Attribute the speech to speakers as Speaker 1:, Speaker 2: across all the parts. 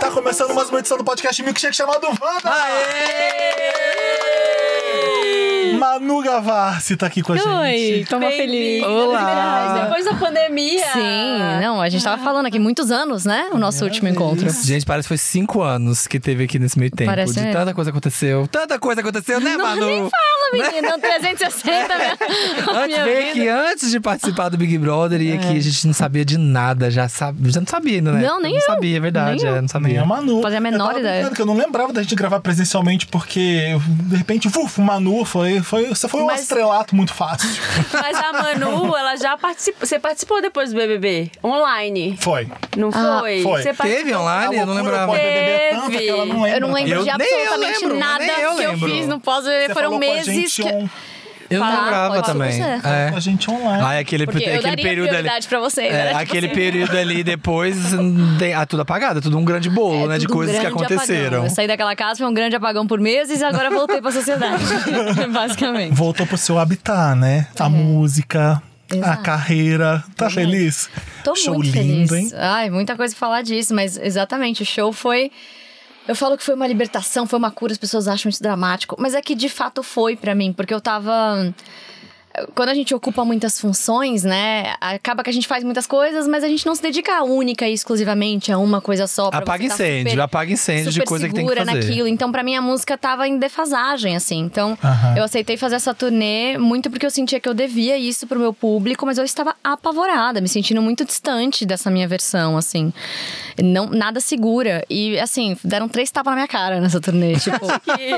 Speaker 1: Tá começando mais uma edição do podcast Milkshake chamado Wanda! Manu Gavassi tá aqui com a gente.
Speaker 2: Oi, tô mó feliz.
Speaker 3: Olá.
Speaker 2: Depois da pandemia.
Speaker 3: Sim, não, a gente tava falando aqui muitos anos, né? O nosso último encontro.
Speaker 4: Gente, parece que foi cinco anos que teve aqui nesse meio tempo.
Speaker 3: Parece
Speaker 4: de
Speaker 3: mesmo.
Speaker 4: tanta coisa aconteceu. Tanta coisa aconteceu, né, Manu?
Speaker 3: Fala, menina, 360 minha,
Speaker 4: Antes,
Speaker 3: minha
Speaker 4: veio aqui
Speaker 3: vida. É.
Speaker 4: antes de participar do Big Brother e aqui a gente não sabia de nada, já, sabe, já não sabia ainda, né?
Speaker 3: Não, nem
Speaker 4: não
Speaker 3: eu.
Speaker 4: sabia, é verdade,
Speaker 3: Nem
Speaker 4: é, não
Speaker 1: Nem
Speaker 4: sabia.
Speaker 1: a Né, Manu.
Speaker 3: Fazia a menor
Speaker 1: Eu tava
Speaker 3: ideia.
Speaker 1: brincando Que eu não lembrava da gente gravar presencialmente, porque de repente, uf, Manu foi, foi, você foi um
Speaker 2: Mas-
Speaker 1: estrelato muito fácil.
Speaker 2: Mas a Manu, ela já participou. Você participou depois do BBB? Online.
Speaker 1: Foi.
Speaker 2: Não
Speaker 3: Ah,
Speaker 2: foi?
Speaker 1: foi.
Speaker 2: Você
Speaker 4: Teve
Speaker 2: participou-
Speaker 4: online? Eu não
Speaker 1: É loucura
Speaker 4: lembrava.
Speaker 1: pós-BBB é tanta que ela não lembra.
Speaker 3: Eu não lembro
Speaker 4: Eu-
Speaker 3: de
Speaker 4: nem eu
Speaker 3: absolutamente
Speaker 4: lembro,
Speaker 3: nada
Speaker 4: nem eu
Speaker 3: que eu
Speaker 4: lembro.
Speaker 3: fiz no pós.
Speaker 1: Você
Speaker 3: Foram
Speaker 1: falou com a
Speaker 3: meses
Speaker 1: gente um
Speaker 3: que.
Speaker 1: on-
Speaker 4: Eu não
Speaker 3: Falar,
Speaker 4: lembrava
Speaker 3: pode ser.
Speaker 4: também. É.
Speaker 1: com a gente online.
Speaker 4: Ai, aquele,
Speaker 3: Porque eu
Speaker 4: aquele
Speaker 3: daria
Speaker 4: período ali.
Speaker 3: prioridade pra vocês.
Speaker 4: É,
Speaker 3: era tipo
Speaker 4: aquele
Speaker 3: assim.
Speaker 4: período ali depois, hum, tem- ah, tudo apagado, tudo um grande bolo,
Speaker 3: É
Speaker 4: né? De
Speaker 3: tudo um
Speaker 4: coisas que
Speaker 3: grande
Speaker 4: aconteceram.
Speaker 3: apagão. Eu saí daquela casa, foi um grande apagão por meses e agora voltei pra sociedade. Basicamente.
Speaker 1: Voltou pro seu habitat, né? A música, a
Speaker 3: É. Exato. Uhum.
Speaker 1: carreira. Tá feliz?
Speaker 3: Tô
Speaker 1: Show
Speaker 3: muito
Speaker 1: lindo,
Speaker 3: feliz.
Speaker 1: hein?
Speaker 3: Ai, muita coisa pra falar disso, mas exatamente, o show foi. Eu falo que foi uma libertação, foi uma cura, as pessoas acham isso dramático, mas é que de fato foi pra mim, porque eu tava. Quando a gente ocupa muitas funções, né? Acaba que a gente faz muitas coisas, mas a gente não se dedica única e exclusivamente a uma coisa só. pra
Speaker 4: Apaga
Speaker 3: você tá
Speaker 4: incêndio,
Speaker 3: super-
Speaker 4: apaga incêndio de
Speaker 3: super
Speaker 4: coisa que tem que
Speaker 3: segura
Speaker 4: fazer.
Speaker 3: naquilo. Então, pra mim, a música tava em defasagem, assim. Então,
Speaker 1: Aham.
Speaker 3: eu aceitei fazer essa turnê muito porque eu sentia que eu devia isso pro meu público, mas eu estava apavorada, me sentindo muito distante dessa minha versão, assim. Não, nada segura. E, assim, deram três tapas na minha cara nessa turnê. Tipo,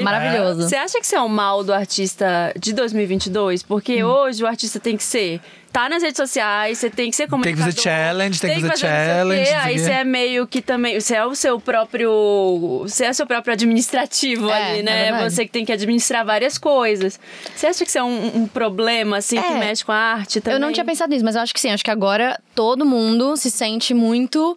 Speaker 3: maravilhoso.
Speaker 2: Você acha que isso é um mal do artista de 2022?
Speaker 3: Hum.
Speaker 2: Porque hoje o artista tem que ser. Tá nas redes sociais, você tem que ser
Speaker 4: que
Speaker 2: comunicador.
Speaker 4: fazer challenge, tem que fazer
Speaker 2: não sei o quê,
Speaker 4: challenge, não sei
Speaker 2: Aí
Speaker 4: o quê.
Speaker 2: você é meio que também. Você é o seu próprio. Você é o seu próprio administrativo
Speaker 3: É,
Speaker 2: ali,
Speaker 3: é
Speaker 2: né?
Speaker 3: verdade.
Speaker 2: você que tem que administrar várias coisas. Você acha que isso é um, um problema, assim, que
Speaker 3: É.
Speaker 2: mexe com a arte também?
Speaker 3: Eu não tinha pensado nisso, mas eu acho que sim. Acho que agora todo mundo se sente muito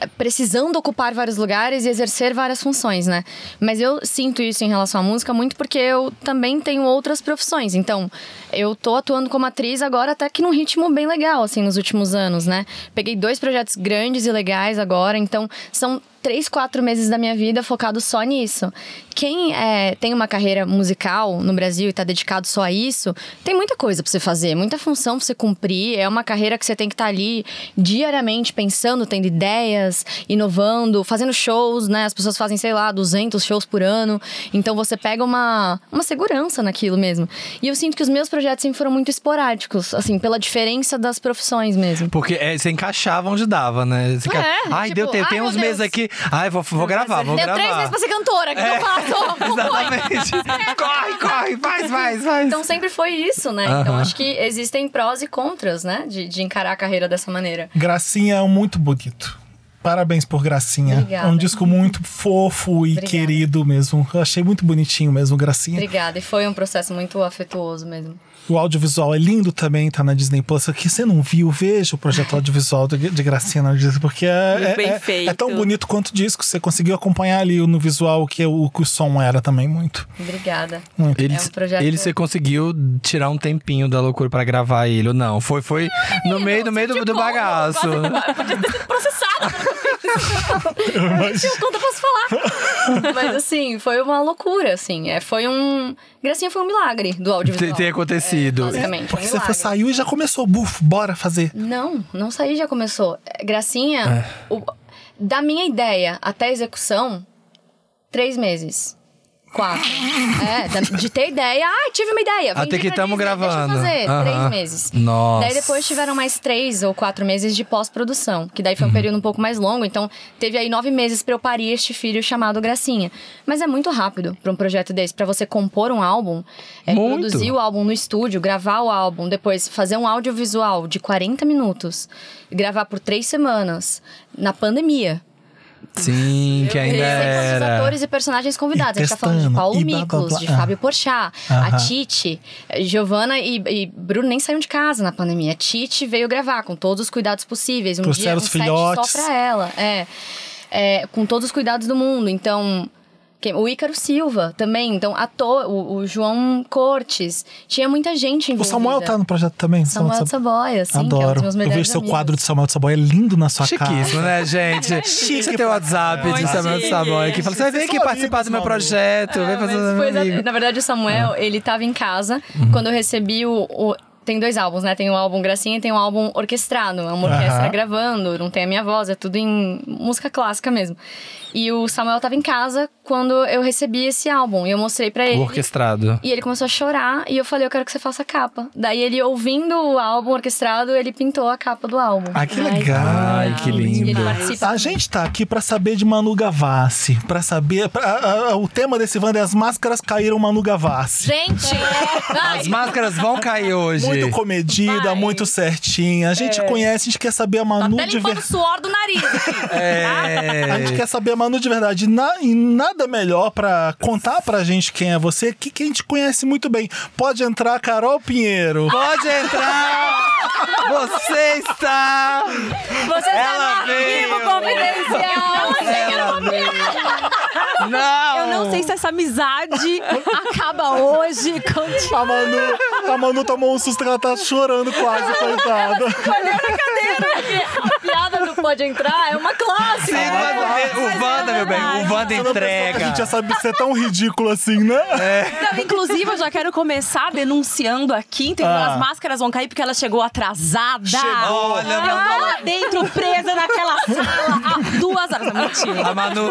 Speaker 3: eh, precisando ocupar vários lugares e exercer várias funções, né? Mas eu sinto isso em relação à música muito porque eu também tenho outras profissões. Então, eu tô atuando como atriz agora até que num ritmo bem legal, assim, nos últimos anos, né? Peguei dois projetos grandes e legais agora, então são três, quatro meses da minha vida focado só nisso. Quem é, tem uma carreira musical no Brasil e tá dedicado só a isso, tem muita coisa pra você fazer, muita função pra você cumprir. É uma carreira que você tem que estar ali diariamente pensando, tendo ideias, inovando, fazendo shows, né? As pessoas fazem, sei lá, 200 shows por ano. Então você pega uma, uma segurança naquilo mesmo. E eu sinto que os meus projetos sempre foram muito esporádicos, assim, pela diferença das profissões mesmo.
Speaker 4: Porque é, você encaixava onde dava, né? Você
Speaker 3: É,
Speaker 4: ca- ai,
Speaker 3: tipo,
Speaker 4: deu tempo,
Speaker 3: ai,
Speaker 4: tem
Speaker 3: meu
Speaker 4: uns meses
Speaker 3: Deus.
Speaker 4: aqui. Ai, vou, vou gravar, vou
Speaker 3: Deu
Speaker 4: gravar. É,
Speaker 3: três meses pra ser cantora, que eu faço?
Speaker 4: Exatamente. corre, corre, faz, faz, faz.
Speaker 3: Então sempre foi isso, né? Então
Speaker 4: Aham.
Speaker 3: acho que existem prós e contras, né? De, de encarar a carreira dessa maneira.
Speaker 1: Gracinha é um muito bonito. Parabéns por Gracinha.
Speaker 3: Obrigada.
Speaker 1: É um disco muito fofo e
Speaker 3: Obrigada.
Speaker 1: querido mesmo. Eu achei muito bonitinho mesmo, Gracinha.
Speaker 3: Obrigada. E foi um processo muito afetuoso mesmo.
Speaker 1: O audiovisual é lindo também, tá na Disney Plus. Aqui você não viu, veja o projeto audiovisual de, de Gracinha na Disney, porque é,
Speaker 2: Muito bem
Speaker 1: é- é-
Speaker 2: feito.
Speaker 1: é tão bonito quanto o disco. Você conseguiu acompanhar ali no visual que o, que o som era também muito.
Speaker 3: Obrigada.
Speaker 1: muito.
Speaker 4: Ele,
Speaker 3: É um projeto-
Speaker 4: ele você conseguiu tirar um tempinho da loucura pra gravar ele ou não? Foi, foi no meio, no meio do,
Speaker 3: tipo,
Speaker 4: do bagaço.
Speaker 3: Quanto eu posso falar? Mas assim, foi uma loucura, assim. É, foi um. Gracinha foi um milagre do
Speaker 4: Ter,
Speaker 3: audiovisual.
Speaker 4: ter acontecido.
Speaker 3: É, Basicamente.
Speaker 1: Porque
Speaker 3: um
Speaker 1: você
Speaker 3: milagre.
Speaker 1: saiu e já começou, buf, bora fazer.
Speaker 3: Não, não saí já começou. É, Gracinha,
Speaker 4: É.
Speaker 3: o- da minha ideia até a execução, três meses. Quatro. é, da- de ter ideia. Ah, tive uma ideia. vendi
Speaker 4: Até que
Speaker 3: pra
Speaker 4: tamo
Speaker 3: Disney,
Speaker 4: gravando.
Speaker 3: Deixa eu fazer. Três
Speaker 4: Aham.
Speaker 3: meses.
Speaker 4: Nossa.
Speaker 3: Daí depois tiveram mais três ou quatro meses de pós-produção, que daí foi um período um pouco mais longo. Então teve aí nove meses pra eu parir este filho chamado Gracinha. Mas é muito rápido pra um projeto desse, pra você compor um álbum, é,
Speaker 4: Muito.
Speaker 3: produzir o álbum no estúdio, gravar o álbum, depois fazer um audiovisual de 40 minutos, gravar por três semanas na pandemia.
Speaker 4: Sim, que ainda
Speaker 3: Sem todos os
Speaker 4: era.
Speaker 3: é atores e personagens convidados.
Speaker 1: E
Speaker 3: a gente tá falando de
Speaker 1: testando,
Speaker 3: Paulo
Speaker 1: e blá,
Speaker 3: Miklos,
Speaker 1: blá, blá.
Speaker 3: de
Speaker 1: Ah.
Speaker 3: Fábio Porchat,
Speaker 1: Aham.
Speaker 3: a Tite, eh, Giovanna e, e Bruno nem saíram de casa na pandemia. A Tite veio gravar com todos os cuidados possíveis. Um
Speaker 1: Trouxeram
Speaker 3: dia um
Speaker 1: os
Speaker 3: set
Speaker 1: filhotes.
Speaker 3: só pra ela. É, É, com todos os cuidados do mundo. Então... Quem- O Ícaro Silva também, então ator, o, o João Cortes. Tinha muita gente
Speaker 1: O
Speaker 3: envolvida.
Speaker 1: Samuel tá no projeto também?
Speaker 3: Samuel de Saboia, sim, que é um dos
Speaker 1: Adoro.
Speaker 3: meus
Speaker 1: eu
Speaker 3: melhores
Speaker 1: vejo seu
Speaker 3: amigos.
Speaker 1: quadro de Samuel de Saboia lindo na sua casa.
Speaker 4: Chiquíssimo, né, gente?
Speaker 1: Chique
Speaker 4: Você tem o
Speaker 1: pra
Speaker 4: WhatsApp de
Speaker 2: caralho.
Speaker 4: Samuel
Speaker 2: Chique.
Speaker 4: Saboia que fala: você vem
Speaker 1: Vocês
Speaker 4: aqui
Speaker 1: são
Speaker 4: participar
Speaker 1: amigos, Ah,
Speaker 4: do meu
Speaker 1: Malu.
Speaker 4: projeto, vem
Speaker 3: Mas
Speaker 4: fazer um
Speaker 3: foi exa-
Speaker 4: amigo.
Speaker 3: na verdade, o Samuel, ele tava em casa quando eu recebi o. o- tem dois álbuns, né? Tem o álbum Gracinha e tem o álbum Orquestrado. É uma orquestra
Speaker 1: Aham.
Speaker 3: gravando, não tem a minha voz, é tudo em música clássica mesmo. E o Samuel tava em casa quando eu recebi esse álbum. E eu mostrei pra
Speaker 4: O
Speaker 3: ele.
Speaker 4: orquestrado.
Speaker 3: E ele começou a chorar e eu falei, eu quero que você faça a capa. Daí ele, ouvindo o álbum orquestrado, ele pintou a capa do álbum.
Speaker 1: Ah, que
Speaker 2: Ai,
Speaker 1: legal.
Speaker 4: Ai, que
Speaker 3: E ele
Speaker 4: lindo.
Speaker 3: participa.
Speaker 1: A gente tá aqui pra saber de Manu Gavassi. Pra saber. pra- a- a- o tema desse Wanda é as máscaras caíram Manu Gavassi.
Speaker 3: Gente!
Speaker 5: é,
Speaker 3: Vai!
Speaker 4: As máscaras vão cair hoje.
Speaker 1: Muito comedida,
Speaker 2: Vai.
Speaker 1: muito certinha. A gente conhece, a gente quer saber a
Speaker 5: É. Tá
Speaker 1: Manu
Speaker 5: até
Speaker 1: de
Speaker 5: limpando o
Speaker 1: verdade.
Speaker 5: suor do nariz aqui.
Speaker 1: A gente
Speaker 4: É.
Speaker 1: quer saber a Manu de verdade. Na- e nada melhor pra contar pra gente quem é você, que quem te conhece muito bem. Pode entrar, Carol Pinheiro.
Speaker 4: Pode entrar! Você está!
Speaker 5: Você
Speaker 4: Ela
Speaker 5: tá no arquivo
Speaker 4: veio.
Speaker 5: confidencial.
Speaker 4: Ela veio. Não!
Speaker 5: Eu não sei se essa amizade acaba hoje. Quando...
Speaker 1: A Manu, a Manu tomou um susto que ela tá chorando quase,
Speaker 5: tá
Speaker 1: coitada.
Speaker 5: A piada do Pode Entrar é uma
Speaker 4: Sim,
Speaker 5: clássica. é
Speaker 4: mas o- o Wanda, meu bem, o Wanda
Speaker 1: Eu não pensava que A
Speaker 4: entrega.
Speaker 1: gente já sabe ser tão ridículo assim, né?
Speaker 5: Não, Então, inclusive, eu já quero começar denunciando aqui, entendeu?
Speaker 1: Ah.
Speaker 5: As máscaras vão cair porque ela chegou atrasada.
Speaker 1: Chegou.
Speaker 4: Olha,
Speaker 5: eu tô lá dentro, presa naquela sala há duas horas. Mentira.
Speaker 4: A Manu,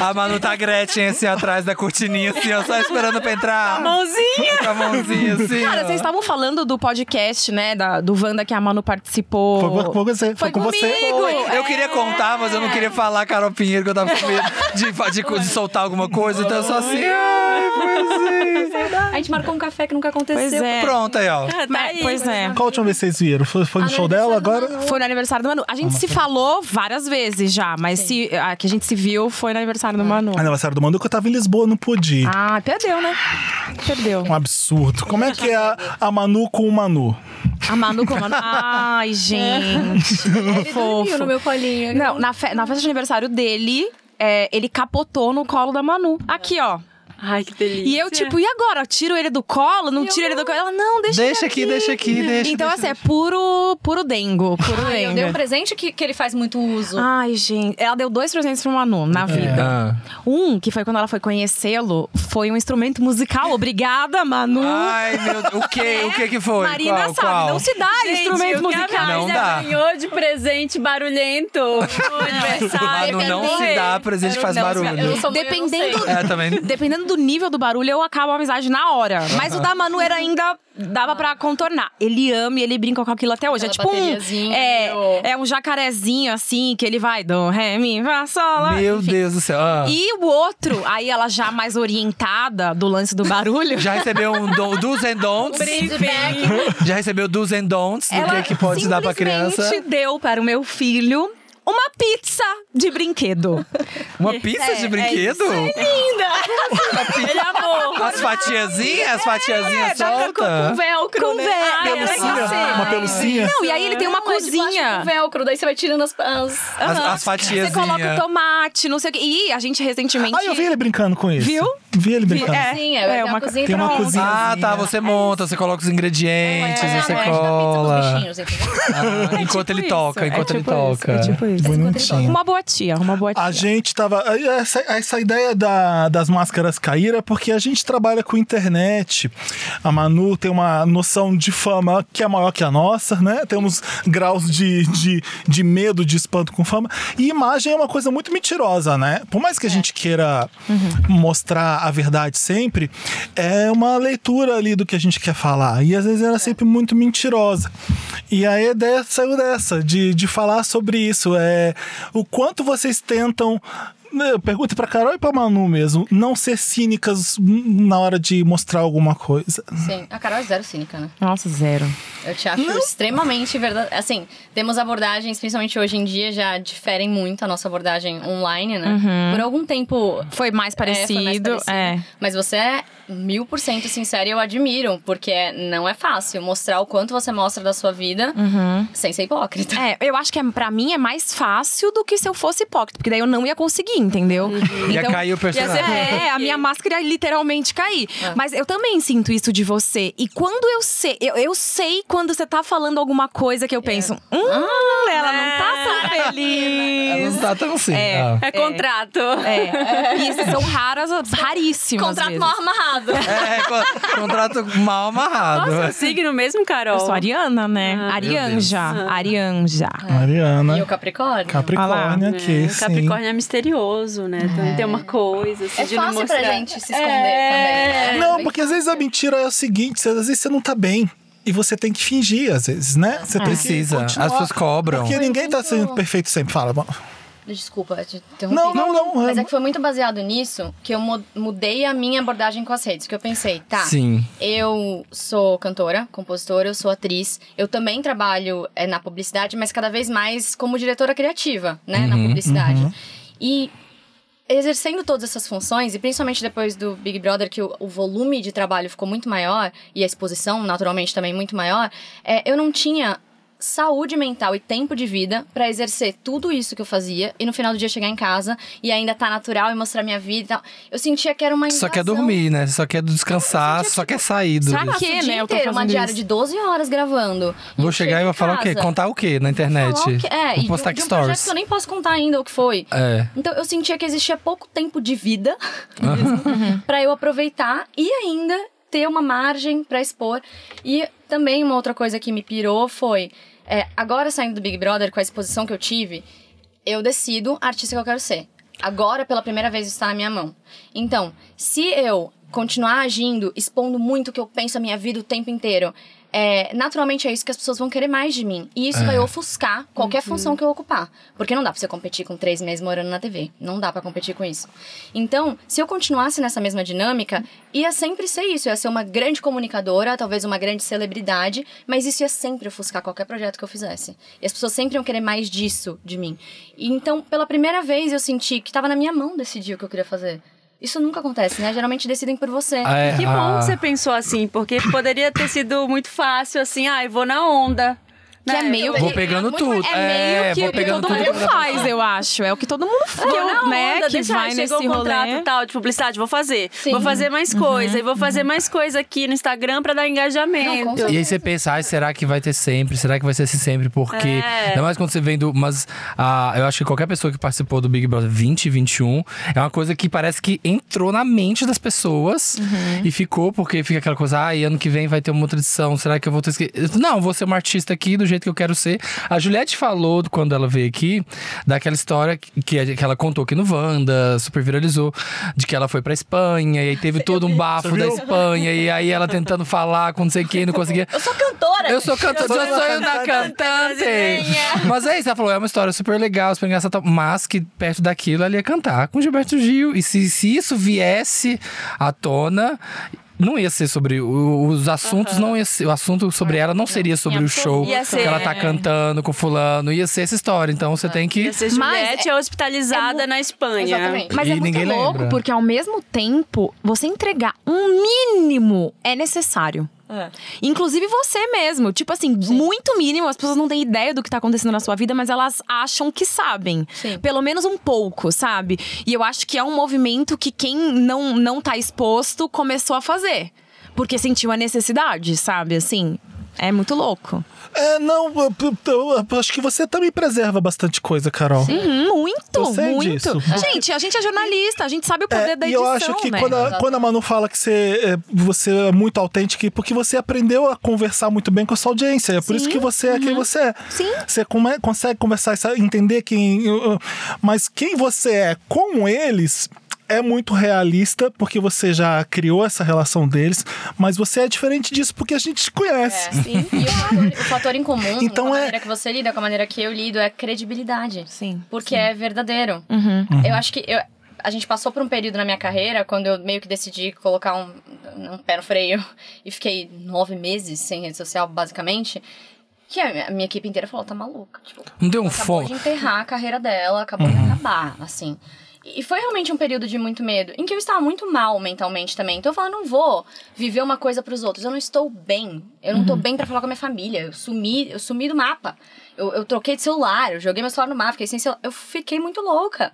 Speaker 4: a Manu tá Gretchen assim atrás da cortininha, assim, ó, só esperando pra entrar.
Speaker 5: Mãozinha!
Speaker 4: Com a mãozinha assim.
Speaker 5: Tá Cara,
Speaker 4: ó.
Speaker 5: vocês estavam falando do podcast, né? da- do Wanda que a Manu participou.
Speaker 1: Foi com- com você, foi com
Speaker 5: comigo.
Speaker 1: você.
Speaker 4: Eu queria contar, mas eu não queria falar, Carol Pinheiro, que eu tava com medo de, fa- de co- de soltar alguma coisa, então eu só assim. Ai, foi assim.
Speaker 3: A gente marcou um café que nunca aconteceu.
Speaker 5: Pois é.
Speaker 4: Pronto aí, ó.
Speaker 2: Ah, tá
Speaker 5: Mas-
Speaker 2: aí.
Speaker 5: pois é.
Speaker 1: Qual a última vez que vocês vieram? Foi, foi no show dela agora?
Speaker 5: Foi no aniversário do Manu. A gente
Speaker 1: tá.
Speaker 5: se falou várias vezes já, mas se, a que a gente se viu foi no aniversário do Manu.
Speaker 1: Ah, aniversário do Manu, que eu tava em Lisboa, não pude ir.
Speaker 5: Ah, perdeu, né? Perdeu.
Speaker 1: Um absurdo. Como é que é a, a Manu com o Manu?
Speaker 5: A Manu com a Manu. Ai, gente.
Speaker 3: Ele dormiu
Speaker 5: Fofo.
Speaker 3: no meu colinho.
Speaker 5: Não, na, fe- na festa de aniversário dele, é, ele capotou no colo da Manu. Aqui, ó.
Speaker 2: Ai, que delícia.
Speaker 5: E eu, tipo, e agora? Eu tiro ele do colo? Não tiro ele do colo? Ela, não, deixa
Speaker 4: Deixa
Speaker 5: ele
Speaker 4: aqui, deixa aqui, deixa.
Speaker 5: Então,
Speaker 4: deixa,
Speaker 5: assim, é puro, puro dengo. Puro
Speaker 3: Ai, eu dei um
Speaker 5: dengo.
Speaker 3: presente que, que ele faz muito uso.
Speaker 5: Ai, gente. Ela deu dois presentes pro Manu na vida.
Speaker 4: Ah.
Speaker 5: Um, que foi quando ela foi conhecê-lo, foi um instrumento musical. Obrigada, Manu.
Speaker 4: Ai, meu Deus. O que? O que que Ah, foi?
Speaker 5: Marina
Speaker 4: Qual?
Speaker 5: sabe,
Speaker 4: Qual?
Speaker 5: não se dá instrumento
Speaker 2: o que
Speaker 5: musical.
Speaker 2: a
Speaker 4: Não dá.
Speaker 2: Marisa ganhou de presente barulhento.
Speaker 5: é
Speaker 4: Manu,
Speaker 3: Ai,
Speaker 4: não se
Speaker 3: perdeu.
Speaker 4: dá, presente faz
Speaker 3: não, eu
Speaker 4: barulho.
Speaker 3: não sou mãe, eu não sei.
Speaker 5: Dependendo,
Speaker 4: É, também.
Speaker 5: dependendo do nível do barulho, eu acabo a amizade na hora. Mas o da Manu era ainda dava pra contornar. Ele ama e ele brinca com aquilo até hoje.
Speaker 3: Aquela
Speaker 5: é tipo um
Speaker 3: bateriazinha,
Speaker 5: é,
Speaker 3: meu.
Speaker 5: é um jacarezinho assim que ele vai do ré mi fá sol lá.
Speaker 4: Meu Deus do céu. Ah.
Speaker 5: E o outro, aí ela já mais orientada do lance do barulho.
Speaker 4: Já recebeu um do, dos and don'ts. Já recebeu dos and don'ts do que, que pode dar pra criança.
Speaker 5: simplesmente deu para o meu filho uma pizza de brinquedo.
Speaker 4: Uma pizza de brinquedo?
Speaker 2: Ele amou.
Speaker 4: As fatiazinhas, as fatiazinhas
Speaker 5: dá pra
Speaker 4: soltas.
Speaker 5: velcro, com
Speaker 3: né?
Speaker 5: velcro.
Speaker 3: Ai,
Speaker 1: Pelucinha?
Speaker 3: era engraçado.
Speaker 1: Uma pelucinha?
Speaker 5: Não, e aí ele tem uma
Speaker 3: Não, é de plástico
Speaker 5: cozinha.
Speaker 3: com velcro, daí você vai tirando as. as...
Speaker 4: As, as
Speaker 5: Você coloca o
Speaker 4: fatiazinhas.
Speaker 5: tomate, não sei o quê. E a gente recentemente.
Speaker 1: Ah, eu vi ele brincando com isso.
Speaker 5: Viu?
Speaker 1: Vi ele brincando.
Speaker 5: Vi- é.
Speaker 3: Sim, é,
Speaker 5: É,
Speaker 3: é
Speaker 5: uma
Speaker 3: uma cozinha
Speaker 1: tem
Speaker 3: pra
Speaker 1: uma
Speaker 3: ontem.
Speaker 1: cozinha.
Speaker 4: Ah, tá. Você monta, você coloca os ingredientes,
Speaker 3: É,
Speaker 4: você
Speaker 3: a parte da pizza pros
Speaker 4: cola.
Speaker 3: bichinhos, entendeu?
Speaker 4: Ah,
Speaker 5: É
Speaker 4: enquanto
Speaker 5: tipo
Speaker 4: ele
Speaker 5: isso,
Speaker 4: toca,
Speaker 5: é
Speaker 4: enquanto ele
Speaker 5: tipo
Speaker 4: toca.
Speaker 5: isso, é tipo isso.
Speaker 1: Bonitinho.
Speaker 5: Uma boa tia, uma boa tia.
Speaker 1: A gente tava. Essa, essa ideia da- das máscaras cair é porque a gente trabalha com internet. A Manu tem uma noção de fama que é maior que a nossa, né? Temos graus de, de, de medo, de espanto com fama. E imagem é uma coisa muito mentirosa, né? Por mais que a gente queira mostrar a verdade sempre, é uma leitura ali do que a gente quer falar. E às vezes era sempre muito mentirosa. E a ideia saiu dessa, de, de falar sobre isso. É, o quanto vocês tentam. né, Pergunta pra Carol e pra Manu mesmo. Não ser cínicas hum, na hora de mostrar alguma coisa.
Speaker 3: Sim. A Carol é zero cínica, né?
Speaker 5: Nossa, zero.
Speaker 3: Eu te acho extremamente verdadeiro. Assim, temos abordagens, principalmente hoje em dia, já diferem muito a nossa abordagem online, né? Por algum tempo.
Speaker 5: Foi mais
Speaker 3: é, foi mais
Speaker 5: Uhum. parecido. É.
Speaker 3: Mas você é mil por cento sincera e eu admiro, porque não é fácil mostrar o quanto você mostra da sua vida
Speaker 5: Uhum.
Speaker 3: sem ser hipócrita.
Speaker 5: É, eu acho que é, pra mim é mais fácil do que se eu fosse hipócrita, porque daí eu não ia conseguir, entendeu? Então,
Speaker 4: Ia cair o personagem.
Speaker 5: ia ser- É, a minha máscara ia literalmente cair. Mas eu também sinto isso de você. E quando eu sei, eu, eu sei quando você tá falando alguma coisa que eu penso, hum, É. ela não tá tão
Speaker 4: Ela
Speaker 5: feliz.
Speaker 4: não tá tão assim.
Speaker 5: É.
Speaker 4: Ah.
Speaker 2: É contrato.
Speaker 5: É. E esses são raras, raríssimas.
Speaker 3: Contrato
Speaker 5: vezes.
Speaker 3: mal amarrado.
Speaker 4: É, con- contrato mal amarrado.
Speaker 2: Nossa, é signo mesmo, Carol?
Speaker 5: Eu sou Ariana, né? Arianja. Arianja.
Speaker 1: Mariana.
Speaker 3: E o Capricórnio?
Speaker 1: Capricórnio aqui,
Speaker 2: É,
Speaker 1: sim.
Speaker 2: Capricórnio é misterioso, né? Então, Tem uma coisa assim
Speaker 3: É
Speaker 2: de não
Speaker 3: fácil pra
Speaker 2: mostrar.
Speaker 3: gente se esconder
Speaker 2: É.
Speaker 3: também. né?
Speaker 1: Não, porque às vezes a mentira é o seguinte, cê- às vezes você não tá bem. E você tem que fingir, às vezes, né? Você tem
Speaker 4: Precisa.
Speaker 1: que continuar.
Speaker 4: As pessoas cobram.
Speaker 1: Porque ninguém tá sendo perfeito sempre. Fala, bom,
Speaker 3: Desculpa, te interrompi.
Speaker 1: Não, não, não,
Speaker 3: Mas
Speaker 1: é-
Speaker 3: é que foi muito baseado nisso que eu mu- mudei a minha abordagem com as redes. Que eu pensei, tá,
Speaker 4: Sim.
Speaker 3: eu sou cantora, compositora, eu sou atriz. Eu também trabalho é, na publicidade, mas cada vez mais como diretora criativa, né? na
Speaker 4: Uhum,
Speaker 3: publicidade. E exercendo todas essas funções, e principalmente depois do Big Brother, que o, o volume de trabalho ficou muito maior, e a exposição, naturalmente, também muito maior, é, eu não tinha saúde mental e tempo de vida pra exercer tudo isso que eu fazia e no final do dia chegar em casa e ainda tá natural e mostrar minha vida e tal. Eu sentia que era uma
Speaker 4: Só quer
Speaker 3: invasão.
Speaker 4: dormir, né? Só quer descansar, só quer sair do.
Speaker 5: Sabe
Speaker 3: Pra
Speaker 5: que,
Speaker 3: quê,
Speaker 5: né,
Speaker 3: né?
Speaker 5: eu
Speaker 3: Eu
Speaker 5: tô
Speaker 3: ter uma
Speaker 5: fazendo
Speaker 3: diária
Speaker 5: isso.
Speaker 3: de 12 horas gravando.
Speaker 4: Vou
Speaker 3: Eu
Speaker 4: chegar e
Speaker 3: chego
Speaker 4: vou
Speaker 3: em
Speaker 4: falar o quê?
Speaker 3: casa,
Speaker 4: Contar o quê na
Speaker 3: falar
Speaker 4: internet?
Speaker 3: o quê? É,
Speaker 4: vou
Speaker 3: e
Speaker 4: postar
Speaker 3: de, um- de um projeto
Speaker 4: stories.
Speaker 3: que eu nem posso contar ainda o que foi.
Speaker 4: É.
Speaker 3: Então eu sentia que existia pouco tempo de vida mesmo, pra eu aproveitar e ainda ter uma margem pra expor. E também uma outra coisa que me pirou foi é, agora saindo do Big Brother com a exposição que eu tive, eu decido a artista que eu quero ser. Agora pela primeira vez está na minha mão. Então, se eu continuar agindo, expondo muito o que eu penso a minha vida o tempo inteiro, é, naturalmente é isso que as pessoas vão querer mais de mim. E isso
Speaker 4: É.
Speaker 3: vai ofuscar qualquer função que eu ocupar. Porque não dá pra você competir com três meses morando na TV. Não dá pra competir com isso. Então, se eu continuasse nessa mesma dinâmica, ia sempre ser isso. Ia ser uma grande comunicadora, talvez uma grande celebridade, mas isso ia sempre ofuscar qualquer projeto que eu fizesse. E as pessoas sempre iam querer mais disso de mim. E então, pela primeira vez, eu senti que tava na minha mão decidir o que eu queria fazer. Isso nunca acontece, né? Geralmente decidem por você.
Speaker 4: Ah, é,
Speaker 2: Que bom
Speaker 4: ah,
Speaker 2: que você pensou assim, porque poderia ter sido muito fácil, assim, ah, eu vou na onda.
Speaker 5: Que
Speaker 2: né?
Speaker 5: é meio
Speaker 4: Vou
Speaker 5: que-
Speaker 4: pegando tudo.
Speaker 5: É meio que
Speaker 4: vou
Speaker 5: o que
Speaker 4: pegando
Speaker 5: todo
Speaker 4: tudo.
Speaker 5: mundo faz, eu acho. É o que todo mundo faz,
Speaker 2: Vou na onda,
Speaker 5: né? que
Speaker 2: deixa,
Speaker 5: vai
Speaker 2: ah,
Speaker 5: nesse
Speaker 2: chegou o contrato
Speaker 5: rolê.
Speaker 2: tal de publicidade, vou fazer.
Speaker 3: Sim.
Speaker 2: Vou fazer mais coisa, e vou fazer mais coisa aqui no Instagram pra dar engajamento.
Speaker 3: Não, com certeza.
Speaker 4: E aí você pensa, ai, será que vai ter sempre? Será que vai ser assim sempre? Porque.
Speaker 2: É.
Speaker 4: Ainda mais quando você vem do. Mas ah, eu acho que qualquer pessoa que participou do Big Brother 2021 é uma coisa que parece que entrou na mente das pessoas e ficou, porque fica aquela coisa, ai, ano que vem vai ter uma outra edição. Será que eu vou ter que. Não, vou ser uma artista aqui do jeito que eu quero ser. A Juliette falou quando ela veio aqui daquela história que, que ela contou aqui no Wanda, super viralizou, de que ela foi pra Espanha, e aí teve todo um bafo da Espanha, e aí ela tentando falar com não sei quem, não conseguia.
Speaker 3: Eu sou cantora!
Speaker 4: Eu sou cantora, eu sou da cantante. Mas é isso, ela falou, é uma história super legal, super engraçada, tal, mas que perto daquilo ela ia cantar com Gilberto Gil. E se, se isso viesse à tona. Não ia ser sobre o- os assuntos, não ia ser, o assunto sobre ela não seria sobre o show
Speaker 2: Ia
Speaker 4: que
Speaker 2: ser-
Speaker 4: ela tá cantando com fulano, ia ser essa história. Então você tem que.
Speaker 2: Ia ser
Speaker 5: Mas
Speaker 2: Juliette é hospitalizada na Espanha.
Speaker 3: Exatamente.
Speaker 5: Mas
Speaker 4: E
Speaker 5: é muito
Speaker 4: ninguém
Speaker 5: louco,
Speaker 4: lembra.
Speaker 5: porque ao mesmo tempo, você entregar um mínimo é necessário.
Speaker 4: É.
Speaker 5: Inclusive você mesmo. Tipo assim, muito mínimo. As pessoas não têm ideia do que tá acontecendo na sua vida, mas elas acham que sabem.
Speaker 3: Sim.
Speaker 5: Pelo menos um pouco, sabe? E eu acho que é um movimento que quem não, não tá exposto começou a fazer. Porque sentiu a necessidade, sabe? Assim, é muito louco.
Speaker 1: É, não, eu- eu- eu acho que você também preserva bastante coisa, Carol.
Speaker 5: Hum,
Speaker 1: Eu
Speaker 5: Muito,
Speaker 1: sei
Speaker 5: muito.
Speaker 1: disso.
Speaker 5: Gente, a gente é jornalista, a gente sabe o poder
Speaker 1: É,
Speaker 5: da
Speaker 1: e
Speaker 5: edição,
Speaker 1: eu acho que
Speaker 5: né?
Speaker 1: quando, a, quando a Manu fala que você é, você é muito autêntica, é porque você aprendeu a conversar muito bem com a sua audiência. É por isso que você é quem você é.
Speaker 5: uhum. Sim.
Speaker 1: Você come- consegue conversar, e sa- entender quem. uh, uh, Mas quem você é com eles. É muito realista, porque você já criou essa relação deles, mas você é diferente disso porque a gente te conhece.
Speaker 5: É
Speaker 3: Sim. É assim.
Speaker 5: assim.
Speaker 3: E o fator, o fator em comum,
Speaker 1: Então
Speaker 3: com a
Speaker 1: é-
Speaker 3: maneira que você lida, com a maneira que eu lido, é credibilidade.
Speaker 5: Sim. Uhum.
Speaker 3: Porque é verdadeiro. Eu acho que eu- a gente passou por um período na minha carreira quando eu meio que decidi colocar um, um pé no freio e fiquei nove meses sem rede social, basicamente. Que a minha- a minha equipe inteira falou, tá maluca. Tipo,
Speaker 4: Não deu um
Speaker 3: acabou
Speaker 4: fome.
Speaker 3: de enterrar a carreira dela, acabou de acabar, assim. E foi realmente um período de muito medo, em que eu estava muito mal mentalmente também. Então eu falava, não vou viver uma coisa pros outros, eu não estou bem. Eu não estou bem pra falar com a minha família. Eu sumi, eu sumi do mapa. Eu, eu troquei de celular, eu joguei meu celular no mapa, fiquei sem celular. Eu fiquei muito louca.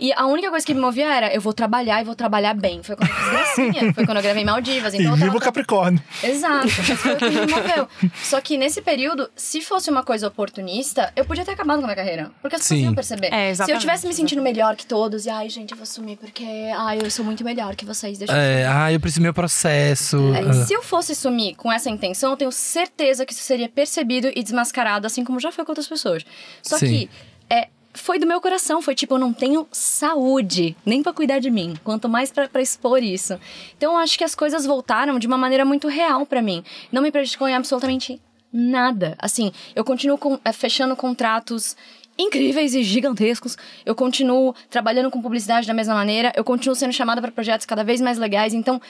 Speaker 3: E a única coisa que me movia era, eu vou trabalhar e vou trabalhar bem. Foi quando eu fiz gracinha, foi quando eu gravei Maldivas. Então
Speaker 1: e
Speaker 3: eu tava
Speaker 1: viva o
Speaker 3: tra-
Speaker 1: Capricórnio.
Speaker 3: Exato, mas foi o que me moveu. Só que nesse período, se fosse uma coisa oportunista, eu podia ter acabado com a minha carreira. Porque as pessoas
Speaker 4: Sim.
Speaker 3: iam perceber.
Speaker 5: É,
Speaker 3: se eu
Speaker 5: exatamente,
Speaker 3: tivesse me sentindo melhor que todos, e ai, gente, eu vou sumir porque ai, eu sou muito melhor que vocês, deixa eu
Speaker 4: É, ah, eu preciso meu processo. Ah.
Speaker 3: Aí, se eu fosse sumir com essa intenção, eu tenho certeza que isso seria percebido e desmascarado, assim como já foi com outras pessoas. Só
Speaker 4: Sim.
Speaker 3: que é, foi do meu coração, foi tipo, eu não tenho saúde nem pra cuidar de mim, quanto mais pra pra expor isso. Então eu acho que as coisas voltaram de uma maneira muito real pra mim. Não me prejudicou em absolutamente nada. Assim, eu continuo com- eh, fechando contratos incríveis e gigantescos. Eu continuo trabalhando com publicidade da mesma maneira, eu continuo sendo chamada pra projetos cada vez mais legais. Então,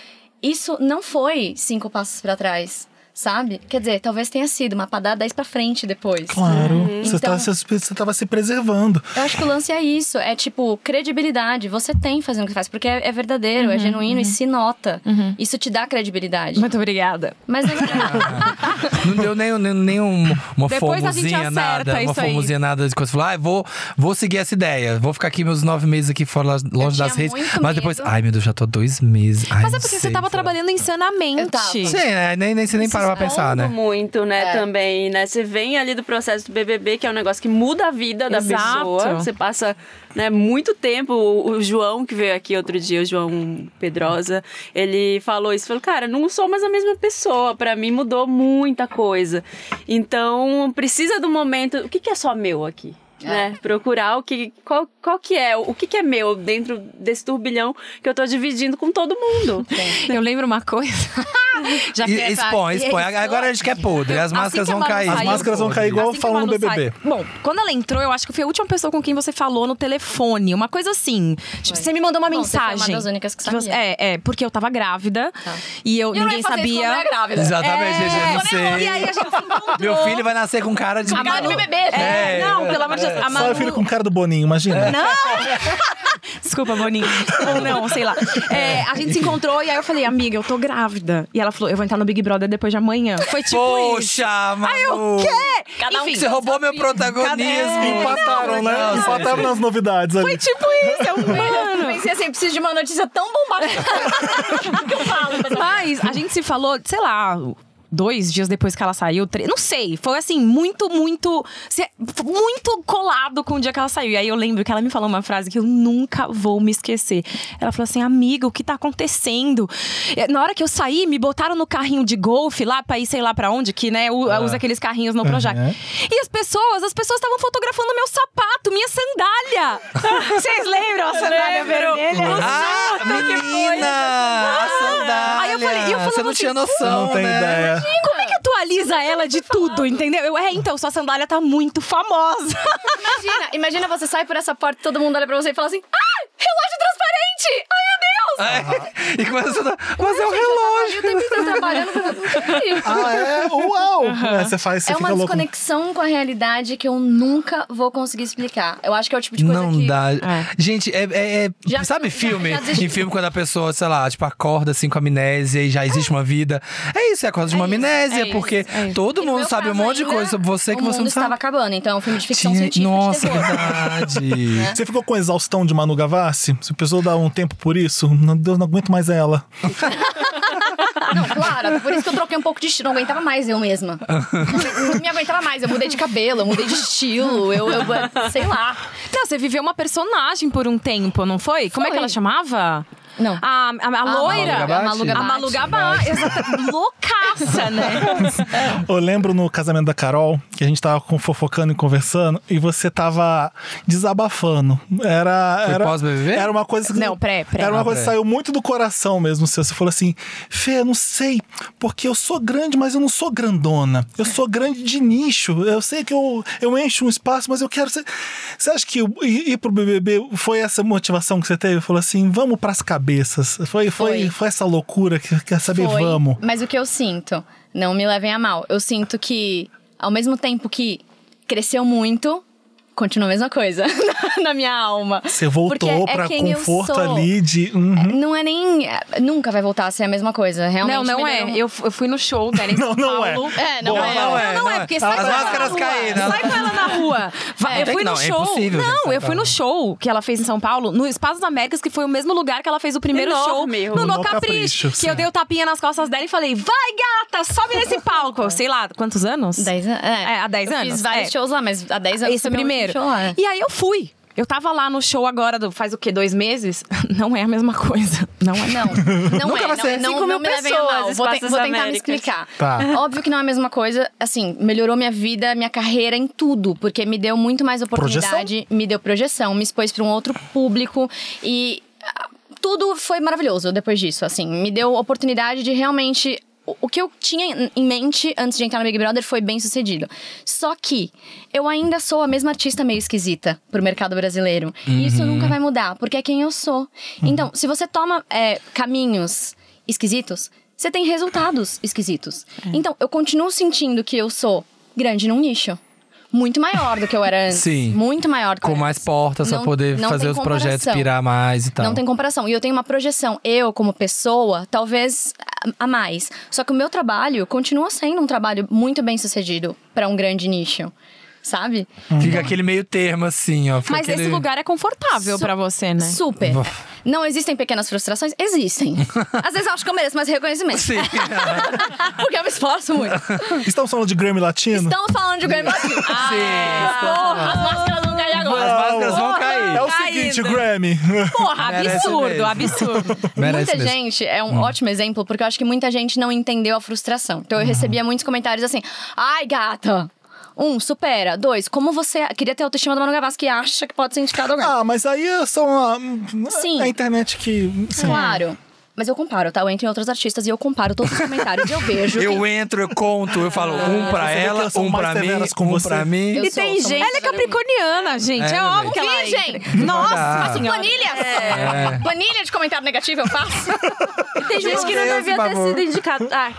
Speaker 3: isso não foi cinco passos pra trás, sabe? Quer dizer, talvez tenha sido, mas pra dar dez pra frente depois.
Speaker 1: Claro.
Speaker 5: Uhum.
Speaker 1: Você,
Speaker 3: Então-
Speaker 1: tá, você, você tava se preservando.
Speaker 3: Eu acho que o lance é isso, é tipo, credibilidade. Você tem fazendo o que faz, porque é, é verdadeiro,
Speaker 4: Uhum,
Speaker 3: é genuíno e se nota. Isso te dá credibilidade.
Speaker 5: Muito obrigada.
Speaker 3: Mas é agora,
Speaker 4: Não deu nem, nem, nem um- uma
Speaker 5: Depois a gente
Speaker 4: formosinha,
Speaker 5: acerta
Speaker 4: nada. Uma
Speaker 5: isso aí.
Speaker 4: formosinha, nada de coisa. Falar, ah, vou, vou seguir essa ideia. Vou ficar aqui meus nove meses aqui fora, longe
Speaker 3: Eu
Speaker 4: das
Speaker 3: tinha
Speaker 4: redes.
Speaker 3: muito
Speaker 4: Mas depois,
Speaker 3: medo.
Speaker 4: ai meu Deus, já tô há dois meses. Ai,
Speaker 5: Mas é
Speaker 4: não
Speaker 5: porque você
Speaker 4: sei,
Speaker 5: tava
Speaker 4: será?
Speaker 5: trabalhando insanamente.
Speaker 3: Eu tava.
Speaker 4: Sim, é, nem, nem, você nem parou pra pensar, né?
Speaker 2: muito, né,
Speaker 3: É.
Speaker 2: também, né? Você vem ali do processo do BBB, que é um negócio que muda a vida da
Speaker 5: Exato.
Speaker 2: pessoa. Você passa, né, muito tempo. O, o João, que veio aqui outro dia, o João Pedrosa, ele falou isso. Falou, cara, não sou mais a mesma pessoa. Pra mim mudou muita coisa. Então, precisa do momento... O que, que é só meu aqui? Né? Procurar o que. Qual, qual que é? O que, que é meu dentro desse turbilhão que eu tô dividindo com todo mundo.
Speaker 5: Eu lembro uma coisa. Já
Speaker 4: E,
Speaker 5: que é pra-
Speaker 4: expõe, expõe.
Speaker 3: isso.
Speaker 4: Agora a gente quer podre. As
Speaker 5: Assim
Speaker 4: máscaras
Speaker 5: que a
Speaker 4: vão
Speaker 5: Manu
Speaker 4: cair.
Speaker 5: saiu,
Speaker 1: As máscaras vão cair igual
Speaker 5: Assim que
Speaker 1: falam no
Speaker 5: Manu
Speaker 1: BBB.
Speaker 5: sai- Bom, quando ela entrou, eu acho que foi a última pessoa com quem você falou no telefone. Uma coisa assim. Tipo, você me mandou uma
Speaker 3: Bom, você foi uma
Speaker 5: mensagem.
Speaker 3: das únicas que
Speaker 5: você-
Speaker 3: sabia. Tá.
Speaker 5: é, é, porque eu tava grávida. E eu, ninguém sabia.
Speaker 3: grávida.
Speaker 4: Exatamente,
Speaker 5: É,
Speaker 4: gente, eu não sei.
Speaker 5: E aí a gente se encontrou.
Speaker 4: Meu filho vai nascer com cara de.
Speaker 3: A Manu é bebê,
Speaker 5: É,
Speaker 4: É,
Speaker 5: não, pelo amor de Deus. A
Speaker 1: Só
Speaker 5: Manu-
Speaker 1: eu filho com cara do Boninho, imagina. Né?
Speaker 5: Desculpa, Boninho. Ou não, sei lá. É, a gente se encontrou e aí eu falei, amiga, eu tô grávida. E ela falou, eu vou entrar no Big Brother depois de amanhã. Foi tipo isso.
Speaker 4: Poxa, mano. Ai, o quê?
Speaker 5: Cada um
Speaker 4: Você roubou meu protagonismo.
Speaker 5: Cadê?
Speaker 1: Empataram, né?
Speaker 4: Não,
Speaker 1: Empataram
Speaker 4: gente.
Speaker 1: nas novidades ali.
Speaker 5: Foi tipo isso, eu, mano.
Speaker 3: Pensei assim, preciso de uma notícia tão bombástica que eu falo. mas-
Speaker 5: Mas a gente se falou, sei lá, dois dias depois que ela saiu, três, não sei. Foi assim, muito, muito. se- Muito colado com o dia que ela saiu. E aí eu lembro que ela me falou uma frase que eu nunca vou me esquecer. Ela falou assim: amiga, o que tá acontecendo? É, Na hora que eu saí, me botaram no carrinho de golfe lá pra ir, sei lá pra onde, que, né, u- usa aqueles carrinhos no Projac.
Speaker 1: Uhum.
Speaker 5: E as pessoas, as pessoas estavam fotografando meu sapato, minha sandália. Vocês lembram a sandália
Speaker 2: lembro.
Speaker 5: vermelha?
Speaker 4: Ah, menina! A sandália!
Speaker 5: Aí eu falei- eu
Speaker 4: Você
Speaker 5: falava
Speaker 4: não tinha
Speaker 5: assim,
Speaker 4: noção,
Speaker 1: Não tem
Speaker 4: né?
Speaker 1: ideia.
Speaker 5: Como é que atualiza ela de tudo, entendeu? Eu, é, então, sua sandália tá muito famosa.
Speaker 3: Imagina, imagina você sai por essa porta, todo mundo olha pra você e fala assim: ai, relógio transparente! Ai,
Speaker 4: É. E começa a... Mas é um
Speaker 3: meu Deus!
Speaker 4: relógio!
Speaker 3: Eu tô trabalhando com a
Speaker 1: Ah, é? Uau! É, você faz, você
Speaker 3: É
Speaker 1: fica
Speaker 3: uma
Speaker 1: louco.
Speaker 3: desconexão com a realidade que eu nunca vou conseguir explicar. Eu acho que é o tipo de coisa
Speaker 4: Não
Speaker 3: que.
Speaker 4: dá. Gente, é. é- é-
Speaker 3: Já-
Speaker 4: sabe
Speaker 3: já-
Speaker 4: filme?
Speaker 3: já desisti.
Speaker 4: em filme, quando a pessoa, sei lá, tipo, acorda assim com amnésia e já existe uma vida. É isso, é acorda de uma
Speaker 3: isso,
Speaker 4: amnésia,
Speaker 3: é
Speaker 4: porque
Speaker 3: isso, é isso.
Speaker 4: todo
Speaker 3: E no
Speaker 4: mundo
Speaker 3: meu
Speaker 4: sabe um
Speaker 3: caso
Speaker 4: monte de
Speaker 3: ainda,
Speaker 4: coisa sobre você que
Speaker 3: o
Speaker 4: você
Speaker 3: mundo
Speaker 4: não
Speaker 3: estava
Speaker 4: sabe.
Speaker 3: acabando, então é um filme de ficção científica.
Speaker 4: Nossa, que
Speaker 3: de terror.
Speaker 4: verdade.
Speaker 3: Né?
Speaker 1: Você ficou com exaustão de Manu Gavassi? Se a pessoa dá um tempo por isso, meu Deus, não aguento mais ela.
Speaker 3: Não, claro, por isso que eu troquei um pouco de estilo. Não aguentava mais eu mesma. Não me aguentava mais. Eu mudei de cabelo, eu mudei de estilo, eu, eu sei lá.
Speaker 5: Não, você viveu uma personagem por um tempo, não foi? Como é que
Speaker 3: Foi.
Speaker 5: ela chamava?
Speaker 3: Não.
Speaker 5: A, a, a loira.
Speaker 4: Gabá-
Speaker 5: A Malu Gabá, exata- loucaça, né?
Speaker 1: Eu lembro no casamento da Carol, que a gente tava com- fofocando e conversando, e você tava desabafando. Era.
Speaker 4: Foi
Speaker 1: era
Speaker 4: pós-BBB?
Speaker 1: Era uma coisa que.
Speaker 5: Não, pré, pré.
Speaker 1: Era uma
Speaker 4: Ah,
Speaker 1: coisa que
Speaker 4: pré.
Speaker 1: saiu muito do coração mesmo, seu. Você falou assim: Fê, não sei, porque eu sou grande, mas eu não sou grandona. Eu sou grande de nicho. Eu sei que eu, eu encho um espaço, mas eu quero ser. Você acha que o- ir, ir pro BBB foi essa motivação que você teve? Falou assim: vamos pras cabeças. Foi, foi, foi.
Speaker 3: Foi.
Speaker 1: essa loucura que quer saber,
Speaker 3: Foi,
Speaker 1: vamos.
Speaker 3: Mas o que eu sinto, não me levem a mal, eu sinto que, ao mesmo tempo que cresceu muito, continua a mesma coisa na minha alma.
Speaker 1: Você
Speaker 3: Porque
Speaker 1: voltou
Speaker 3: é
Speaker 1: pra
Speaker 3: quem eu
Speaker 1: conforto
Speaker 3: sou.
Speaker 1: ali de. uhum.
Speaker 3: Não é nem. é, Nunca vai voltar a ser a mesma coisa. Realmente.
Speaker 5: Não, não é.
Speaker 3: melhorou.
Speaker 5: Eu, eu fui no show dela em
Speaker 1: Não,
Speaker 5: São
Speaker 1: não é.
Speaker 5: Paulo.
Speaker 3: É, não
Speaker 1: Bom,
Speaker 3: é.
Speaker 1: não
Speaker 5: Não, é, porque sai
Speaker 4: As
Speaker 5: com ela
Speaker 4: máscaras
Speaker 5: na rua.
Speaker 4: caíram.
Speaker 5: Sai com ela na rua. Vai,
Speaker 4: Não,
Speaker 5: eu
Speaker 4: tem
Speaker 5: fui
Speaker 4: que
Speaker 5: no
Speaker 4: não, é
Speaker 5: show.
Speaker 4: impossível, gente, então.
Speaker 5: não,
Speaker 4: sair
Speaker 5: eu
Speaker 4: com
Speaker 5: fui no
Speaker 4: ela.
Speaker 5: show que ela fez em São Paulo, no Espaço das Américas, que foi o mesmo lugar que ela fez o primeiro
Speaker 2: Enorme,
Speaker 5: show. No
Speaker 2: o
Speaker 5: No
Speaker 1: No
Speaker 5: Capricho.
Speaker 1: Capricho,
Speaker 5: que
Speaker 1: sim.
Speaker 5: eu dei o tapinha nas costas dela e falei, vai gata, sobe nesse palco. Sei lá, quantos anos?
Speaker 3: Dez an- é.
Speaker 5: É, há 10
Speaker 3: eu
Speaker 5: anos,
Speaker 3: Fiz vários
Speaker 5: é.
Speaker 3: shows lá, mas há 10 anos.
Speaker 5: Esse
Speaker 3: foi meu
Speaker 5: primeiro.
Speaker 3: último Show é. lá.
Speaker 5: E aí eu fui. Eu tava lá no show agora, do, faz o quê? Dois meses? Não é a mesma coisa. Não é.
Speaker 3: Não, não
Speaker 4: Nunca vai
Speaker 3: é. não,
Speaker 4: ser.
Speaker 3: não,
Speaker 2: Cinco
Speaker 3: não
Speaker 2: mil
Speaker 3: me levem a
Speaker 2: pessoas,
Speaker 3: mal. Vou, te-
Speaker 2: Espaços
Speaker 3: vou tentar me
Speaker 2: Américas.
Speaker 3: explicar.
Speaker 4: Tá.
Speaker 3: Óbvio que não é a mesma coisa. Assim, melhorou minha vida, minha carreira em tudo. Porque me deu muito mais oportunidade. Me deu projeção. Me expôs pra um outro público. E ah, tudo foi maravilhoso depois disso. Assim, me deu oportunidade de realmente... o- O que eu tinha em- em mente antes de entrar no Big Brother foi bem sucedido. Só que eu ainda sou a mesma artista meio esquisita pro mercado brasileiro. E isso nunca vai mudar, porque é quem eu sou. Então, se você toma é, caminhos esquisitos, você tem resultados esquisitos.
Speaker 4: É.
Speaker 3: Então, eu continuo sentindo que eu sou grande num nicho. Muito maior do que eu era antes.
Speaker 4: Sim.
Speaker 3: Muito maior do que eu
Speaker 4: Com
Speaker 3: era
Speaker 4: mais
Speaker 3: antes.
Speaker 4: portas pra
Speaker 3: Não-
Speaker 4: poder
Speaker 3: não
Speaker 4: fazer
Speaker 3: tem
Speaker 4: os projetos
Speaker 3: comparação.
Speaker 4: pirar mais e tal.
Speaker 3: Não tem comparação. E eu tenho uma projeção, eu como pessoa, talvez a- a mais. Só que o meu trabalho continua sendo um trabalho muito bem sucedido pra um grande nicho, sabe?
Speaker 4: Fica aquele meio termo assim, ó. Fica
Speaker 5: Mas
Speaker 4: aquele...
Speaker 5: esse lugar é confortável
Speaker 3: Su-
Speaker 5: pra você, né?
Speaker 3: Super.
Speaker 4: Uf.
Speaker 3: Não existem pequenas frustrações? Existem. Às vezes eu acho que eu mereço mais reconhecimento.
Speaker 4: Sim.
Speaker 3: Porque eu me esforço muito.
Speaker 1: hum. Estamos falando de Grammy Latino?
Speaker 3: Estamos falando de Ah, Grammy Latino.
Speaker 4: Sim.
Speaker 3: Porra, as máscaras vão cair
Speaker 4: As
Speaker 3: agora.
Speaker 4: máscaras vão cair.
Speaker 1: É o
Speaker 5: Ainda.
Speaker 1: seguinte, Grammy.
Speaker 5: Porra,
Speaker 4: Merece
Speaker 5: absurdo,
Speaker 4: mesmo.
Speaker 5: absurdo.
Speaker 4: Merece
Speaker 3: Muita
Speaker 4: mesmo. Hum.
Speaker 3: gente, é um ótimo exemplo, porque eu acho que muita gente não entendeu a frustração. Então
Speaker 4: Uhum.
Speaker 3: eu recebia muitos comentários assim: ai, gata. Um, supera. Dois, como você queria ter a autoestima do Manu Gavassi que acha que pode ser indicado ao Grammy.
Speaker 1: Ah, mas aí são a,
Speaker 3: Sim.
Speaker 1: hum, é a internet que. sim.
Speaker 3: Claro. Mas eu comparo, tá? Eu entro em outros artistas e eu comparo todos os comentários e eu vejo.
Speaker 4: Eu entro, eu conto, eu falo um pra
Speaker 1: Ah, Você vê que
Speaker 4: ela,
Speaker 1: elas são
Speaker 4: um
Speaker 1: mais
Speaker 4: pra mim,
Speaker 1: severas com
Speaker 4: um
Speaker 1: você.
Speaker 4: pra mim.
Speaker 3: Eu
Speaker 5: E
Speaker 3: sou,
Speaker 5: tem
Speaker 3: sou
Speaker 5: gente.
Speaker 3: muito
Speaker 5: Ela é capricorniana, gente. É,
Speaker 4: É,
Speaker 5: óbvio
Speaker 4: velho.
Speaker 5: que ela
Speaker 3: Virgem.
Speaker 5: entra. Nossa,
Speaker 4: Mas
Speaker 5: senhora.
Speaker 3: Planilhas! Planilha de comentário negativo eu faço.
Speaker 2: Tem gente que não
Speaker 4: Deus,
Speaker 2: devia
Speaker 4: por
Speaker 2: ter
Speaker 4: favor.
Speaker 2: sido indicado. Ah,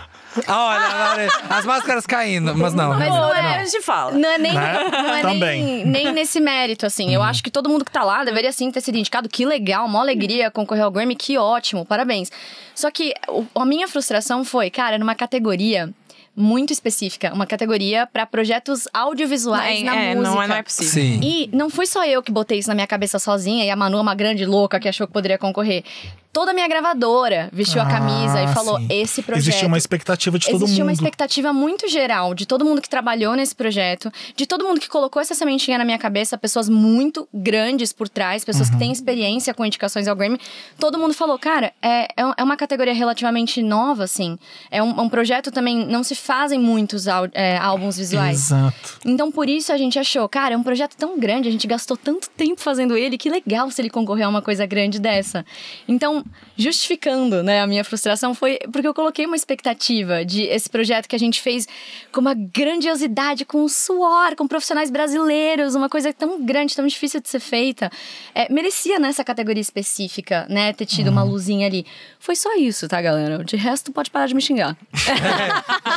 Speaker 4: Ah, olha, olha, as máscaras caindo, mas não.
Speaker 3: Mas
Speaker 4: não,
Speaker 3: não
Speaker 2: pô,
Speaker 3: é.
Speaker 2: a gente fala.
Speaker 3: Não é nem,
Speaker 1: Né?
Speaker 3: não é nem,
Speaker 1: Também. Uhum.
Speaker 3: nem nesse mérito, assim. Eu acho que todo mundo que tá lá deveria sim ter sido indicado. Que legal, mó alegria concorrer ao Grammy, que ótimo, parabéns. Só que o- a minha frustração foi, cara, numa categoria muito específica uma categoria pra projetos audiovisuais
Speaker 5: Não,
Speaker 3: na
Speaker 5: é,
Speaker 3: música.
Speaker 5: não é- não é possível.
Speaker 4: Sim.
Speaker 3: E não fui só eu que botei isso na minha cabeça sozinha e a Manu é uma grande louca que achou que poderia concorrer. Toda a minha gravadora vestiu a
Speaker 1: Ah,
Speaker 3: camisa e falou:
Speaker 1: sim.
Speaker 3: esse projeto.
Speaker 1: Existia uma expectativa de todo
Speaker 3: Existia uma
Speaker 1: mundo.
Speaker 3: expectativa muito geral de todo mundo que trabalhou nesse projeto, de todo mundo que colocou essa sementinha na minha cabeça, pessoas muito grandes por trás, pessoas
Speaker 1: Uhum.
Speaker 3: que têm experiência com indicações ao Grammy. Todo mundo falou, cara, é, é um- é uma categoria relativamente nova, assim. É um, é um projeto também, não se fazem muitos au- é, álbuns visuais.
Speaker 1: Exato.
Speaker 3: Então, por isso a gente achou, cara, é um projeto tão grande, a gente gastou tanto tempo fazendo ele, que legal se ele concorrer a uma coisa grande dessa. Então, justificando, né, a minha frustração foi porque eu coloquei uma expectativa de esse projeto que a gente fez com uma grandiosidade, com suor, com profissionais brasileiros, uma coisa tão grande, tão difícil de ser feita. É, merecia nessa categoria específica, né, ter tido uma luzinha ali. Foi só isso, tá, galera? De resto, pode parar de me xingar.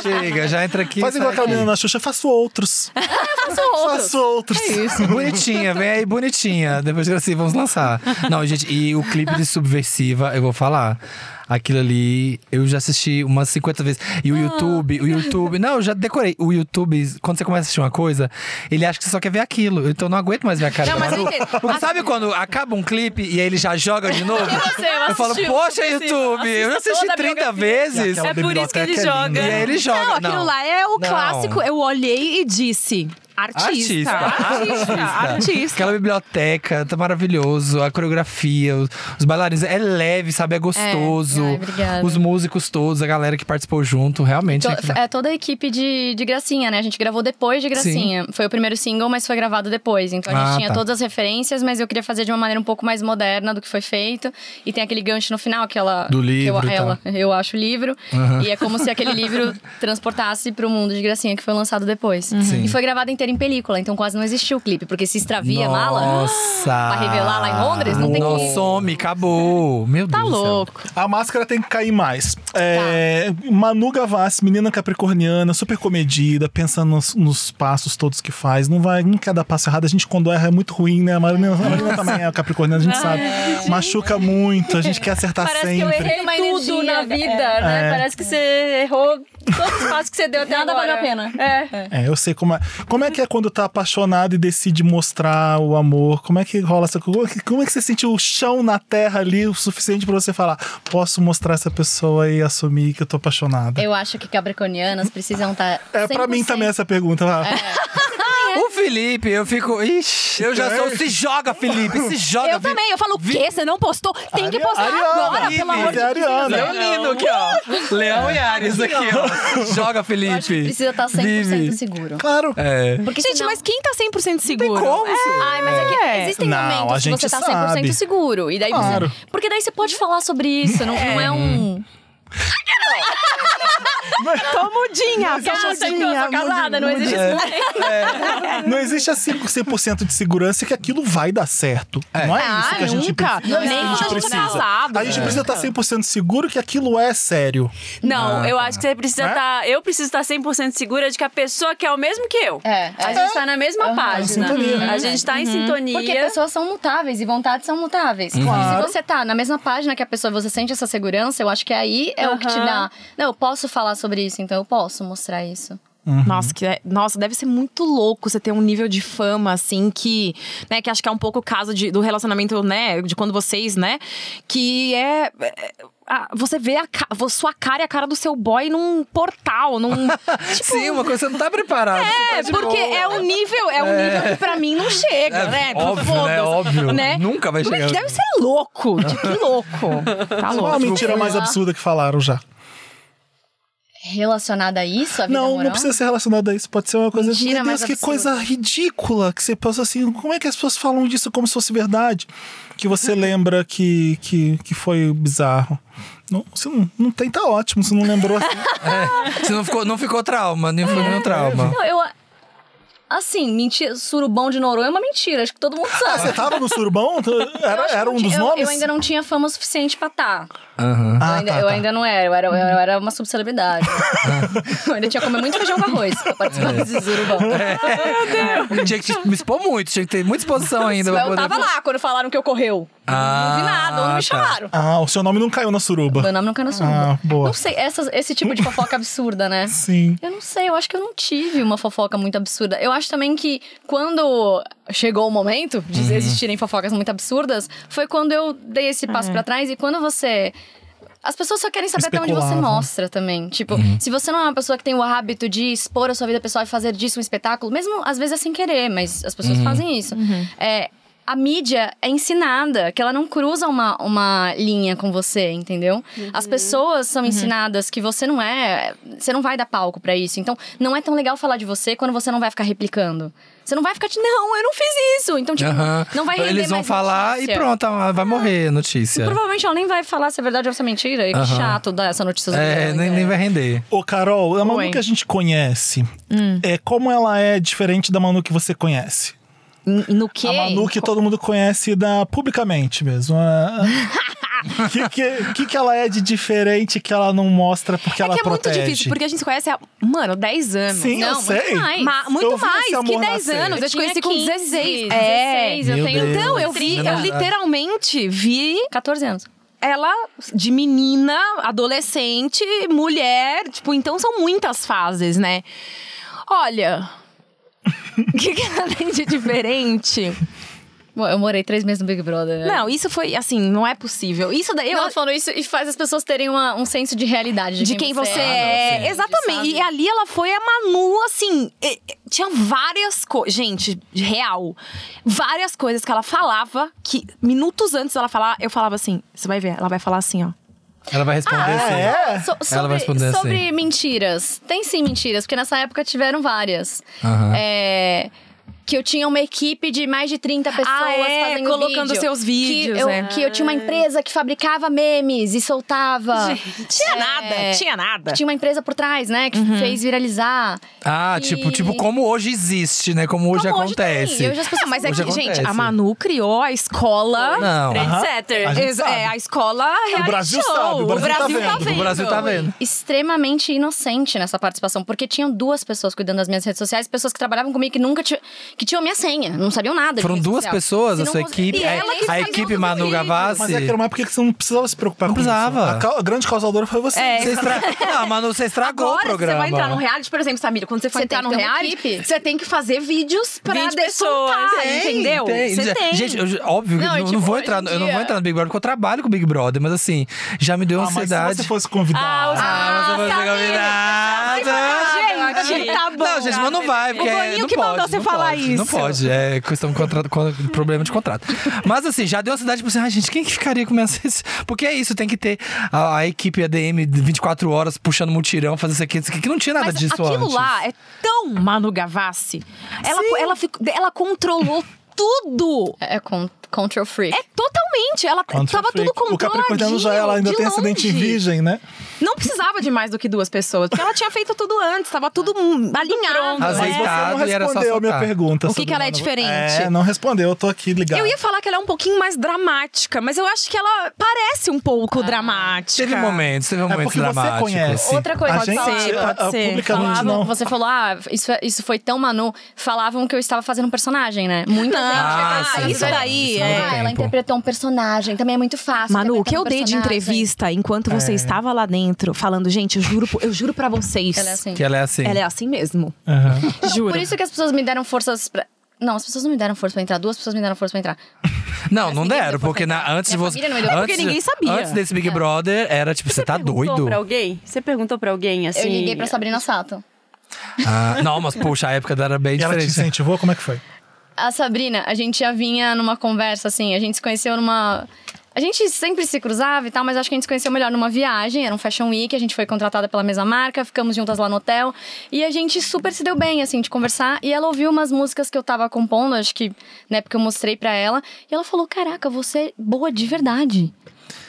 Speaker 4: Chega, já entra aqui.
Speaker 1: Faz
Speaker 4: sai
Speaker 1: igual aquela
Speaker 4: aqui.
Speaker 1: menina na Xuxa, faço outros.
Speaker 3: Faço outros. É
Speaker 1: Faço outros.
Speaker 4: Bonitinha, vem aí, bonitinha. Depois de assim, vamos lançar. Não, gente, e o clipe de Subversiva, eu vou falar. Aquilo ali, eu já assisti umas 50 vezes. E o YouTube, o YouTube. Não, eu já decorei. O YouTube, quando você começa a assistir uma coisa, ele acha que você só quer ver aquilo. Então eu não aguento mais ver a cara.
Speaker 5: Não,
Speaker 4: da
Speaker 5: mas eu
Speaker 4: Manu.
Speaker 5: entendo.
Speaker 4: Porque sabe quando acaba um clipe e aí ele já joga de novo? Eu falo,
Speaker 2: assistiu,
Speaker 4: poxa,
Speaker 2: assista,
Speaker 4: YouTube, eu já
Speaker 2: assista
Speaker 4: assisti
Speaker 2: toda a
Speaker 4: 30
Speaker 1: E
Speaker 4: vezes.
Speaker 1: aquela
Speaker 2: É por isso que ele
Speaker 1: biblioteca
Speaker 2: joga.
Speaker 4: E
Speaker 1: linda.
Speaker 4: aí ele joga.
Speaker 5: Não, aquilo lá é o
Speaker 4: Não.
Speaker 5: clássico. Eu olhei e disse: artista.
Speaker 4: Artista.
Speaker 5: Artista. artista.
Speaker 4: Aquela biblioteca, tá maravilhoso. A coreografia, os, os bailarins. É leve, sabe? É gostoso.
Speaker 3: Ai, obrigada.
Speaker 4: os músicos todos, a galera que participou junto, realmente.
Speaker 3: To-
Speaker 4: é que-
Speaker 3: é toda a equipe de, de Gracinha, né? A gente gravou depois de Gracinha. Foi o primeiro single, mas foi gravado depois. Então a gente
Speaker 4: Ah,
Speaker 3: tinha
Speaker 4: tá.
Speaker 3: todas as referências, mas eu queria fazer de uma maneira um pouco mais moderna do que foi feito. E tem aquele gancho no final, que ela.
Speaker 4: Do
Speaker 3: que eu-
Speaker 4: livro, tá.
Speaker 3: ela, eu acho o livro.
Speaker 4: Uhum.
Speaker 3: E é como se aquele livro transportasse pro mundo de Gracinha, que foi lançado depois. E foi gravado inteirinho inteira em película, então quase não existiu o clipe, porque se extravia a mala
Speaker 4: Nossa.
Speaker 3: pra revelar lá em Londres, não tem
Speaker 4: Não
Speaker 3: que.
Speaker 4: some, acabou. Meu
Speaker 5: Tá
Speaker 4: Deus. do céu.
Speaker 5: louco.
Speaker 1: A máscara tem que cair mais. É, Manu Gavassi, menina capricorniana, super comedida, pensando nos, nos passos todos que faz. Não vai, não quer dar passo errado. A gente, quando erra, é muito ruim, né? A Marina, a Marina também é capricorniana, a gente sabe. Machuca muito, a gente quer acertar
Speaker 2: é, Parece que eu
Speaker 1: sempre.
Speaker 2: errei
Speaker 3: Uma
Speaker 2: tudo
Speaker 3: energia,
Speaker 2: na vida,
Speaker 4: É.
Speaker 2: né? Parece que você errou todos os passos que você deu até
Speaker 3: Nada
Speaker 2: agora.
Speaker 3: valeu a pena.
Speaker 2: É.
Speaker 1: É, eu sei como é. Como é que é quando tá apaixonado e decide mostrar o amor? Como é que rola essa coisa? Como é que você sentiu o chão na terra ali o suficiente pra você falar: posso mostrar essa pessoa e assumir que eu tô apaixonada?
Speaker 3: Eu acho que capricornianas precisam tá estar.
Speaker 1: É pra mim também essa pergunta. vai.
Speaker 2: É.
Speaker 4: O Felipe, eu fico. Ixi, eu já sou. Se joga, Felipe, se joga.
Speaker 5: Eu
Speaker 4: Vi-
Speaker 5: também, eu falo, o quê? Você não postou? Tem que
Speaker 1: Ari-
Speaker 5: postar
Speaker 1: Ariana,
Speaker 5: agora,
Speaker 1: Vivi,
Speaker 5: pelo amor de
Speaker 1: é Ariana.
Speaker 4: Leonino aqui, ó. Leão e Ares aqui, ó. Se Joga, Felipe.
Speaker 3: Precisa tá estar 100%
Speaker 4: Vive.
Speaker 3: seguro.
Speaker 1: Claro.
Speaker 4: É.
Speaker 3: Porque
Speaker 5: Gente,
Speaker 3: senão-
Speaker 5: mas quem tá 100% seguro?
Speaker 4: como, senhor.
Speaker 3: Ai, mas é que
Speaker 5: É.
Speaker 3: existem
Speaker 1: Não,
Speaker 3: momentos
Speaker 1: a
Speaker 3: que você
Speaker 1: gente
Speaker 3: tá 100%
Speaker 1: sabe.
Speaker 3: seguro. E daí
Speaker 1: Claro.
Speaker 3: você, porque daí você pode falar sobre isso, não é, não é um.
Speaker 5: Tomudinha,
Speaker 2: Cara, você que eu sou calada, não existe
Speaker 5: É.
Speaker 1: Não existe assim 100% de segurança que aquilo vai dar certo. Não é isso que a gente
Speaker 5: Ah, nunca.
Speaker 1: precisa. Não é isso
Speaker 5: Nem
Speaker 1: que a
Speaker 5: quando a
Speaker 1: gente
Speaker 5: gente tá
Speaker 1: precisa.
Speaker 5: casado.
Speaker 1: A gente precisa estar 100% seguro que aquilo é sério.
Speaker 2: Não,
Speaker 4: Ah, tá.
Speaker 2: eu acho que você precisa
Speaker 1: Né?
Speaker 2: estar. Eu preciso tá estar 100% segura de que a pessoa quer o mesmo que eu.
Speaker 3: É,
Speaker 2: A
Speaker 3: é.
Speaker 2: gente tá na mesma página.
Speaker 1: sintonia.
Speaker 2: A gente tá em
Speaker 3: Porque
Speaker 2: sintonia.
Speaker 3: pessoas são mutáveis e vontades são mutáveis.
Speaker 1: Uhum. Claro.
Speaker 3: Se você tá na mesma página que a pessoa, você sente essa segurança, eu acho que aí é o que te
Speaker 2: Aham.
Speaker 3: dá. Não, eu posso falar sobre isso, então eu posso mostrar isso.
Speaker 4: Uhum.
Speaker 5: Nossa, que é- nossa, deve ser muito louco você ter um nível de fama, assim, que. Né, que acho que é um pouco o caso de- do relacionamento, né? De quando vocês, né? Que é. é, a- você vê a ca- vo- sua cara e a cara do seu boy num portal, num. tipo,
Speaker 4: Sim, uma coisa que você não tá preparado. você tá
Speaker 5: É,
Speaker 4: de
Speaker 5: porque
Speaker 4: boa.
Speaker 5: é um nível, é um nível que pra mim não chega,
Speaker 4: É,
Speaker 5: né?
Speaker 4: óbvio, né?
Speaker 5: Foda-se,
Speaker 4: Óbvio.
Speaker 5: né?
Speaker 4: Nunca vai
Speaker 5: Mas
Speaker 4: chegar.
Speaker 5: Deve ser louco, de que louco. Tá
Speaker 1: Qual a
Speaker 5: louco.
Speaker 1: é mentira mais absurda que falaram já?
Speaker 3: Relacionada a isso, a
Speaker 5: é
Speaker 3: vida
Speaker 1: Não,
Speaker 3: moral?
Speaker 1: não precisa ser relacionado a isso. Pode ser uma coisa.
Speaker 3: Mentira
Speaker 1: Meu Deus,
Speaker 3: mais
Speaker 1: que
Speaker 3: absurda.
Speaker 1: coisa ridícula que você pensa assim. Como é que as pessoas falam disso como se fosse verdade? Que você
Speaker 5: Uhum.
Speaker 1: lembra que, que, que foi bizarro. Não, se não, não tem, tá ótimo. Se não lembrou assim.
Speaker 4: É. Você não ficou, não ficou trauma, nem foi nenhum trauma.
Speaker 3: Não, eu. Assim, mentira, surubão de Noronha é uma mentira, acho que todo mundo
Speaker 1: Ah,
Speaker 3: sabe.
Speaker 1: você tava no surubão?
Speaker 3: Eu acho
Speaker 1: Era,
Speaker 3: que
Speaker 1: era
Speaker 3: não
Speaker 1: um dos
Speaker 3: tinha- eu-
Speaker 1: nomes?
Speaker 3: Eu ainda não tinha fama suficiente pra tá. estar.
Speaker 4: Aham.
Speaker 1: Ah,
Speaker 3: eu, ainda,
Speaker 1: tá,
Speaker 3: eu
Speaker 1: tá.
Speaker 3: ainda não era, eu era, eu era uma subcelebridade.
Speaker 1: Ah.
Speaker 3: eu ainda tinha que comer muito feijão com arroz pra participar
Speaker 1: É.
Speaker 3: desse surubão.
Speaker 4: Tinha que te- me expor muito, tinha que ter muita exposição ainda. pra
Speaker 3: eu
Speaker 4: poder-
Speaker 3: tava lá quando falaram que ocorreu.
Speaker 4: Ah,
Speaker 3: não vi nada, ou não me
Speaker 4: tá.
Speaker 3: chamaram.
Speaker 1: Ah, o seu nome não caiu na
Speaker 3: Meu
Speaker 1: suruba.
Speaker 3: nome não caiu na sua
Speaker 1: Ah,
Speaker 3: boca.
Speaker 1: boa.
Speaker 3: Não sei, essas- esse tipo de fofoca absurda, né?
Speaker 1: Sim.
Speaker 3: Eu não sei, eu acho que eu não tive uma fofoca muito absurda. Eu acho também que quando chegou o momento de
Speaker 1: Uhum.
Speaker 3: existirem fofocas muito absurdas, foi quando eu dei esse passo pra trás e quando você. As pessoas só querem saber até onde você
Speaker 1: Especulavam.
Speaker 3: mostra também. Tipo,
Speaker 4: Uhum.
Speaker 3: se você não é uma pessoa que tem o hábito de expor a sua vida pessoal e fazer disso um espetáculo, mesmo às vezes é sem querer, mas as
Speaker 4: Uhum.
Speaker 3: pessoas fazem isso. É, a mídia é ensinada, que ela não cruza uma, uma linha com você, entendeu? As pessoas são ensinadas que você não é. Você não vai dar palco pra isso. Então, não é tão legal falar de você quando você não vai ficar replicando. Você não vai ficar, tipo, não, eu não fiz isso. Então, tipo,
Speaker 4: Aham.
Speaker 3: não vai render
Speaker 4: Eles vão
Speaker 3: mais
Speaker 4: falar
Speaker 3: notícia.
Speaker 4: e pronto, ah, vai morrer a notícia.
Speaker 3: Provavelmente ela nem vai falar se é verdade ou se é mentira. E que
Speaker 4: Aham.
Speaker 3: chato dar essa notícia.
Speaker 4: É,
Speaker 3: zoada,
Speaker 4: nem,
Speaker 3: né?
Speaker 4: nem vai render.
Speaker 1: Ô, Carol, a Manu
Speaker 5: Oi.
Speaker 1: que a gente conhece,
Speaker 3: Hum.
Speaker 1: é, como ela é diferente da Manu que você conhece?
Speaker 5: N- No quê?
Speaker 1: A Manu que todo mundo conhece da, publicamente mesmo. O que, que, que, que ela é de diferente que ela não mostra porque
Speaker 5: É
Speaker 1: ela
Speaker 5: que é muito
Speaker 1: protege?
Speaker 5: difícil, porque a gente se conhece há, mano, 10 anos.
Speaker 1: Sim, eu
Speaker 3: Não, muito
Speaker 1: sei.
Speaker 3: mais.
Speaker 5: Ma-
Speaker 1: Eu
Speaker 5: muito
Speaker 1: vi esse
Speaker 5: mais que
Speaker 1: amor
Speaker 5: 10
Speaker 1: nascer.
Speaker 5: anos. Eu te
Speaker 3: tinha
Speaker 5: conheci com
Speaker 3: 15,
Speaker 5: 16.
Speaker 3: 16,
Speaker 5: É.
Speaker 3: eu
Speaker 4: Meu
Speaker 3: tenho.
Speaker 4: Deus.
Speaker 5: Então, eu vi, eu
Speaker 4: Verdade.
Speaker 5: literalmente vi
Speaker 3: 14 anos.
Speaker 5: ela de menina, adolescente, mulher. Tipo, então são muitas fases, né? Olha. O que, que ela tem de diferente?
Speaker 3: Bom, Eu morei três meses no Big Brother. né?
Speaker 5: Não, isso foi assim, não é possível. Isso daí eu
Speaker 3: Não, ela falando isso e faz as pessoas terem uma- um senso de realidade de,
Speaker 5: de
Speaker 1: um
Speaker 5: quem
Speaker 3: é.
Speaker 5: você
Speaker 4: Ah,
Speaker 5: é. Exatamente. E ali ela foi a Manu, assim. e- e- Tinha várias coisas. Gente, real. Várias coisas que ela falava que minutos antes dela falar, eu falava assim: você vai ver, ela vai falar assim, ó.
Speaker 4: Ela vai responder
Speaker 1: Ah,
Speaker 4: assim.
Speaker 1: é?
Speaker 3: So-
Speaker 4: vai
Speaker 3: sobre,
Speaker 4: responder
Speaker 3: sobre
Speaker 4: assim.
Speaker 3: É. mentiras. Tem sim mentiras, porque nessa época tiveram várias.
Speaker 4: Aham.
Speaker 3: É, que eu tinha uma equipe de mais de 30 pessoas
Speaker 5: Ah, é,
Speaker 3: fazendo
Speaker 5: colocando
Speaker 3: vídeo.
Speaker 5: seus vídeos,
Speaker 3: que eu,
Speaker 5: é.
Speaker 3: que eu tinha uma empresa que fabricava memes e soltava.
Speaker 5: Tinha
Speaker 3: É.
Speaker 5: nada, tinha nada.
Speaker 3: Tinha uma empresa por trás, né? Que fez viralizar.
Speaker 4: Ah,
Speaker 3: E-
Speaker 4: tipo, tipo, como hoje existe, né? Como hoje
Speaker 3: Como hoje
Speaker 4: acontece.
Speaker 3: tem, hoje as pessoas-
Speaker 5: Ah, mas é
Speaker 4: Hoje
Speaker 5: que, gente,
Speaker 4: acontece.
Speaker 5: a Manu criou a escola.
Speaker 4: Não.
Speaker 1: Aham.
Speaker 2: Trendsetter.
Speaker 1: A gente
Speaker 5: Ex-
Speaker 1: sabe.
Speaker 5: É, a escola reality
Speaker 1: Brasil
Speaker 5: show.
Speaker 1: sabe, o Brasil tá
Speaker 5: Brasil
Speaker 1: vendo.
Speaker 4: O Brasil tá vendo.
Speaker 3: Extremamente inocente nessa participação, porque tinham duas pessoas cuidando das minhas redes sociais, pessoas que trabalhavam comigo que nunca tinham. que tinham a minha senha, não sabiam nada.
Speaker 4: Foram
Speaker 3: de rede
Speaker 4: duas
Speaker 3: social.
Speaker 4: pessoas,
Speaker 3: Se
Speaker 4: a
Speaker 3: não
Speaker 4: sua
Speaker 3: cons-
Speaker 4: equipe.
Speaker 3: E
Speaker 4: a-
Speaker 3: ela que
Speaker 4: A,
Speaker 3: faz
Speaker 4: equipe
Speaker 3: outros
Speaker 4: Manu
Speaker 3: vídeos.
Speaker 4: Gavassi.
Speaker 1: Mas é que era uma época que você não precisava se preocupar
Speaker 4: Não
Speaker 1: com isso.
Speaker 4: precisava.
Speaker 1: A, ca- a grande causadora foi você.
Speaker 3: É.
Speaker 4: Você estra... Não, Manu, você estragou
Speaker 5: Agora,
Speaker 4: o programa.
Speaker 5: você vai entrar num reality, por exemplo, Samira, quando você for
Speaker 3: Você
Speaker 5: entrar
Speaker 3: tem
Speaker 5: num
Speaker 3: que ter uma
Speaker 5: reality,
Speaker 3: equipe.
Speaker 5: você tem que fazer vídeos pra
Speaker 2: 20
Speaker 5: descontar,
Speaker 2: pessoas.
Speaker 4: Tem,
Speaker 5: entendeu?
Speaker 4: tem.
Speaker 5: Você tem.
Speaker 4: Gente, eu- óbvio, que
Speaker 3: Não,
Speaker 4: eu
Speaker 3: e,
Speaker 4: não,
Speaker 3: tipo,
Speaker 4: vou
Speaker 3: hoje
Speaker 4: entrar,
Speaker 3: em
Speaker 4: no- eu não
Speaker 3: dia-
Speaker 4: vou entrar no Big Brother, porque eu trabalho com o Big Brother, mas assim, já me deu
Speaker 1: Ah, mas se
Speaker 4: ansiedade.
Speaker 1: você fosse convidada.
Speaker 4: Ah, mas eu vou ser convidada.
Speaker 5: Ah, gente, tá bom.
Speaker 4: Não, gente, mas não vai, porque
Speaker 5: O
Speaker 4: é-
Speaker 5: Boninho
Speaker 4: não
Speaker 5: que
Speaker 4: pode,
Speaker 5: mandou você
Speaker 4: não
Speaker 5: falar
Speaker 4: pode, Não
Speaker 5: isso.
Speaker 4: pode, é questão de contrato, con- problema de contrato. Mas assim, já deu ansiedade pra você, ah, gente, quem que ficaria com minhas redes? Porque é isso, tem que ter a, a equipe ADM de 24 horas puxando mutirão, fazer isso aqui, isso aqui, que não tinha nada
Speaker 5: Mas
Speaker 4: disso
Speaker 5: aquilo
Speaker 4: antes.
Speaker 5: lá é tão Manu Gavassi. Ela, ela, ficou- ela controlou tudo.
Speaker 3: É, é con- control freak.
Speaker 5: É totalmente. Ela
Speaker 1: Contra
Speaker 5: tava tudo
Speaker 1: freak.
Speaker 5: controladinho.
Speaker 1: O
Speaker 4: tá
Speaker 1: Capricorniano já ela ainda
Speaker 5: de
Speaker 1: tem acidente em
Speaker 5: longe.
Speaker 1: virgem, né?
Speaker 5: Não precisava de mais do que duas pessoas, porque ela tinha feito tudo antes, tava tudo hum, alinhado.
Speaker 4: Às vezes
Speaker 5: né?
Speaker 4: você-
Speaker 1: Não
Speaker 4: E era só
Speaker 1: respondeu a minha
Speaker 4: soltar.
Speaker 1: pergunta.
Speaker 5: O que
Speaker 1: sobre
Speaker 5: que ela é
Speaker 1: Manu.
Speaker 5: diferente?
Speaker 1: É, não respondeu, eu tô aqui ligado.
Speaker 5: Eu ia falar que ela é um pouquinho mais dramática, mas eu acho que ela parece um
Speaker 3: Ah,
Speaker 5: pouco dramática.
Speaker 4: Teve um momentos, teve
Speaker 1: É
Speaker 4: momentos
Speaker 1: porque você
Speaker 4: dramáticos. assim.
Speaker 1: conhece.
Speaker 3: Outra coisa,
Speaker 1: a
Speaker 3: pode
Speaker 1: gente,
Speaker 5: ser,
Speaker 1: a-
Speaker 5: pode
Speaker 1: a-
Speaker 5: ser.
Speaker 1: Publicamente
Speaker 3: Falavam-
Speaker 1: não.
Speaker 3: Você falou, ah, isso, é- isso foi tão Manu. Falavam que eu estava fazendo um personagem, né? Muita
Speaker 5: Não,
Speaker 3: gente.
Speaker 5: ah,
Speaker 4: sim,
Speaker 5: isso
Speaker 4: não,
Speaker 5: daí
Speaker 4: isso não
Speaker 5: é-
Speaker 4: deu
Speaker 3: Ah, ela
Speaker 4: tempo.
Speaker 3: interpretou um personagem, também é muito fácil.
Speaker 5: Manu, o que
Speaker 3: interpretar
Speaker 5: eu
Speaker 3: um
Speaker 5: dei de
Speaker 3: personagem.
Speaker 5: entrevista enquanto
Speaker 4: É.
Speaker 5: você estava lá dentro, falando, gente, eu juro, eu juro para vocês.
Speaker 3: Ela é assim.
Speaker 4: Que ela é assim.
Speaker 5: Ela é assim mesmo.
Speaker 1: Aham.
Speaker 5: Juro.
Speaker 3: Então, Por isso que as pessoas me deram forças pra. Não, as pessoas não me deram força pra entrar, duas pessoas me deram força pra entrar.
Speaker 4: Não, não
Speaker 3: ninguém me
Speaker 4: deram,
Speaker 3: deu
Speaker 4: porque na-
Speaker 3: porcentagem.
Speaker 4: antes de
Speaker 3: Minha
Speaker 4: você.
Speaker 3: família não me deu,
Speaker 5: porque
Speaker 4: antes-
Speaker 5: ninguém sabia.
Speaker 4: Antes desse Big Brother, era tipo, você tá
Speaker 2: Perguntou
Speaker 4: doido?
Speaker 2: pra alguém? Você perguntou pra alguém, assim...
Speaker 3: Eu liguei pra Sabrina Sato.
Speaker 4: Ah, não, mas poxa, a época dela era bem
Speaker 1: E ela te
Speaker 4: diferente.
Speaker 1: incentivou? Como é que foi?
Speaker 3: A Sabrina, a gente já vinha numa conversa, assim, a gente se conheceu numa. A gente sempre se cruzava e tal, mas acho que a gente se conheceu melhor numa viagem, era um Fashion Week, a gente foi contratada pela mesma marca, ficamos juntas lá no hotel. E a gente super se deu bem, assim, de conversar. E ela ouviu umas músicas que eu tava compondo, acho que na época eu mostrei pra ela. E ela falou: Caraca, você é boa de verdade.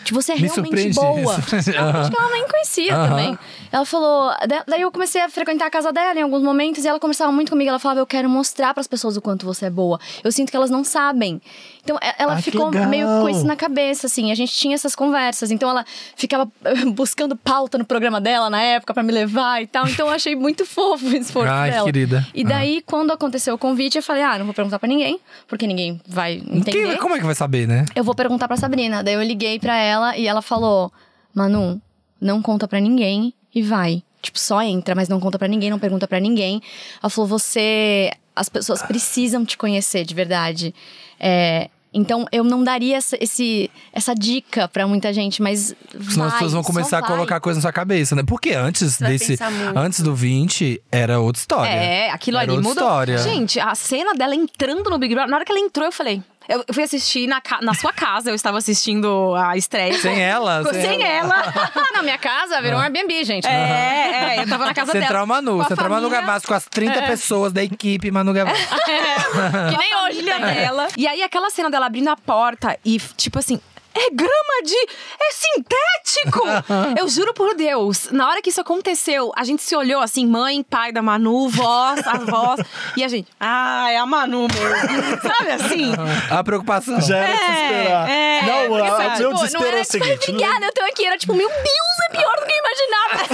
Speaker 3: Tipo, você é
Speaker 4: Me
Speaker 3: realmente
Speaker 4: surpreende.
Speaker 3: boa.
Speaker 4: me surpreende.
Speaker 3: Acho que ela nem conhecia
Speaker 4: Aham.
Speaker 3: também. Ela falou. da- Daí eu comecei a frequentar a casa dela em alguns momentos e ela conversava muito comigo. Ela falava: Eu quero mostrar pras pessoas o quanto você é boa. Eu sinto que elas não sabem. Então e- ela
Speaker 1: Ah, que
Speaker 3: ficou
Speaker 1: legal.
Speaker 3: meio com isso na cabeça, assim. A gente tinha essas conversas. Então ela ficava buscando pauta no programa dela na época pra me levar e tal. Então eu achei muito fofo o esforço
Speaker 4: Ai,
Speaker 3: dela.
Speaker 4: querida.
Speaker 3: E daí, quando aconteceu o convite, eu falei: Ah, não vou perguntar pra ninguém, porque ninguém vai entender
Speaker 4: Quem- como é que vai saber, né?
Speaker 3: eu vou perguntar pra Sabrina. Daí eu liguei pra ela e ela falou: Manu, não conta pra ninguém e vai. Tipo, só entra, mas não conta pra ninguém, não pergunta pra ninguém. Ela falou: você. As pessoas precisam te conhecer de verdade. É, Então, eu não daria essa, esse- essa dica pra muita gente, mas.
Speaker 4: Senão as
Speaker 3: vai,
Speaker 4: pessoas vão
Speaker 3: só
Speaker 4: começar a
Speaker 3: vai.
Speaker 4: colocar coisa na sua cabeça, né? Porque antes
Speaker 2: vai
Speaker 4: desse.
Speaker 2: pensar muito.
Speaker 4: Antes do 20, era outra história.
Speaker 5: É, aquilo
Speaker 4: Era
Speaker 5: ali
Speaker 4: outra
Speaker 5: mudou.
Speaker 4: história.
Speaker 5: Gente, a cena dela entrando no Big Brother, na hora que ela entrou, eu falei. Eu eu fui assistir na, ca- na sua casa, eu estava assistindo a estreia.
Speaker 4: Sem ela,
Speaker 5: Com-
Speaker 4: sem
Speaker 5: Sem ela.
Speaker 3: Não, minha casa virou um Airbnb, gente.
Speaker 5: É, é, eu tava na casa
Speaker 4: Central
Speaker 5: dela.
Speaker 4: Manu,
Speaker 5: Com a
Speaker 4: Central Manu
Speaker 5: família-
Speaker 4: Gavassi, com as 30 pessoas da equipe Manu Gavassi.
Speaker 5: Que nem hoje dela. E aí aquela cena dela abrindo a porta e, tipo assim. É grama de. É sintético! Eu juro por Deus. Na hora que isso aconteceu, a gente se olhou assim, mãe, pai da Manu, voz, avós. E a gente. Ah, é a Manu mesmo. Sabe assim?
Speaker 4: A preocupação.
Speaker 1: Já era de se esperar.
Speaker 5: é,
Speaker 1: não,
Speaker 5: porque,
Speaker 1: a-
Speaker 5: sabe,
Speaker 1: o
Speaker 5: tipo,
Speaker 1: meu
Speaker 5: não
Speaker 1: desespero é o seguinte. não-
Speaker 3: Obrigada, eu tô aqui. Era tipo, meu Deus, é pior do que eu
Speaker 1: É
Speaker 3: imaginava. Um
Speaker 5: É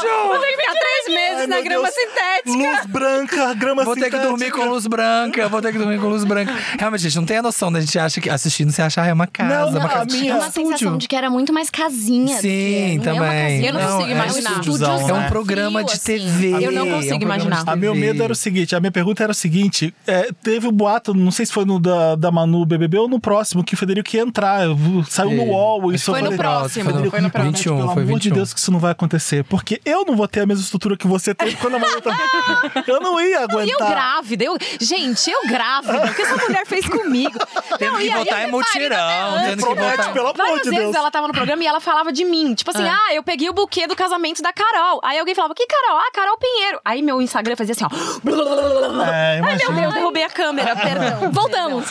Speaker 5: Eu tenho que ficar três meses
Speaker 1: Ai,
Speaker 5: na
Speaker 1: meu
Speaker 5: grama
Speaker 1: Deus.
Speaker 5: sintética.
Speaker 1: Luz branca, grama
Speaker 4: Vou ter que
Speaker 1: sintética.
Speaker 4: dormir com luz branca, vou ter que dormir com luz branca. Realmente, gente, não tem a noção, né? A gente acha que assistindo, você acha, ah, é uma casa,
Speaker 1: Não,
Speaker 4: uma
Speaker 1: não,
Speaker 4: casa.
Speaker 1: a minha-
Speaker 4: É um
Speaker 3: uma sensação
Speaker 4: estúdio.
Speaker 3: de que era muito mais casinha. do
Speaker 4: Sim,
Speaker 3: que, não É uma
Speaker 4: também.
Speaker 3: casinha.
Speaker 5: Eu não consigo imaginar.
Speaker 3: É um estúdiozão,
Speaker 1: É um
Speaker 3: né?
Speaker 4: programa de TV.
Speaker 5: Eu não
Speaker 4: É um
Speaker 5: consigo
Speaker 4: programa de
Speaker 5: imaginar.
Speaker 1: A meu
Speaker 4: TV.
Speaker 1: medo era o seguinte, a minha pergunta era o seguinte: é, teve o boato, não sei se foi no da, da Manu BBB ou no próximo, que o Federico ia entrar, saiu no
Speaker 4: Sim.
Speaker 1: UOL. Isso eu
Speaker 5: É. Foi no
Speaker 1: falei,
Speaker 5: próximo,
Speaker 1: "Nossa, Federico,
Speaker 5: foi um. no próximo.
Speaker 4: 21,
Speaker 1: Pelo
Speaker 4: foi
Speaker 1: amor de
Speaker 4: 21.
Speaker 1: Deus, que isso não vai acontecer. Porque eu não vou ter a mesma estrutura que você teve quando a Manu tá. Eu não ia
Speaker 5: E eu
Speaker 1: aguentar.
Speaker 5: grávida, eu... gente, eu grávida, o que essa mulher fez comigo?
Speaker 4: Temos
Speaker 5: Não,
Speaker 4: que
Speaker 5: e
Speaker 4: botar
Speaker 5: aí eu
Speaker 4: em
Speaker 5: separei
Speaker 4: mutirão,
Speaker 5: até
Speaker 4: temos que
Speaker 1: Promete,
Speaker 4: botar...
Speaker 1: pelo amor
Speaker 5: Várias
Speaker 1: de
Speaker 5: vezes
Speaker 1: Deus. É.
Speaker 5: ela tava no programa e ela falava de mim. Tipo assim, ah, eu peguei o buquê do casamento da Carol. Aí alguém falava, que Carol? Ah, Carol Pinheiro. Aí meu Instagram fazia assim, ó.
Speaker 1: É,
Speaker 5: Ai, meu
Speaker 1: imagina.
Speaker 5: Deus, derrubei a câmera, perdão. Voltamos.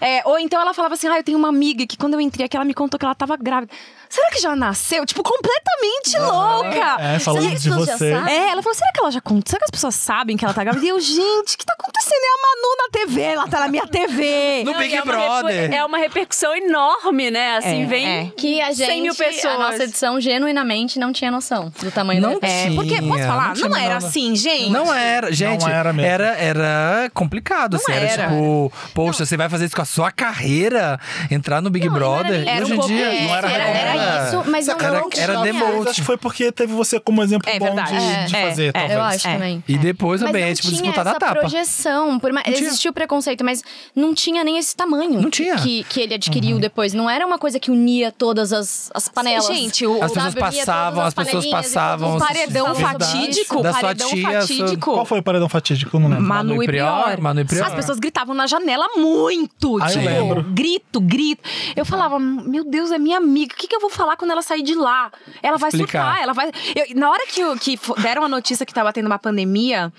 Speaker 5: É, ou então ela falava assim, ah, eu tenho uma amiga que quando eu entrei aqui, ela me contou que ela tava grávida. Será que já nasceu? Tipo, completamente louca.
Speaker 1: É, falando
Speaker 3: Será que
Speaker 1: de
Speaker 3: todos já
Speaker 1: você.
Speaker 4: Ah.
Speaker 3: sabem?
Speaker 5: É, ela falou, será que ela já conta? Será que as pessoas sabem que ela tá grávida? E eu, gente, o que tá acontecendo? É a Manu na TV, ela tá na minha TV.
Speaker 4: No
Speaker 2: Não, e
Speaker 4: Big
Speaker 2: é uma
Speaker 4: Brother.
Speaker 2: reper- É uma repercussão enorme, né? Assim,
Speaker 5: É,
Speaker 2: vem
Speaker 5: é.
Speaker 3: Que a gente,
Speaker 2: 100 mil pessoas.
Speaker 3: a nossa edição, genuinamente não tinha noção do tamanho
Speaker 4: Não
Speaker 3: da
Speaker 5: É,
Speaker 4: tinha,
Speaker 5: porque, posso falar?
Speaker 4: tinha
Speaker 5: Não, era
Speaker 4: menor-
Speaker 5: assim, gente.
Speaker 4: Não era, gente.
Speaker 1: era mesmo.
Speaker 4: Era, era complicado, assim. Era,
Speaker 5: era.
Speaker 4: tipo, poxa, você vai fazer isso com a sua carreira? Entrar no Big
Speaker 3: Não, não era
Speaker 4: Brother?
Speaker 3: nem-
Speaker 4: E
Speaker 3: era
Speaker 4: hoje
Speaker 3: um
Speaker 4: em
Speaker 3: pouco-
Speaker 4: dia.
Speaker 3: é,
Speaker 1: não era
Speaker 3: era,
Speaker 1: regra.
Speaker 3: era isso, mas não,
Speaker 4: Era-
Speaker 3: não
Speaker 4: era
Speaker 3: tinha.
Speaker 4: demote.
Speaker 1: Acho que foi porque teve você como exemplo
Speaker 5: É
Speaker 1: bom de,
Speaker 5: verdade.
Speaker 1: de
Speaker 5: É,
Speaker 1: fazer,
Speaker 5: é,
Speaker 1: talvez.
Speaker 3: Eu acho
Speaker 5: É.
Speaker 3: também.
Speaker 4: E depois
Speaker 3: Mas
Speaker 4: também,
Speaker 3: não
Speaker 4: é tipo
Speaker 3: tinha
Speaker 4: disputar da
Speaker 3: essa
Speaker 4: tapa.
Speaker 3: projeção. Por mais,
Speaker 4: tinha.
Speaker 3: existiu preconceito, mas não tinha nem esse tamanho
Speaker 4: Não tinha. Uhum.
Speaker 3: Que, que ele adquiriu depois. Não era uma coisa que unia todas as, as panelas.
Speaker 5: Gente, o-
Speaker 4: As pessoas
Speaker 3: Sabe, unia todas
Speaker 4: passavam, as pessoas
Speaker 3: panelinhas e
Speaker 4: passavam.
Speaker 3: todos os
Speaker 5: paredão
Speaker 3: Nossa,
Speaker 5: É um fatídico,
Speaker 4: da sua
Speaker 5: paredão
Speaker 4: tia, sua-
Speaker 5: fatídico.
Speaker 1: Qual foi o paredão fatídico? Eu não lembro.
Speaker 5: Manu,
Speaker 4: Manu e
Speaker 5: e Prior.
Speaker 4: Prior, Manu e Prior.
Speaker 5: As pessoas gritavam na janela muito.
Speaker 1: Ah, eu
Speaker 5: tipo,
Speaker 1: lembro.
Speaker 5: grito, grito. Eu falava, meu Deus, é minha amiga. O que, que eu vou falar quando ela sair de lá? Ela vai
Speaker 4: Explicar.
Speaker 5: surtar, ela vai. Eu- na hora que, eu- que fo- deram a notícia que tava tendo uma pandemia,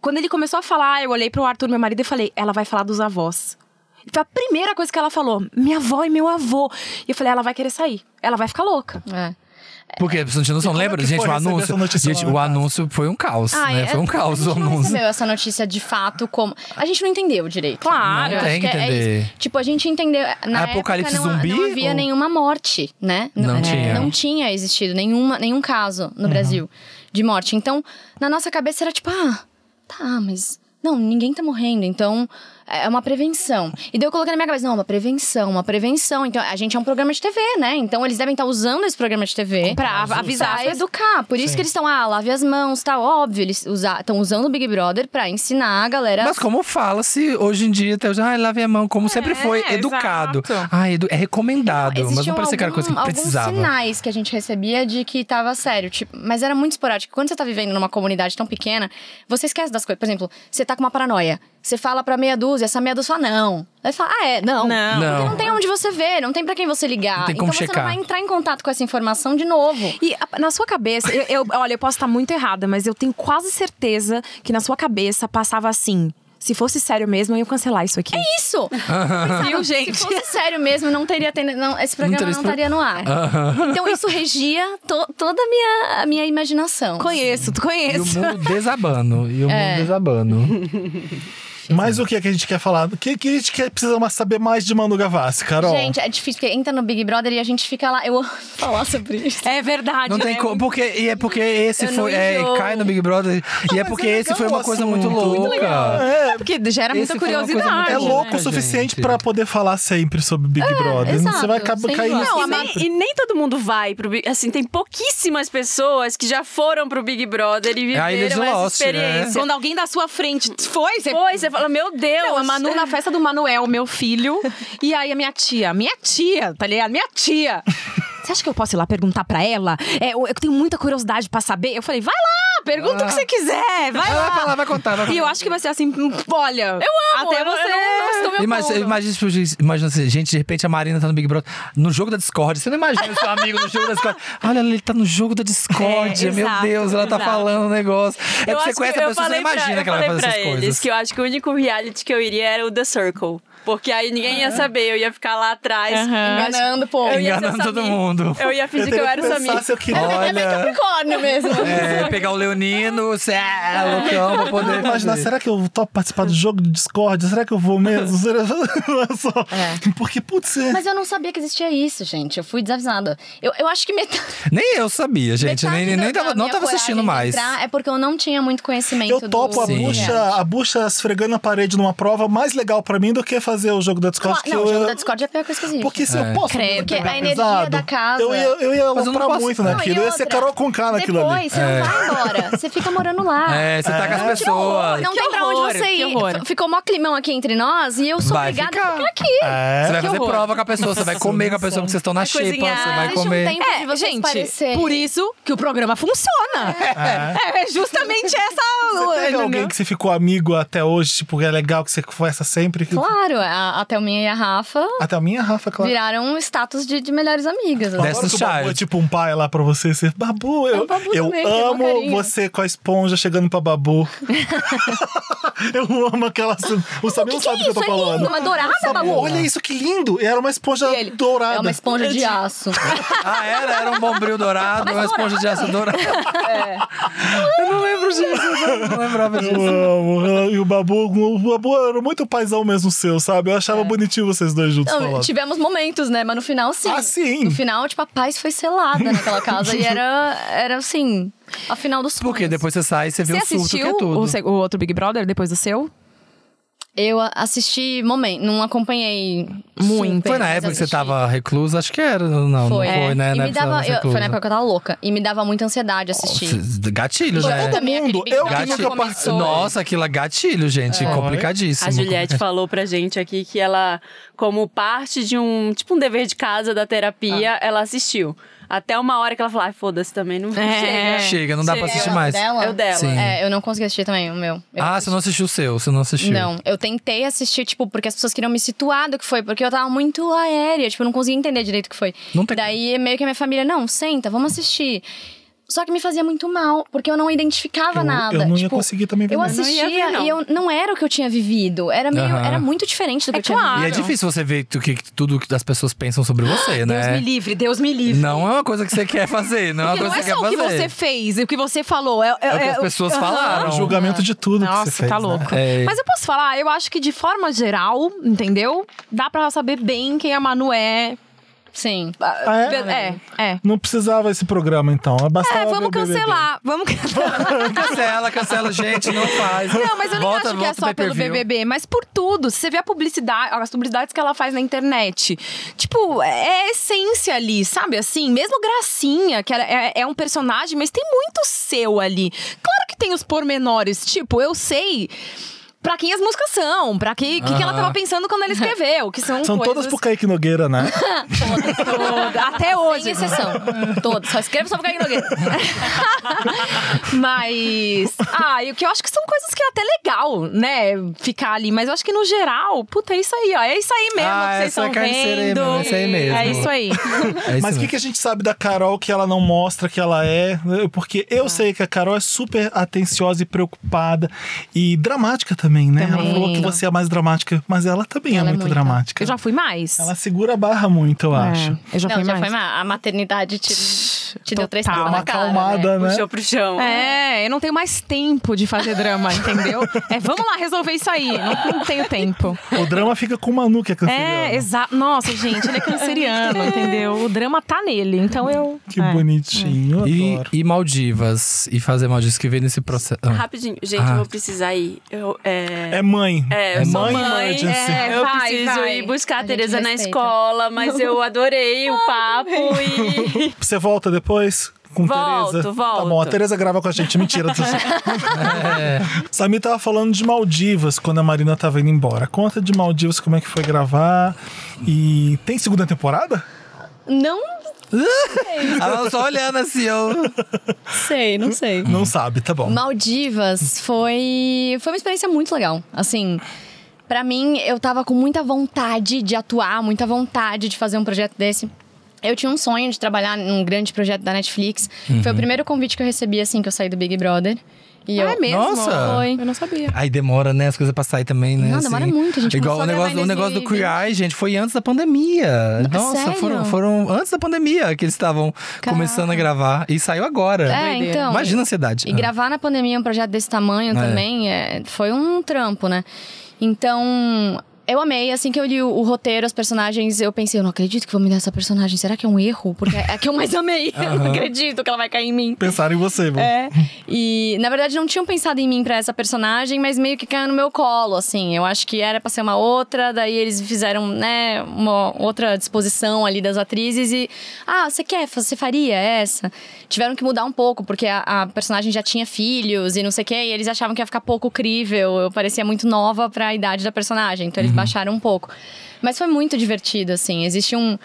Speaker 5: quando ele começou a falar, eu olhei pro Arthur, meu marido, e falei, ela vai falar dos avós. Foi a primeira coisa que ela falou, minha avó e meu avô. E eu falei, ela vai querer sair. Ela vai ficar louca.
Speaker 3: É.
Speaker 4: Porque a pessoa não noção,
Speaker 1: como é
Speaker 4: lembra?
Speaker 1: que
Speaker 4: gente,
Speaker 1: foi
Speaker 4: o
Speaker 1: receber
Speaker 4: anúncio.
Speaker 1: essa notícia
Speaker 4: gente,
Speaker 1: lá
Speaker 4: o
Speaker 1: na casa?
Speaker 4: anúncio foi um caos,
Speaker 3: Ai,
Speaker 4: né? Foi um
Speaker 3: é-
Speaker 4: caos o
Speaker 3: a gente não
Speaker 4: anúncio.
Speaker 3: recebeu essa notícia de fato como... A gente não entendeu direito.
Speaker 5: Claro.
Speaker 3: Eu acho
Speaker 4: Tem que
Speaker 3: é
Speaker 4: entender.
Speaker 3: isso. tipo, a gente entendeu. Na
Speaker 4: Apocalipse
Speaker 3: época não,
Speaker 4: zumbi
Speaker 3: não havia
Speaker 4: ou-
Speaker 3: nenhuma morte, né?
Speaker 4: Não tinha. Uhum.
Speaker 3: Não tinha existido nenhuma, nenhum caso no Brasil de morte. Então, na nossa cabeça era tipo, ah, tá, mas. Não, ninguém tá morrendo, então é uma prevenção. E daí eu coloquei na minha cabeça, não, uma prevenção, uma prevenção. Então, a gente é um programa de TV, né? Então eles devem estar usando esse programa de TV
Speaker 5: Pra avisar.
Speaker 3: pra educar. Por isso que eles estão, ah, lave as mãos, tá óbvio. Eles estão usando o Big Brother pra ensinar a galera a
Speaker 4: Mas como fala-se hoje em dia, até hoje, ai, lave a mão, como sempre foi,
Speaker 5: exato.
Speaker 4: educado. Ah, edu- é recomendado, mas não
Speaker 3: Existiam
Speaker 4: parecia que era coisa que
Speaker 3: Então, algum-
Speaker 4: precisava.
Speaker 3: Alguns sinais que a gente recebia de que tava sério. Tipo, mas era muito esporádico. Quando você tá vivendo numa comunidade tão pequena, você esquece das coisas. Por exemplo, você tá com uma paranoia. Você fala pra meia dúzia, essa meia dúzia fala não. Aí você fala, ah, é, não.
Speaker 5: Não.
Speaker 4: Não.
Speaker 3: Porque não tem onde você ver, não tem pra quem você ligar.
Speaker 4: Não tem como
Speaker 3: então você
Speaker 4: checar.
Speaker 3: não vai entrar em contato com essa informação de novo.
Speaker 5: E a- na sua cabeça, eu, eu- olha, eu posso estar muito errada, mas eu tenho quase certeza que na sua cabeça passava assim. Se fosse sério mesmo, eu ia cancelar É isso aqui.
Speaker 3: Isso!
Speaker 5: Viu, gente?
Speaker 3: Se fosse sério mesmo, não teria tendo- não, esse programa
Speaker 4: teria Ah.
Speaker 3: não,
Speaker 4: esse pro-
Speaker 3: estaria no ar. Então isso regia to- toda a minha, a minha imaginação.
Speaker 5: Conheço,
Speaker 4: E
Speaker 5: tu
Speaker 4: o
Speaker 5: conheço.
Speaker 4: mundo desabando. E o mundo desabando.
Speaker 1: Mas o que é que a gente quer falar? O que, que a gente quer, precisa mais saber mais de Manu Gavassi, Carol?
Speaker 3: Gente, é difícil, porque entra no Big Brother e a gente fica lá. Eu amo falar sobre isso.
Speaker 5: É verdade.
Speaker 4: Não tem
Speaker 5: né?
Speaker 4: como. Porque, e é porque esse
Speaker 3: Eu não
Speaker 4: foi. É,
Speaker 3: enjoo.
Speaker 4: cai no Big Brother. e é
Speaker 1: mas
Speaker 4: porque
Speaker 1: é
Speaker 4: esse foi
Speaker 1: legal
Speaker 4: uma
Speaker 1: o
Speaker 4: coisa muito
Speaker 1: assunto, muito
Speaker 4: louca.
Speaker 5: É porque gera
Speaker 4: Esse
Speaker 5: muita
Speaker 4: foi uma coisa muito
Speaker 5: curiosidade.
Speaker 1: é louco
Speaker 4: né,
Speaker 1: o suficiente
Speaker 4: gente?
Speaker 1: pra poder falar sempre sobre Big Brother. Você
Speaker 3: É, exato,
Speaker 1: vai acaba-
Speaker 3: sem
Speaker 1: cair
Speaker 3: dúvida.
Speaker 1: nesse
Speaker 4: assim, né?
Speaker 3: Não,
Speaker 2: Não, e, nem,
Speaker 1: sempre.
Speaker 2: e nem todo mundo vai pro Big Assim, tem pouquíssimas pessoas que já foram pro Big Brother e
Speaker 4: É a ilha de
Speaker 2: viveram essa
Speaker 4: Lost, né?
Speaker 2: experiência.
Speaker 5: Quando alguém da sua frente foi, você.
Speaker 2: Depois você fala, meu Deus,
Speaker 5: Não, a Manu na festa do Manuel, meu filho. E aí a minha tia. Minha tia, tá ligado? Minha tia. Você acha que eu posso ir lá perguntar pra ela? É, eu eu tenho muita curiosidade pra saber. Eu falei, vai lá, pergunta o que você quiser. Vai
Speaker 4: Ah. Ela
Speaker 5: lá.
Speaker 4: vai falar, vai contar. Vai
Speaker 5: E eu acho que vai ser assim, olha. Eu
Speaker 2: amo,
Speaker 5: Até
Speaker 2: eu não-
Speaker 5: você.
Speaker 2: eu não gosto do meu
Speaker 4: Imagina, imagina, tipo, imagina assim, gente, de repente a Marina tá no Big Brother, no jogo da Discord. Você não imagina seu amigo no jogo da Discord. Olha, ele tá no jogo da Discord.
Speaker 5: É,
Speaker 4: meu
Speaker 5: exato,
Speaker 4: Deus, ela tá
Speaker 5: exato.
Speaker 4: falando um negócio. É
Speaker 2: eu
Speaker 4: porque
Speaker 2: acho
Speaker 4: você
Speaker 2: que-
Speaker 4: conhece a
Speaker 2: eu
Speaker 4: pessoa, você
Speaker 2: falei
Speaker 4: não
Speaker 2: pra-
Speaker 4: imagina
Speaker 2: eu
Speaker 4: que ela vai
Speaker 2: falei
Speaker 4: fazer
Speaker 2: pra
Speaker 4: essas
Speaker 2: eles
Speaker 4: coisas.
Speaker 2: que eu acho que o único reality que eu iria era o The Circle. Porque aí ninguém ia saber, eu ia ficar lá atrás.
Speaker 3: tá Enganando, pô.
Speaker 2: Eu ia ser o
Speaker 4: Enganando todo
Speaker 2: Samir.
Speaker 4: mundo.
Speaker 2: Eu ia fingir que eu
Speaker 1: teria
Speaker 2: era o
Speaker 1: pensar
Speaker 2: Samir.
Speaker 1: se eu queria.
Speaker 4: Olha,
Speaker 3: Unicórnio É mesmo.
Speaker 4: é, pegar o Leonino, você é loucão pra poder.
Speaker 1: Imaginar,
Speaker 4: fazer.
Speaker 1: será que eu topo participar do jogo de Discord? Será que eu vou mesmo? Será só... Porque, putz, é-
Speaker 3: Mas eu não sabia que existia isso, gente. Eu fui desavisada. Eu, eu acho que metade.
Speaker 4: Nem eu sabia, gente.
Speaker 3: metade
Speaker 4: Nem, nem,
Speaker 3: da-
Speaker 4: nem
Speaker 3: da
Speaker 4: tava, não
Speaker 3: minha
Speaker 4: tava
Speaker 3: coragem
Speaker 4: assistindo
Speaker 3: de
Speaker 4: mais.
Speaker 3: entrar É porque eu não tinha muito conhecimento
Speaker 1: eu topo a
Speaker 3: do...
Speaker 4: Sim.
Speaker 1: bucha, a bucha esfregando a parede numa prova mais legal pra mim do que fazer o jogo da Discord.
Speaker 3: Claro,
Speaker 1: que
Speaker 3: não,
Speaker 1: eu,
Speaker 3: o jogo da Discord é a pior coisa que existe.
Speaker 1: Porque se eu posso.
Speaker 5: Credo.
Speaker 1: pegar
Speaker 3: Porque a energia
Speaker 1: pesado,
Speaker 3: da casa-
Speaker 1: Eu ia, eu ia
Speaker 4: Mas eu não
Speaker 1: aloprar
Speaker 4: posso-
Speaker 1: muito
Speaker 4: Não,
Speaker 1: naquilo. Eu ia ser Carol
Speaker 3: com
Speaker 4: tá
Speaker 1: Conká naquilo
Speaker 3: Depois,
Speaker 1: ali.
Speaker 3: você não vai embora. família, você fica morando lá.
Speaker 4: É, você tá com as
Speaker 3: Tirou
Speaker 4: pessoas.
Speaker 3: Não
Speaker 5: Que
Speaker 3: tem pra onde
Speaker 5: horror,
Speaker 3: você
Speaker 5: que
Speaker 3: ir.
Speaker 5: horror.
Speaker 3: F- Ficou mó climão aqui entre nós e eu sou
Speaker 4: Vai
Speaker 3: obrigada
Speaker 4: ficar.
Speaker 3: a ficar aqui.
Speaker 1: É.
Speaker 4: Você vai
Speaker 5: Que
Speaker 4: fazer
Speaker 5: horror.
Speaker 4: prova com a pessoa, você vai comer com a pessoa, porque vocês estão na
Speaker 2: Vai
Speaker 4: xepa, você
Speaker 2: cozinhar,
Speaker 4: vai
Speaker 3: Deixa um
Speaker 4: comer.
Speaker 3: tempo de vocês
Speaker 5: É, gente,
Speaker 3: parecerem.
Speaker 5: por isso que o programa funciona. É, é justamente essa.
Speaker 1: Teve
Speaker 5: entendeu?
Speaker 3: né?
Speaker 1: alguém que você ficou amigo até hoje, tipo, é legal que você conversa sempre.
Speaker 3: Claro, a, a Thelminha e a Rafa
Speaker 1: Até a minha, Rafa, claro.
Speaker 3: viraram um status de, de melhores amigas. assim.
Speaker 4: Dessa-
Speaker 1: Agora que o Babu
Speaker 4: Child.
Speaker 1: é tipo um pai lá pra você, você... Babu, eu,
Speaker 3: o Babu
Speaker 1: eu
Speaker 3: também, que é mó
Speaker 1: amo
Speaker 3: carinho.
Speaker 1: você com a esponja chegando pra Babu. eu amo aquela... O Samir não sabe o que eu tô
Speaker 3: isso é
Speaker 1: falando.
Speaker 3: lindo, uma dourada,
Speaker 1: Sabe,
Speaker 3: Babu.
Speaker 1: Olha isso, que lindo! Era uma esponja
Speaker 5: ele?
Speaker 1: dourada.
Speaker 3: É uma esponja de aço.
Speaker 4: Ah, era? Era um bombril dourado, uma esponja de aço dourado. Eu não lembro disso, eu não lembrava disso.
Speaker 1: Eu amo. Ela- E o Babu, o Babu era muito paizão mesmo seu, sabe? Eu achava bonitinho vocês dois juntos
Speaker 3: É. Não,
Speaker 1: falando.
Speaker 3: tivemos momentos, né? Mas no final, sim.
Speaker 1: Ah, sim.
Speaker 3: No final, tipo, a paz foi selada naquela casa. e era, era assim, a final dos sonhos.
Speaker 4: Porque depois você sai e você vê
Speaker 5: Você
Speaker 4: o surto que é
Speaker 5: assistiu
Speaker 4: tudo.
Speaker 5: o, se- o outro Big Brother depois do seu?
Speaker 3: Eu a- assisti, momento, não acompanhei muito.
Speaker 4: Foi na época que você tava reclusa? Acho que era. Não,
Speaker 3: Foi, é.
Speaker 4: não foi, né? na
Speaker 3: E me
Speaker 4: época que
Speaker 3: dava,
Speaker 4: você tava
Speaker 3: eu- foi na
Speaker 4: reclusa.
Speaker 3: época que eu tava louca. E me dava muita ansiedade assistir.
Speaker 4: Gatilho, né?
Speaker 1: todo
Speaker 3: também
Speaker 1: mundo.
Speaker 3: aquele Big
Speaker 1: Eu que
Speaker 3: Brother
Speaker 1: nunca
Speaker 3: começou,
Speaker 1: participei.
Speaker 4: Nossa, aquilo é gatilho, gente. Complicadíssimo.
Speaker 2: A Juliette falou pra gente aqui que ela, como parte de um, tipo um dever de casa da terapia, ela assistiu. Até uma hora que ela falou, ai, fofoda-se também, não
Speaker 5: É.
Speaker 2: chega.
Speaker 4: Chega, não dá pra
Speaker 2: Chega.
Speaker 4: assistir mais.
Speaker 3: Dela?
Speaker 2: É o dela.
Speaker 4: Sim.
Speaker 3: É, eu não consegui assistir também, o meu. Eu
Speaker 4: Ah, você não assistiu o seu, você não assistiu.
Speaker 3: é Não, eu tentei assistir, tipo, porque as pessoas queriam me situar do que foi, porque eu tava muito aérea, tipo, eu não conseguia entender direito o que foi.
Speaker 4: Não tem-
Speaker 3: Daí meio que a minha família, não, senta, vamos assistir. Só que me fazia muito mal, porque eu não identificava
Speaker 1: Eu-
Speaker 3: nada.
Speaker 1: eu não ia
Speaker 3: Tipo,
Speaker 1: conseguir também ver
Speaker 3: Eu
Speaker 1: nada.
Speaker 3: assistia
Speaker 2: Não ia ver, não.
Speaker 3: e eu não era o que eu tinha vivido. Era meio,
Speaker 4: Aham.
Speaker 3: era muito diferente do que
Speaker 5: É
Speaker 3: eu tinha
Speaker 5: claro.
Speaker 4: E é difícil você ver tu- que, tudo que as pessoas pensam sobre você,
Speaker 5: Deus me
Speaker 4: né?
Speaker 5: livre, Deus me livre.
Speaker 4: Não é uma coisa que você quer fazer, não é uma
Speaker 5: Porque
Speaker 4: coisa
Speaker 5: não
Speaker 4: que você
Speaker 5: é
Speaker 4: quer
Speaker 5: só o que
Speaker 4: fazer.
Speaker 5: você fez e o que você falou. É,
Speaker 4: É o que as pessoas
Speaker 5: Aham.
Speaker 4: falaram.
Speaker 1: O julgamento de tudo que
Speaker 5: Nossa,
Speaker 1: você fez.
Speaker 5: tá
Speaker 1: né?
Speaker 5: louco.
Speaker 4: É.
Speaker 5: Mas eu posso falar, eu acho que de forma geral, entendeu? Dá pra saber bem quem a Manu é.
Speaker 3: Sim.
Speaker 1: Ah, é?
Speaker 5: É, é.
Speaker 1: Não precisava esse programa, então. Bastava
Speaker 5: É,
Speaker 1: ver o
Speaker 5: vamos
Speaker 1: BBB.
Speaker 5: cancelar. Vamos cancelar.
Speaker 4: Cancela, cancela, gente, não faz.
Speaker 5: Não, mas eu nem
Speaker 4: Volta-
Speaker 5: acho que é
Speaker 4: volta o
Speaker 5: só pelo
Speaker 4: pay-per-view.
Speaker 5: BBB, mas por tudo. Se Você vê a publicidade, as publicidades que ela faz na internet. Tipo, é a essência ali, sabe? Assim, mesmo Gracinha, que ela é, é um personagem, mas tem muito seu ali. Claro que tem os pormenores. Tipo, eu sei. Pra quem as músicas são, pra que, que, que ela
Speaker 4: Aham.
Speaker 5: tava pensando quando ela escreveu, que são,
Speaker 1: São todas
Speaker 5: coisas...
Speaker 1: pro Kaique Nogueira, né?
Speaker 5: Toda- Até hoje. assim.
Speaker 3: Sem exceção. Todos. Só escreva só pra Kaique Nogueira.
Speaker 5: Mas. Ah, e o que eu acho que são coisas que é até legal, né? Ficar ali. Mas eu acho que no geral, puta, é isso aí, ó. É isso aí mesmo
Speaker 4: Ah,
Speaker 5: que
Speaker 4: essa
Speaker 5: vocês
Speaker 4: é
Speaker 5: estão
Speaker 4: carniceira aí
Speaker 5: vendo.
Speaker 4: mesmo, é isso aí mesmo.
Speaker 5: É isso aí.
Speaker 4: É isso
Speaker 1: Mas o que,
Speaker 4: mesmo.
Speaker 1: que a gente sabe da Carol que ela não mostra que ela é? Porque
Speaker 5: Ah.
Speaker 1: eu sei que a Carol é super atenciosa e preocupada e dramática também, né? Ela
Speaker 5: Também.
Speaker 1: falou que você é mais dramática, mas ela também
Speaker 3: Ela
Speaker 1: é
Speaker 3: é
Speaker 1: muito
Speaker 3: muito.
Speaker 1: dramática.
Speaker 5: Eu já fui mais.
Speaker 1: Ela segura a barra muito, eu
Speaker 5: É,
Speaker 1: acho.
Speaker 5: Eu já
Speaker 3: não,
Speaker 5: fui
Speaker 3: já
Speaker 5: mais.
Speaker 3: foi má. A maternidade te, te deu três
Speaker 5: Total.
Speaker 3: tapas
Speaker 1: Uma
Speaker 3: na cara, né?
Speaker 1: acalmada, né?
Speaker 2: Puxou pro chão.
Speaker 5: É, eu não tenho mais tempo de fazer drama, entendeu? É, vamos lá resolver isso aí. Não, não tenho tempo.
Speaker 1: O drama fica com o Manu, que é canceriano.
Speaker 5: É, exato. Nossa, gente, ele é canceriano, entendeu? O drama tá nele, então eu.
Speaker 1: Que
Speaker 5: é.
Speaker 1: bonitinho, eu adoro.
Speaker 4: E, e Maldivas, e fazer Maldivas que vem nesse processo. Ah.
Speaker 2: Rapidinho, gente,
Speaker 4: Ah.
Speaker 2: eu vou precisar ir. Eu, é...
Speaker 1: É mãe.
Speaker 2: É, eu sou
Speaker 1: mãe,
Speaker 2: mãe,
Speaker 1: mãe de ansiedade.
Speaker 5: é.
Speaker 2: Eu
Speaker 5: vai,
Speaker 2: preciso
Speaker 5: vai.
Speaker 2: ir buscar
Speaker 3: A
Speaker 2: a,
Speaker 3: gente
Speaker 2: Tereza na
Speaker 3: respeita.
Speaker 2: escola, mas eu adorei o papo e.
Speaker 1: Você volta depois? Com
Speaker 2: Volto,
Speaker 1: Tereza? Tá
Speaker 2: volto.
Speaker 1: bom, a Tereza grava com a gente. Mentira. tô- Samir tava falando de Maldivas quando a Marina tava indo embora. Conta de Maldivas como é que foi gravar. E tem segunda temporada?
Speaker 3: Não
Speaker 4: Ela só olhando assim, eu.
Speaker 3: sei, não sei.
Speaker 1: Não sabe, tá bom.
Speaker 3: Maldivas foi foi uma experiência muito legal. Assim, pra mim eu tava com muita vontade de atuar, muita vontade de fazer um projeto desse. Eu tinha um sonho de trabalhar num grande projeto da Netflix. Foi
Speaker 4: Uhum.
Speaker 3: o primeiro convite que eu recebi assim que eu saí do Big Brother. E
Speaker 5: Ah,
Speaker 3: eu
Speaker 5: é mesmo?
Speaker 4: Nossa.
Speaker 3: Foi.
Speaker 5: Eu não sabia.
Speaker 4: Aí demora, né? As coisas pra sair também, né?
Speaker 3: Não, demora muito, a gente
Speaker 4: Igual
Speaker 3: começou
Speaker 4: o
Speaker 3: a
Speaker 4: negócio,
Speaker 3: gravar em
Speaker 4: o negócio do
Speaker 3: 2020.
Speaker 4: Queer Eye, gente, foi antes da pandemia. Nossa,
Speaker 3: sério?
Speaker 4: foram, foram antes da pandemia que eles estavam começando a gravar. E saiu agora.
Speaker 3: É,
Speaker 5: Doideira.
Speaker 3: então.
Speaker 4: Imagina a ansiedade.
Speaker 3: E gravar na é pandemia um projeto desse tamanho
Speaker 4: É.
Speaker 3: também é, foi um trampo, né? Então, Eu amei, assim que eu li o, o roteiro, os personagens, eu pensei, eu não acredito que vou me dar essa personagem. Será que é um erro? Porque é a que eu mais amei. Eu não acredito que ela vai cair em mim.
Speaker 1: Pensaram em você, mano.
Speaker 3: É. E, na verdade, não tinham pensado em mim pra essa personagem, mas meio que caiu no meu colo, assim. Eu acho que era pra ser uma outra, daí eles fizeram, né, uma outra disposição ali das atrizes e. Ah, você quer? Você faria essa? Tiveram que mudar um pouco, porque a, a personagem já tinha filhos e não sei o quê, e eles achavam que ia ficar pouco crível. Eu parecia muito nova pra idade da personagem, então eles baixaram um pouco. Mas foi muito divertido, assim. Existe um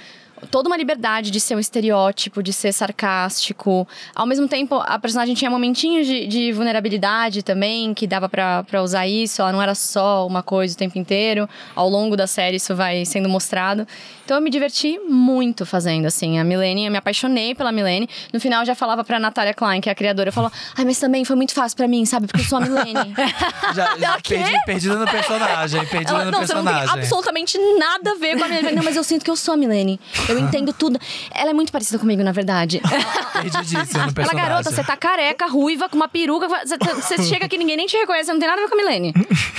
Speaker 3: toda uma liberdade de ser um estereótipo, de ser sarcástico. Ao mesmo tempo, a personagem tinha momentinhos de, de vulnerabilidade também, que dava pra pra usar isso. Ela não era só uma coisa o tempo inteiro. Ao longo da série, isso vai sendo mostrado. Então, eu me diverti muito fazendo, assim. A Milene, eu me apaixonei pela Milene. No final, eu já falava pra Natália Klein, que é a criadora, eu falava: Ai, mas também foi muito fácil pra mim, sabe? Porque eu sou a Milene.
Speaker 4: Já, já perdi, perdida no personagem. Perdida
Speaker 3: Ela-
Speaker 4: no
Speaker 3: não, você não tem
Speaker 4: é personagem.
Speaker 3: absolutamente nada a ver com a Milene. Não, mas eu sinto que eu sou a Milene. Eu entendo tudo. Ela é muito parecida comigo, na verdade.
Speaker 4: Perdidíssima no
Speaker 3: Ela,
Speaker 4: personagem.
Speaker 3: garota, você tá careca, ruiva, com uma peruca. Você- tá, Você você chega aqui, ninguém nem te reconhece, não tem nada a ver com a Milene.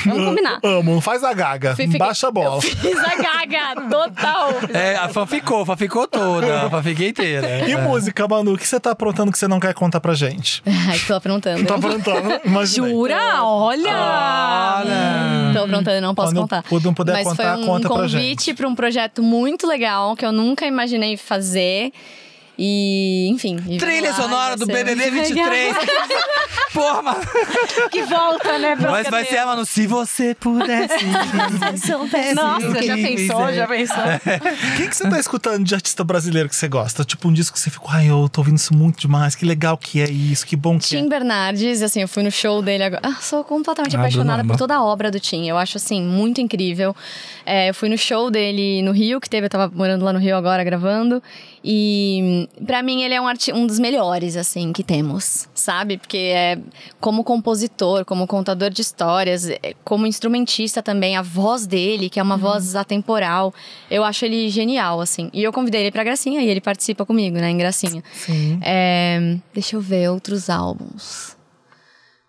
Speaker 3: Vamos combinar.
Speaker 1: Amo, faz a gaga,
Speaker 3: Fui- fiquei-
Speaker 1: baixa a bola.
Speaker 3: Fiz a gaga, total.
Speaker 4: É, a fã ficou, a fã ficou toda, a fã fiquei inteira.
Speaker 1: E música, Manu, o que você tá aprontando que você não quer contar pra gente?
Speaker 3: Ai, tô aprontando.
Speaker 1: Tá aprontando,
Speaker 4: né?
Speaker 1: imaginei.
Speaker 5: Jura?
Speaker 4: Ah.
Speaker 5: Olha!
Speaker 4: Olha!
Speaker 3: Tô aprontando, não posso
Speaker 1: Quando
Speaker 3: contar.
Speaker 1: eu não puder
Speaker 3: Mas
Speaker 1: contar,
Speaker 3: foi um
Speaker 1: conta pra
Speaker 3: convite
Speaker 1: gente.
Speaker 3: pra um projeto muito legal que eu nunca imaginei fazer. E, enfim. e
Speaker 4: Trilha
Speaker 3: Hum, vai
Speaker 4: sonora do
Speaker 3: ser
Speaker 4: BBB
Speaker 3: muito
Speaker 4: 23.
Speaker 3: legal.
Speaker 4: Porra, mano.
Speaker 5: Que volta, né? pra
Speaker 4: Mas vai
Speaker 5: cadeia.
Speaker 4: ser a Manu. Se você pudesse.
Speaker 5: Nossa, já
Speaker 4: Quem
Speaker 5: pensou?
Speaker 4: quiser.
Speaker 5: Já pensou?
Speaker 1: Quem que você tá escutando de artista brasileiro que você gosta? Tipo um disco que você ficou, ai, eu tô ouvindo isso muito demais, que legal que é isso, que bom que
Speaker 3: Tim Bernardes, assim, eu fui no show dele agora. Ah, sou completamente
Speaker 4: Ah,
Speaker 3: apaixonada
Speaker 4: Bruno
Speaker 3: por
Speaker 4: Lama.
Speaker 3: toda a obra do Tim. Eu acho, assim, muito incrível. É, eu fui no show dele no Rio, que teve, eu tava morando lá no Rio agora gravando. E pra mim ele é um, arti- um dos melhores, assim, que temos, sabe? Porque é como compositor, como contador de histórias, é, como instrumentista também, a voz dele, que é uma voz atemporal, eu acho ele genial, assim. E eu convidei ele pra Gracinha e ele participa comigo, né, em Gracinha.
Speaker 1: é. Sim.
Speaker 3: É, deixa eu ver outros álbuns.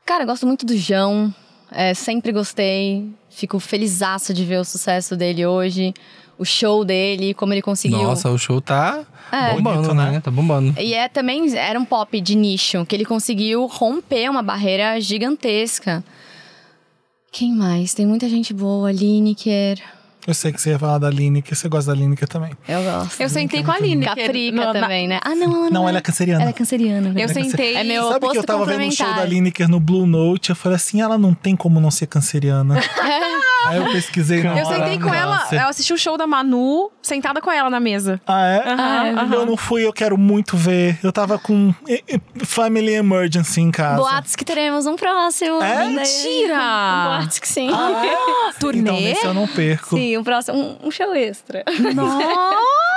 Speaker 3: Cara, eu gosto muito do João. é, sempre gostei. Fico felizaça de ver o sucesso dele hoje. O show dele, como ele conseguiu.
Speaker 4: Nossa, o show tá
Speaker 3: É.
Speaker 4: bombando,
Speaker 1: Bonito, né?
Speaker 4: né? Tá bombando.
Speaker 3: E é também era um pop de nicho que ele conseguiu romper uma barreira gigantesca. Quem mais? Tem muita gente boa. Lineker.
Speaker 1: Eu sei que você ia falar da Lineker, você gosta da Lineker também.
Speaker 3: Eu gosto.
Speaker 5: Eu sentei com a Aline.
Speaker 3: Caprica
Speaker 5: no- na-
Speaker 3: também, né? Ah, não, ela não.
Speaker 1: Não, ela é canceriana.
Speaker 3: Ela é canceriana.
Speaker 5: Eu
Speaker 3: verdade.
Speaker 5: sentei.
Speaker 3: É meu-
Speaker 1: Sabe que eu
Speaker 3: oposto
Speaker 1: tava vendo um show da
Speaker 3: complementar.
Speaker 1: Lineker no Blue Note? Eu falei assim, ela não tem como não ser canceriana. Aí eu pesquisei na
Speaker 5: Eu
Speaker 1: hora,
Speaker 5: sentei com ela,
Speaker 1: nossa.
Speaker 5: eu assisti o show da Manu, sentada com ela na mesa.
Speaker 1: Ah, é?
Speaker 5: Aham, aham.
Speaker 1: Eu não fui, eu quero muito ver. Eu tava com eh, eh, Family Emergency em casa.
Speaker 3: Boatos que teremos um próximo. Ah,
Speaker 1: É?
Speaker 5: Mentira!
Speaker 3: Boatos que sim.
Speaker 5: Turnê?
Speaker 1: Então, nesse eu não perco.
Speaker 3: Sim, um próximo, um, um show extra.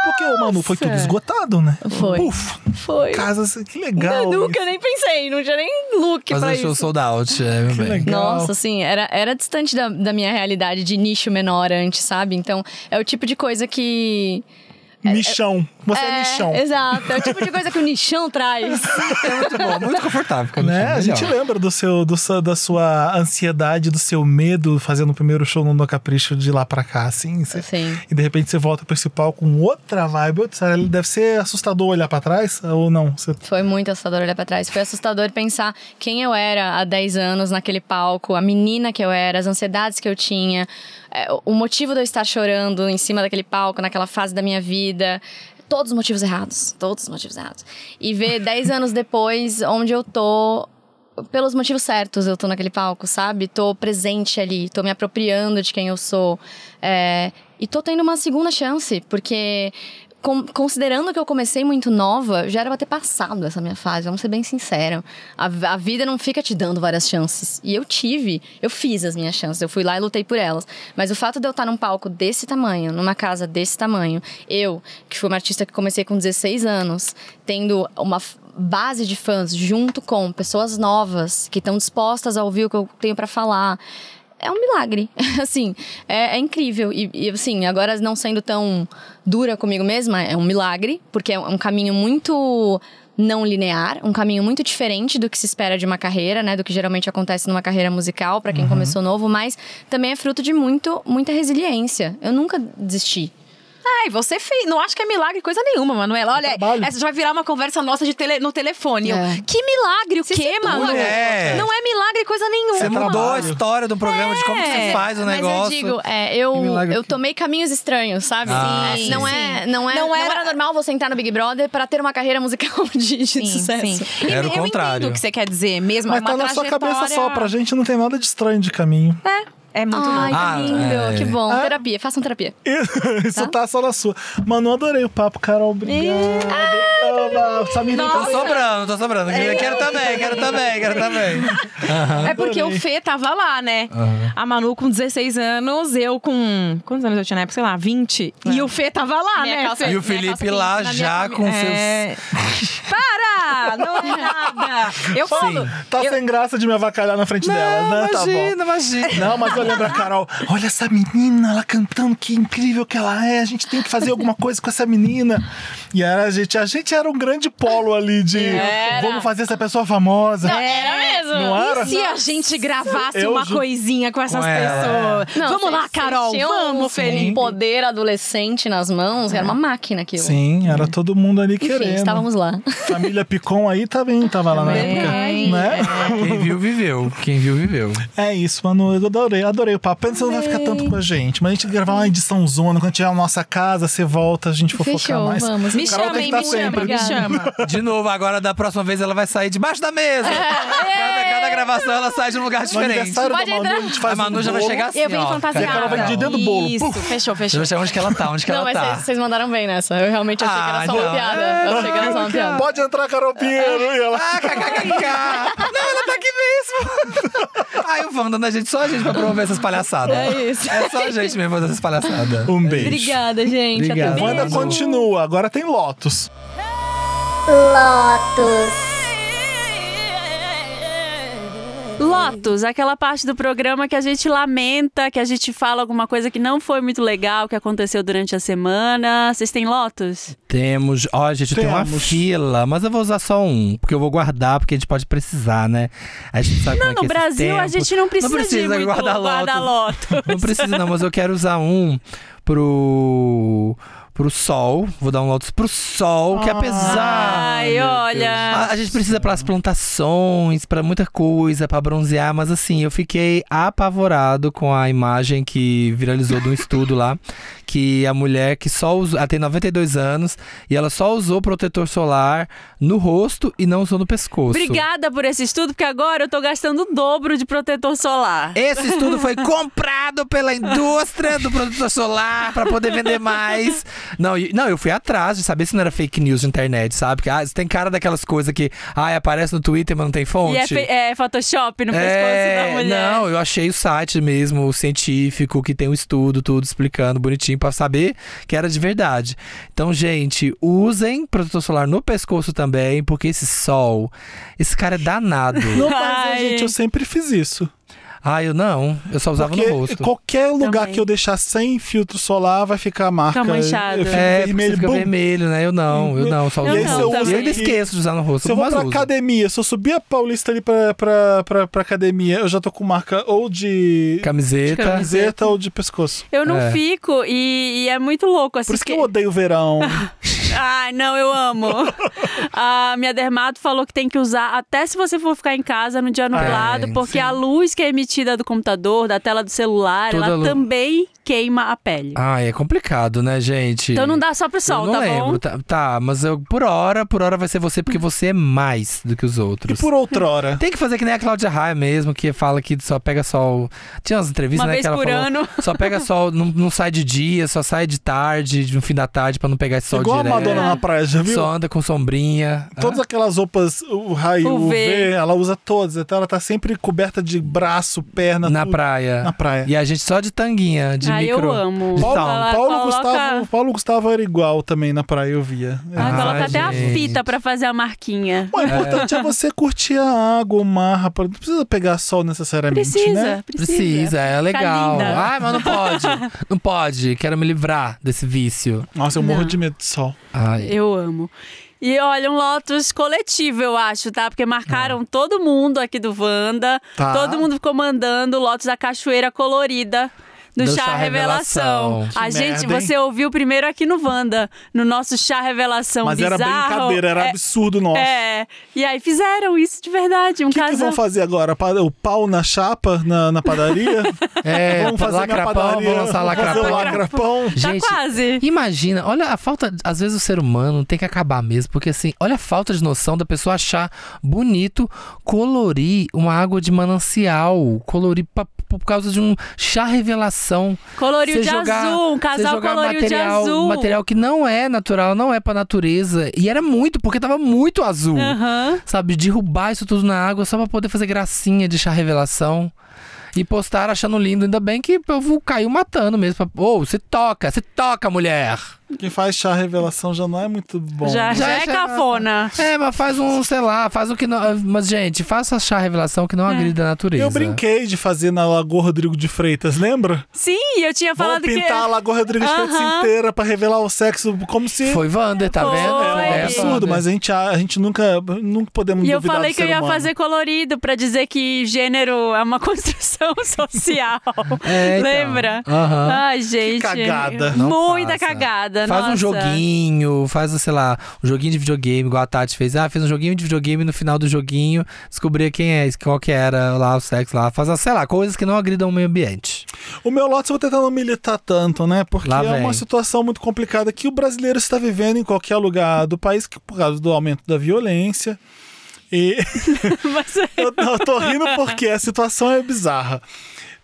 Speaker 1: Porque o Manu foi tudo esgotado, né?
Speaker 3: Foi.
Speaker 1: Puf,
Speaker 3: Foi.
Speaker 1: casas, que legal.
Speaker 3: eu nunca
Speaker 1: isso.
Speaker 3: nem pensei, não tinha nem look pra
Speaker 4: Fazer
Speaker 3: isso.
Speaker 4: show sold out, é, meu
Speaker 1: Que
Speaker 4: bem.
Speaker 1: legal.
Speaker 3: Nossa, assim, era, era distante da, da minha realidade de nicho menor antes, sabe? Então, é o tipo de coisa que.
Speaker 1: Michão. Você é, michão.
Speaker 3: Exato, é o tipo de coisa que o nichão traz.
Speaker 4: Muito bom, Tá muito confortável. fica
Speaker 1: Né?
Speaker 4: mexendo,
Speaker 1: A gente
Speaker 4: melhor.
Speaker 1: lembra do seu, do seu- da sua ansiedade, do seu medo fazendo o primeiro show no No Capricho de lá pra cá, assim. Você-
Speaker 3: Sim.
Speaker 1: E de repente você volta pro principal com outra vibe. outra história. Deve ser assustador olhar pra trás ou não? Você-
Speaker 3: Foi muito assustador olhar pra trás. Foi assustador pensar quem eu era há 10 anos naquele palco, a menina que eu era, as ansiedades que eu tinha, é, o- o motivo de eu estar chorando em cima daquele palco, naquela fase da minha vida. Todos os motivos errados. Todos os motivos errados. E ver 10 anos depois onde eu tô. Pelos motivos certos eu tô naquele palco, sabe? Tô presente ali, tô me apropriando de quem eu sou. É, e tô tendo uma segunda chance, porque com- considerando que eu comecei muito nova, já era pra ter passado essa minha fase, vamos ser bem sinceros. A, v- a vida não fica te dando várias chances. E eu tive, eu fiz as minhas chances, eu fui lá e lutei por elas. Mas o fato de eu estar num palco desse tamanho, numa casa desse tamanho, eu, que fui uma artista que comecei com 16 anos, tendo uma f- base de fãs junto com pessoas novas que estão dispostas a ouvir o que eu tenho pra falar. É um milagre, assim, é, é incrível. E, e, assim, agora não sendo tão dura comigo mesma, é um milagre, porque é um caminho muito não linear, um caminho muito diferente do que se espera de uma carreira, né, do que geralmente acontece numa carreira musical para quem
Speaker 4: Uhum.
Speaker 3: começou novo, mas também é fruto de muito muita resiliência. Eu nunca desisti.
Speaker 5: Ai, você fez. Não acho que é milagre coisa nenhuma, Manuela. Olha,
Speaker 1: trabalho.
Speaker 5: essa já vai virar uma conversa nossa de tele, no telefone. Eu,
Speaker 3: É.
Speaker 5: Que milagre, o quê, Manu?
Speaker 4: mulher.
Speaker 5: Não é milagre coisa nenhuma.
Speaker 4: Você mudou a
Speaker 1: trabalho.
Speaker 4: história do programa, de como que você faz o
Speaker 3: É, mas
Speaker 4: negócio.
Speaker 3: eu digo, é,
Speaker 4: Que
Speaker 3: eu,
Speaker 4: milagre
Speaker 3: eu
Speaker 4: que-
Speaker 3: tomei caminhos estranhos, sabe?
Speaker 4: Ah,
Speaker 3: É,
Speaker 4: sim.
Speaker 3: não, é, não é,
Speaker 5: Não
Speaker 3: não
Speaker 5: era-
Speaker 3: era normal você entrar no Big Brother para ter uma carreira musical de, de sucesso.
Speaker 5: E
Speaker 4: Era o
Speaker 5: eu
Speaker 4: contrário.
Speaker 5: entendo o que você quer dizer mesmo.
Speaker 1: Mas
Speaker 5: é uma
Speaker 1: tá na sua cabeça
Speaker 5: trajetória-
Speaker 1: só, pra gente não tem nada de estranho de caminho.
Speaker 5: É, é muito
Speaker 3: Ai,
Speaker 5: lindo.
Speaker 4: Ah,
Speaker 3: que lindo,
Speaker 4: é.
Speaker 3: que bom.
Speaker 1: Ah.
Speaker 3: Terapia, façam terapia.
Speaker 1: Isso tá? só na sua. Mano, eu adorei o papo, Carol. Obrigado. Toma, Samir, tá vem
Speaker 4: Tô
Speaker 1: pra-
Speaker 4: sobrando, tô sobrando.
Speaker 3: é.
Speaker 4: Eu quero também, quero também, quero também.
Speaker 5: É porque o
Speaker 1: Adorei.
Speaker 5: Fê tava lá, né?
Speaker 4: Aham.
Speaker 5: A Manu com 16 anos, eu com. Quantos anos eu tinha na época? Sei lá, 20. E o Fê tava lá,
Speaker 3: É. Minha
Speaker 5: né?
Speaker 3: calça-
Speaker 5: Fê?
Speaker 4: E o
Speaker 3: Minha calça
Speaker 4: Felipe
Speaker 3: tem
Speaker 4: lá
Speaker 3: na minha
Speaker 4: já
Speaker 3: família.
Speaker 4: com seus.
Speaker 5: É... Para! Não é nada! Eu falo.
Speaker 1: Tá
Speaker 5: eu-
Speaker 1: sem graça de me avacalhar na frente dela, né? Tá bom.
Speaker 4: Imagina, imagina.
Speaker 1: Não, mas eu lembro a Carol. Olha essa menina, ela cantando, que incrível que ela é. A gente tem que fazer alguma coisa com essa menina. E era a gente, a gente era um grande polo ali de
Speaker 3: Era.
Speaker 1: vamos fazer essa pessoa famosa.
Speaker 3: Era mesmo.
Speaker 1: Não era?
Speaker 5: É. E se a gente gravasse
Speaker 1: Eu
Speaker 5: uma
Speaker 1: ju- é.
Speaker 5: coisinha com essas
Speaker 4: Com ela,
Speaker 5: pessoas? vamos lá, Carol, vamos,
Speaker 3: Um
Speaker 5: Felipe.
Speaker 3: poder adolescente nas mãos, era uma
Speaker 4: Ah.
Speaker 3: máquina aquilo.
Speaker 1: Sim, era todo mundo ali
Speaker 3: Enfim,
Speaker 1: querendo.
Speaker 3: estávamos lá.
Speaker 1: Família Picon aí também tava lá na
Speaker 5: Também.
Speaker 1: época, né?
Speaker 4: Quem viu, viveu. Quem viu, viveu.
Speaker 1: É isso, mano. Eu adorei, adorei o papo. Pena que você não vai ficar tanto com a gente, mas a gente gravar uma edição zona. Quando tiver a nossa casa, você volta, a gente fofocar
Speaker 3: Fechou,
Speaker 1: mais.
Speaker 3: vamos.
Speaker 5: Me
Speaker 1: Carol
Speaker 5: chama,
Speaker 1: tem
Speaker 5: hein?
Speaker 1: que tá
Speaker 5: Me chama,
Speaker 1: sempre.
Speaker 5: me chama.
Speaker 4: De novo, agora da próxima vez ela vai sair debaixo da
Speaker 3: É.
Speaker 4: mesa. Cada, cada gravação ela sai de um lugar
Speaker 1: No
Speaker 4: diferente.
Speaker 1: aniversário
Speaker 3: Pode
Speaker 1: da Manu,
Speaker 3: entrar.
Speaker 1: a gente faz
Speaker 4: A Manu
Speaker 1: um
Speaker 4: já vai
Speaker 1: bolo.
Speaker 4: chegar assim.
Speaker 5: Eu venho
Speaker 4: ó,
Speaker 5: fantasiada.
Speaker 1: E a Carol vai de dentro do bolo.
Speaker 5: Isso,
Speaker 1: Puf.
Speaker 5: fechou,
Speaker 4: Você
Speaker 5: fechou.
Speaker 4: vai chegar onde que ela tá, onde que
Speaker 3: Não,
Speaker 4: ela
Speaker 3: mas é
Speaker 4: tá.
Speaker 3: vocês, vocês mandaram bem nessa. Eu realmente achei que era só
Speaker 4: Ah, não.
Speaker 3: uma piada. Eu achei que era só uma piada.
Speaker 1: Pode entrar, Carol Pinheiro. E ela...
Speaker 4: Ah, kkkk. Não, ela tá aqui mesmo. Ai, o fã dando a gente, só a gente pra promover essas palhaçadas.
Speaker 3: É isso.
Speaker 4: É só a gente mesmo fazer essas palhaçadas.
Speaker 1: Um beijo.
Speaker 3: Obrigada, gente.
Speaker 4: Obrigado.
Speaker 3: Até
Speaker 1: Wanda
Speaker 4: Beijo.
Speaker 1: continua, agora tem Lotus.
Speaker 2: Lotus, aquela parte do programa que a gente lamenta, que a gente fala alguma coisa que não foi muito legal, que aconteceu durante a semana. Vocês têm Lotus?
Speaker 4: Temos. Ó, gente, tem uma
Speaker 1: Temos.
Speaker 4: fila, mas eu vou usar só um, porque eu vou guardar, porque a gente pode precisar, né? A gente sabe
Speaker 2: Não,
Speaker 4: como é
Speaker 2: no
Speaker 4: que é esses
Speaker 2: Brasil a
Speaker 4: tempos.
Speaker 2: gente não precisa, de
Speaker 4: precisa
Speaker 2: muito
Speaker 4: guardar
Speaker 2: guarda-lotos.
Speaker 4: Não precisa, não, mas eu quero usar um pro. pro sol. Vou dar um lotus pro sol, que apesar.
Speaker 2: Ai, olha.
Speaker 4: A, a gente precisa para as plantações, para muita coisa, para bronzear, mas assim, eu fiquei apavorado com a imagem que viralizou de um estudo lá, que a mulher que só usou, ela tem 92 anos e ela só usou protetor solar no rosto e não usou no pescoço.
Speaker 2: Obrigada por esse estudo, porque agora eu tô gastando o dobro de protetor solar.
Speaker 4: Esse estudo foi comprado pela indústria do protetor solar para poder vender mais. Não, e- não, eu fui atrás de saber se não era fake news de internet, sabe? Porque ah, isso tem cara daquelas coisas que ah, aparece no Twitter, mas não tem fonte.
Speaker 2: E é, fe- é Photoshop no pescoço da mulher.
Speaker 4: É, Não, eu achei o site mesmo, o científico, que tem um estudo, tudo explicando bonitinho pra saber que era de verdade. Então, gente, usem protetor solar no pescoço também, porque esse sol, esse cara é danado.
Speaker 1: Não, mas,
Speaker 2: Ai.
Speaker 1: gente, eu sempre fiz isso.
Speaker 4: ah, eu não, eu só usava
Speaker 1: Porque
Speaker 4: no rosto.
Speaker 1: qualquer lugar
Speaker 2: Também.
Speaker 1: que eu deixar sem filtro solar vai ficar a marca.
Speaker 2: Fica manchado.
Speaker 1: Eu fico
Speaker 4: É, porque
Speaker 1: vermelho,
Speaker 4: você fica
Speaker 1: bum.
Speaker 4: vermelho, né? Eu não, eu não, só
Speaker 2: Eu
Speaker 4: uso
Speaker 2: não,
Speaker 4: no rosto.
Speaker 2: também.
Speaker 4: eu ainda esqueço de usar no rosto,
Speaker 1: Se eu vou
Speaker 4: mas
Speaker 1: pra
Speaker 4: uso.
Speaker 1: academia, se eu subir a Paulista ali pra, pra, pra, pra academia, eu já tô com marca ou de
Speaker 4: Camiseta.
Speaker 1: camiseta ou de pescoço.
Speaker 2: Eu não
Speaker 4: É.
Speaker 2: fico e, e é muito louco. Assim,
Speaker 1: Por isso que eu odeio o verão.
Speaker 2: Ai, não, eu amo. a minha dermato falou que tem que usar até se você for ficar em casa no dia nublado, porque a luz que é emitida do computador, da tela do celular,
Speaker 4: Toda
Speaker 2: ela
Speaker 4: é lu-
Speaker 2: também queima a pele.
Speaker 4: Ah, é complicado, né, gente?
Speaker 2: Então não dá só pro sol,
Speaker 4: eu não
Speaker 2: tá
Speaker 4: lembro.
Speaker 2: bom?
Speaker 4: Tá, tá, mas eu, por hora, por hora vai ser você, porque você é mais do que os
Speaker 1: e
Speaker 4: outros.
Speaker 1: por outrora.
Speaker 4: Tem que fazer que nem a Cláudia Raia mesmo, que fala que só pega sol. Tinha umas entrevistas,
Speaker 2: Uma
Speaker 4: né?
Speaker 2: vez
Speaker 4: que ela
Speaker 2: por
Speaker 4: falou,
Speaker 2: ano.
Speaker 4: Só pega sol, não, não sai de dia, só sai de tarde, no fim da tarde, pra não pegar esse sol
Speaker 1: Igual a
Speaker 4: direto.
Speaker 1: Madonna na praia, já viu?
Speaker 4: Só anda com sombrinha.
Speaker 1: Todas aquelas roupas, o raio,
Speaker 2: UV.
Speaker 1: o V, ela usa todas. Então ela tá sempre coberta de braço, perna,
Speaker 4: na
Speaker 1: tudo.
Speaker 4: praia.
Speaker 1: Na praia.
Speaker 4: E a gente só de tanguinha, de
Speaker 2: Ah, eu
Speaker 4: micro.
Speaker 2: amo.
Speaker 4: de
Speaker 2: Paulo-
Speaker 4: sauna.
Speaker 2: Ela
Speaker 1: Paulo,
Speaker 2: coloca-
Speaker 1: Gustavo, Paulo Gustavo era igual também na praia, eu via.
Speaker 2: Ela
Speaker 4: Ah,
Speaker 2: coloca até a
Speaker 4: gente.
Speaker 2: fita pra fazer a marquinha.
Speaker 1: O importante é. você curtir a água, o mar, rapaz. Não precisa pegar sol necessariamente,
Speaker 2: Precisa,
Speaker 1: né?
Speaker 2: precisa. Tá
Speaker 4: Precisa, é legal.
Speaker 2: linda.
Speaker 4: Ai, mas não pode. não pode. Quero me livrar desse vício.
Speaker 1: Nossa, eu morro de medo de sol.
Speaker 4: Ai.
Speaker 2: Eu amo. E olha, um Lotus coletivo, eu acho, tá? Porque marcaram todo mundo aqui do Wanda.
Speaker 1: Ah. Tá.
Speaker 2: Todo mundo ficou mandando o Lotus da Cachoeira Colorida. Do,
Speaker 4: Do
Speaker 2: chá,
Speaker 4: Chá
Speaker 2: Revelação.
Speaker 4: Revelação.
Speaker 2: A
Speaker 1: Que
Speaker 2: gente,
Speaker 1: merda, hein?
Speaker 2: você ouviu primeiro aqui no Wanda, no nosso chá revelação
Speaker 1: Mas
Speaker 2: bizarro.
Speaker 1: era brincadeira, era
Speaker 2: É,
Speaker 1: absurdo nosso.
Speaker 2: É. E aí fizeram isso de verdade,
Speaker 1: O
Speaker 2: um
Speaker 1: que, que
Speaker 2: casal.
Speaker 1: vão fazer agora? Pa- O pau na chapa, na, na padaria?
Speaker 4: É,
Speaker 1: vamos fazer na
Speaker 4: lacrapão,
Speaker 1: padaria.
Speaker 4: vamos lançar
Speaker 1: vamos fazer o
Speaker 4: lacrapão.
Speaker 1: lacrapão.
Speaker 2: Tá quase.
Speaker 4: Imagina, olha a falta. Às vezes o ser humano tem que acabar mesmo, porque assim, olha a falta de noção da pessoa achar bonito colorir uma água de manancial, colorir pa- por causa de um chá revelação.
Speaker 2: Coloriu
Speaker 4: Você
Speaker 2: de
Speaker 4: jogar-
Speaker 2: azul, um
Speaker 4: você
Speaker 2: casal
Speaker 4: jogar
Speaker 2: coloriu
Speaker 4: material,
Speaker 2: de azul.
Speaker 4: material que não é natural, não é pra natureza. E era muito, porque tava muito azul.
Speaker 2: Aham.
Speaker 4: Sabe, derrubar isso tudo na água só pra poder fazer gracinha de chá revelação. E postar achando lindo, ainda bem que o povo caiu matando mesmo. pra- Ô, se toca, se toca, mulher!
Speaker 1: Quem faz chá revelação já não é muito bom.
Speaker 2: Já, já,
Speaker 4: Já
Speaker 2: é
Speaker 4: já-
Speaker 2: cafona.
Speaker 4: É, mas faz um, sei lá, faz o que não. Mas, gente, faça chá revelação que não agride a natureza.
Speaker 1: Eu brinquei de fazer na Lagoa Rodrigo de Freitas, lembra?
Speaker 2: Sim, eu tinha
Speaker 1: Vamos
Speaker 2: falado
Speaker 1: pintar a
Speaker 2: que.
Speaker 1: Lagoa Rodrigo de Freitas
Speaker 2: Aham.
Speaker 1: inteira pra revelar o sexo, como se.
Speaker 4: Foi Wander, tá
Speaker 2: Foi.
Speaker 4: vendo?
Speaker 1: É um
Speaker 2: Foi.
Speaker 1: absurdo,
Speaker 4: Wander.
Speaker 1: mas a gente, a gente nunca, nunca
Speaker 4: um
Speaker 1: podemos
Speaker 2: E eu
Speaker 1: duvidar
Speaker 2: falei
Speaker 1: do
Speaker 2: que eu
Speaker 1: ser
Speaker 2: ia
Speaker 1: humano.
Speaker 2: fazer colorido pra dizer que gênero é uma construção social.
Speaker 4: É, então.
Speaker 2: Lembra?
Speaker 4: Aham.
Speaker 2: Ai, gente.
Speaker 1: cagada.
Speaker 4: Não
Speaker 2: Muita
Speaker 4: faça.
Speaker 2: cagada.
Speaker 4: Faz
Speaker 2: nossa.
Speaker 4: um joguinho, faz, sei lá, um joguinho de videogame, igual a Tati fez. Ah, fez um joguinho de videogame no final do joguinho, descobria quem é, qual que era lá, o sexo lá. Faz, sei lá, coisas que não agridam o meio ambiente.
Speaker 1: O meu lote eu vou tentar não militar tanto, né? Porque
Speaker 4: Lá
Speaker 1: é
Speaker 4: vem.
Speaker 1: uma situação muito complicada que o brasileiro está vivendo em qualquer lugar do país que, por causa do aumento da violência. E
Speaker 2: Mas
Speaker 1: eu, não, eu tô rindo porque a situação é bizarra.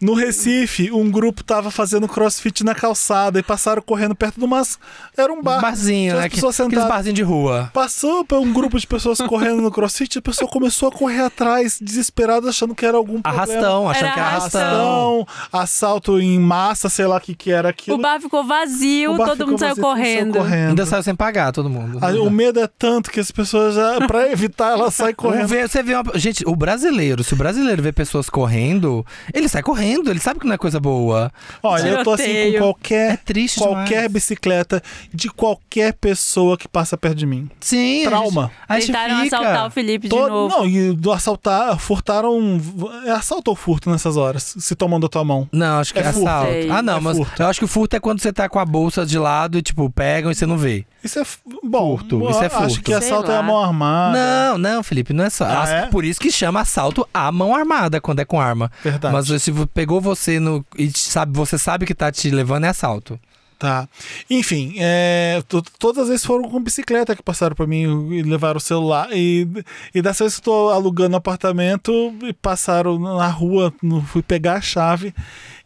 Speaker 1: No Recife, um grupo tava fazendo crossfit na calçada e passaram correndo perto de umas. Era um bar.
Speaker 4: barzinho,
Speaker 1: Tinha
Speaker 4: né?
Speaker 1: As pessoas
Speaker 4: que- Aqueles
Speaker 1: sentadas.
Speaker 4: barzinhos de rua.
Speaker 1: Passou por um grupo de pessoas correndo no crossfit, a pessoa começou a correr atrás, desesperada, achando que era algum problema.
Speaker 4: Arrastão, achando
Speaker 2: Era
Speaker 4: que era arrastão.
Speaker 1: Arrastão, assalto em massa, sei lá o que, que era
Speaker 2: o
Speaker 1: aquilo.
Speaker 2: bar ficou vazio,
Speaker 1: O bar
Speaker 2: todo
Speaker 1: ficou
Speaker 2: mundo saiu
Speaker 1: vazio, todo mundo
Speaker 2: correndo.
Speaker 4: Ainda saiu sem pagar, todo mundo.
Speaker 1: Ah, O medo é tanto que as pessoas, já, pra evitar, elas saem
Speaker 4: Um
Speaker 1: correndo.
Speaker 4: vê- você vê uma- Gente, o brasileiro, se o brasileiro vê pessoas correndo, ele sai correndo, ele sabe que não é coisa boa.
Speaker 1: Olha, eu tô assim com
Speaker 2: Tiroteio.
Speaker 1: qualquer,
Speaker 4: É triste
Speaker 1: qualquer
Speaker 4: demais.
Speaker 1: bicicleta de qualquer pessoa que passa perto de mim.
Speaker 4: Sim. a
Speaker 1: Trauma.
Speaker 4: gente- A gente,
Speaker 2: Tentaram
Speaker 4: fica...
Speaker 2: assaltar o Felipe de
Speaker 1: Todo-
Speaker 2: novo.
Speaker 1: Não, e do assaltar, furtaram. É assalto ou furto nessas horas, se tomam da tua mão.
Speaker 4: Não, acho que é,
Speaker 1: É furto.
Speaker 4: assalto.
Speaker 2: Sei.
Speaker 4: Ah, não,
Speaker 1: É
Speaker 4: mas
Speaker 1: furto.
Speaker 4: eu acho que o furto é quando você tá com a bolsa de lado e, tipo, pegam e você não vê.
Speaker 1: Isso é. f- Bom,
Speaker 4: Furto, isso é
Speaker 1: eu Acho
Speaker 4: furto.
Speaker 1: que assalto
Speaker 2: Sei
Speaker 1: é a
Speaker 2: lá.
Speaker 1: mão armada.
Speaker 4: não, não, Felipe, não é só.
Speaker 1: Ah,
Speaker 4: As-
Speaker 1: é?
Speaker 4: Por isso que chama assalto à mão armada, quando é com arma.
Speaker 1: Verdade.
Speaker 4: Mas se vo- pegou você no, e te sabe, você sabe que tá te levando, é assalto.
Speaker 1: Tá. Enfim, é, to- todas as vezes foram com bicicleta que passaram pra mim e levaram o celular. E, e dessa vez que eu tô alugando apartamento, e passaram na rua, no- fui pegar a chave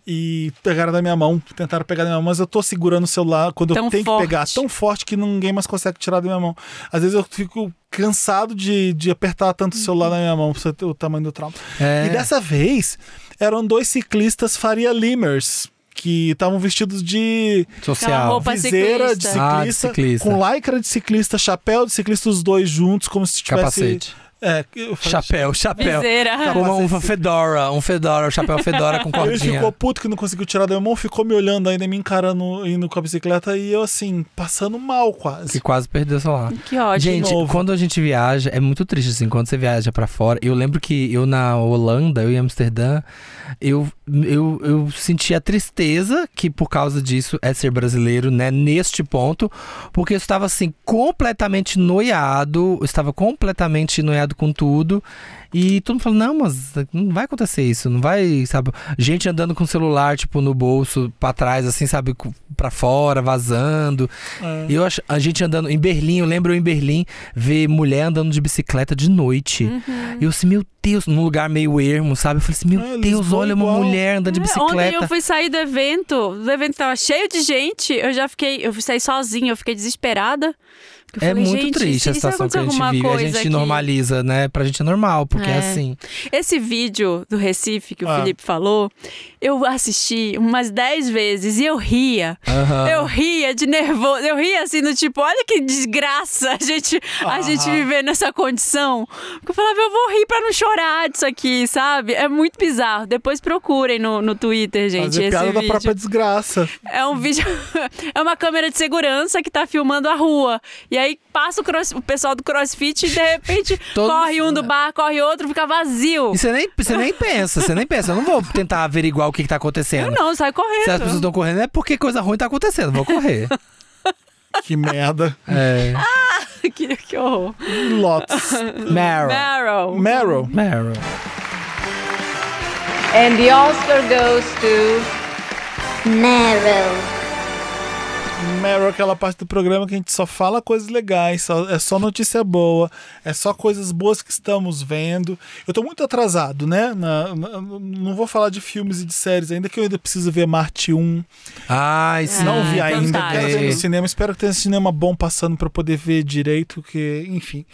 Speaker 1: e pegaram da minha mão, tentaram pegar da minha mão, mas eu tô segurando o celular quando
Speaker 2: Tão
Speaker 1: eu tenho
Speaker 2: forte.
Speaker 1: que pegar tão forte que ninguém mais consegue tirar da minha mão. Às vezes eu fico cansado de, de apertar tanto o celular na minha mão, pra você ter o tamanho do trauma.
Speaker 4: É.
Speaker 1: E dessa vez eram dois ciclistas Faria Limers. Que estavam vestidos de
Speaker 2: Aquela
Speaker 4: Social.
Speaker 2: roupa-
Speaker 1: viseira
Speaker 2: ciclista.
Speaker 4: Ah,
Speaker 1: de
Speaker 4: de
Speaker 1: ciclista,
Speaker 4: ciclista.
Speaker 1: com lycra de ciclista, chapéu de ciclista, os dois juntos, como se tivesse...
Speaker 4: Capacete.
Speaker 1: É, eu falei,
Speaker 4: Chapéu, chapéu.
Speaker 2: Viseira.
Speaker 4: Como um
Speaker 1: Capacete.
Speaker 4: fedora, um fedora, um chapéu fedora com
Speaker 1: "Ah, Ele
Speaker 4: cordinha.
Speaker 1: ficou puto que não conseguiu tirar da minha mão, ficou me olhando ainda, me encarando, indo com a bicicleta e eu assim, passando mal
Speaker 4: Que
Speaker 1: quase.
Speaker 4: quase perdeu o celular.
Speaker 2: Que ótimo.
Speaker 4: Gente,
Speaker 1: novo.
Speaker 4: quando a gente viaja, é muito triste, assim, quando você viaja pra fora. Eu lembro que eu na Holanda, eu em Amsterdã, eu, eu, eu senti a tristeza que por causa disso é ser brasileiro, né? Neste ponto, porque eu estava, assim, completamente noiado, eu estava completamente noiado com tudo. E todo mundo falou, não, mas não vai acontecer isso, não vai, sabe? Gente andando com o celular, tipo, no bolso, pra trás, assim, sabe? cu- Pra fora, vazando.
Speaker 1: É.
Speaker 4: E eu acho, a gente andando em Berlim, eu lembro eu em Berlim ver mulher andando de bicicleta de noite.
Speaker 2: Uhum.
Speaker 4: E eu assim, meu Deus, num lugar meio ermo, sabe? Eu falei assim, meu
Speaker 1: É,
Speaker 4: Deus,
Speaker 1: Lisboa
Speaker 4: olha uma
Speaker 1: igual.
Speaker 4: mulher andando de
Speaker 2: É, Ontem eu
Speaker 4: bicicleta.
Speaker 2: fui sair do evento, o evento tava cheio de gente, eu já fiquei, eu saí sozinha, eu fiquei desesperada. porque eu
Speaker 4: É
Speaker 2: falei,
Speaker 4: muito
Speaker 2: "Gente,
Speaker 4: triste a
Speaker 2: se- se
Speaker 4: situação que a
Speaker 2: acontecer
Speaker 4: gente
Speaker 2: alguma
Speaker 4: vive. A
Speaker 2: coisa
Speaker 4: gente
Speaker 2: aqui?"
Speaker 4: normaliza, né? Pra gente é normal, porque é,
Speaker 2: É.
Speaker 4: assim.
Speaker 2: Esse vídeo do Recife que o
Speaker 1: Ah.
Speaker 2: Felipe falou, eu assisti umas 10 vezes e eu ria.
Speaker 4: Aham.
Speaker 2: Eu ria de nervoso, eu ria assim do tipo, olha que desgraça a gente,
Speaker 1: Ah.
Speaker 2: a gente viver nessa condição. Porque Eu falava, eu vou rir pra não chorar disso aqui, sabe? É muito bizarro. Depois procurem no, no Twitter, gente,
Speaker 1: Fazer
Speaker 2: esse
Speaker 1: piada da
Speaker 2: vídeo.
Speaker 1: própria desgraça.
Speaker 2: É um vídeo. é uma câmera de segurança que tá filmando a rua. E aí aí passa o, cross- o pessoal do crossfit e de repente
Speaker 4: Todo
Speaker 2: corre um
Speaker 4: mundo-
Speaker 2: do bar, corre outro, fica vazio.
Speaker 4: E você nem, você nem pensa, você nem pensa. Eu não vou tentar averiguar o que, que tá
Speaker 2: Eu
Speaker 4: acontecendo.
Speaker 2: não, sai
Speaker 4: Se as
Speaker 2: correndo.
Speaker 4: pessoas estão correndo, é porque coisa ruim tá acontecendo. Vou correr.
Speaker 1: Que merda.
Speaker 4: É.
Speaker 2: Ah. que, que horror.
Speaker 1: Lotus.
Speaker 4: Meryl.
Speaker 2: Meryl.
Speaker 1: Meryl.
Speaker 4: Meryl.
Speaker 6: And the Oscar goes to
Speaker 7: Meryl.
Speaker 1: Meryl é aquela parte do programa que a gente só fala coisas legais, só- é só notícia boa, é só coisas boas que estamos vendo. Eu tô muito atrasado, né? Na- na- não vou falar de filmes e de séries ainda, que eu ainda preciso ver Marte 1.
Speaker 4: Ai, sim.
Speaker 1: Não
Speaker 2: Ah,
Speaker 1: vi
Speaker 4: então
Speaker 1: ainda,
Speaker 4: tá,
Speaker 2: fantástico.
Speaker 4: é.
Speaker 1: quero ver no cinema. Espero que tenha esse cinema bom passando pra eu poder ver direito, que, enfim.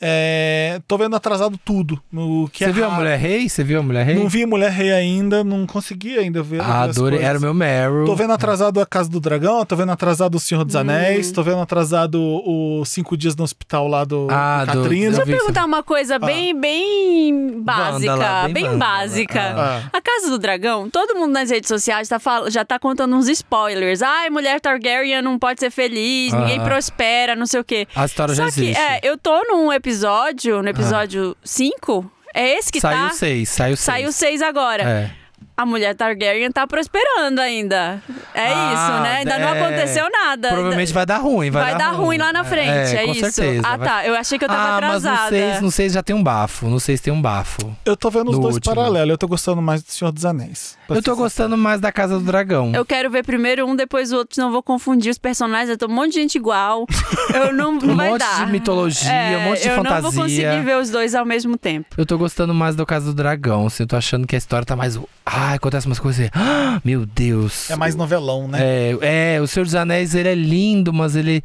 Speaker 1: É, tô vendo atrasado tudo. O que
Speaker 4: Você
Speaker 1: é
Speaker 4: viu a
Speaker 1: raro.
Speaker 4: Mulher Rei? Você viu a Mulher Rei?
Speaker 1: Não vi Mulher Rei ainda, não consegui ainda ver.
Speaker 4: Ah,
Speaker 1: ver as
Speaker 4: adorei.
Speaker 1: coisas.
Speaker 4: Era o meu Meryl.
Speaker 1: Tô vendo atrasado a Casa do Dragão, tô vendo atrasado o Senhor dos
Speaker 4: Hum.
Speaker 1: Anéis, tô vendo atrasado o Cinco Dias no Hospital lá do
Speaker 4: Ah,
Speaker 1: do
Speaker 4: do-
Speaker 1: Catrina.
Speaker 4: eu vi.
Speaker 2: Deixa eu perguntar uma coisa bem, bem básica.
Speaker 4: Vândala, Ah. bem
Speaker 2: bem
Speaker 4: vândala.
Speaker 2: básica.
Speaker 1: Ah.
Speaker 2: A Casa do Dragão, todo mundo nas redes sociais tá fal- já tá contando uns spoilers. Ai, mulher Targaryen não pode ser feliz, ninguém
Speaker 4: Ah.
Speaker 2: prospera, não sei o quê.
Speaker 4: A história
Speaker 2: Só
Speaker 4: já
Speaker 2: que,
Speaker 4: existe. Ah.
Speaker 2: é, eu tô num episódio, no episódio 5. É esse que
Speaker 4: saiu
Speaker 2: tá?
Speaker 4: seis, saiu seis.
Speaker 2: Saiu seis agora.
Speaker 4: É.
Speaker 2: A mulher Targaryen tá prosperando ainda. É
Speaker 4: Ah,
Speaker 2: isso, né? Ainda não
Speaker 4: é.
Speaker 2: aconteceu nada.
Speaker 4: Provavelmente vai dar ruim, vai,
Speaker 2: Vai dar ruim lá na frente, é
Speaker 4: com
Speaker 2: isso.
Speaker 4: Certeza.
Speaker 2: Ah,
Speaker 4: Vai-
Speaker 2: tá, eu achei que eu tava
Speaker 4: ah,
Speaker 2: atrasada.
Speaker 4: Mas no 6, no seis já tem um bafo. No 6 tem um bafo.
Speaker 1: Eu tô vendo os
Speaker 4: No
Speaker 1: dois
Speaker 4: último.
Speaker 1: paralelos, eu tô gostando mais do Senhor dos Anéis. Pra
Speaker 4: Eu tô
Speaker 1: ser
Speaker 4: gostando mais da Casa do Dragão.
Speaker 2: Eu quero ver primeiro um, depois o outro, senão eu vou confundir os personagens. Eu tô um monte de gente igual. Eu não, não
Speaker 4: um
Speaker 2: vai
Speaker 4: monte
Speaker 2: dar. É,
Speaker 4: de mitologia, um monte de
Speaker 2: eu
Speaker 4: fantasia.
Speaker 2: não vou conseguir ver os dois ao mesmo tempo.
Speaker 4: Eu tô gostando mais do Casa do Dragão. Assim, eu tô achando que a história tá mais. Ah, acontece umas coisas. Ah, meu Deus.
Speaker 1: sincero. É mais novelão, né?
Speaker 4: É, é, o Senhor dos Anéis, ele é lindo, mas ele.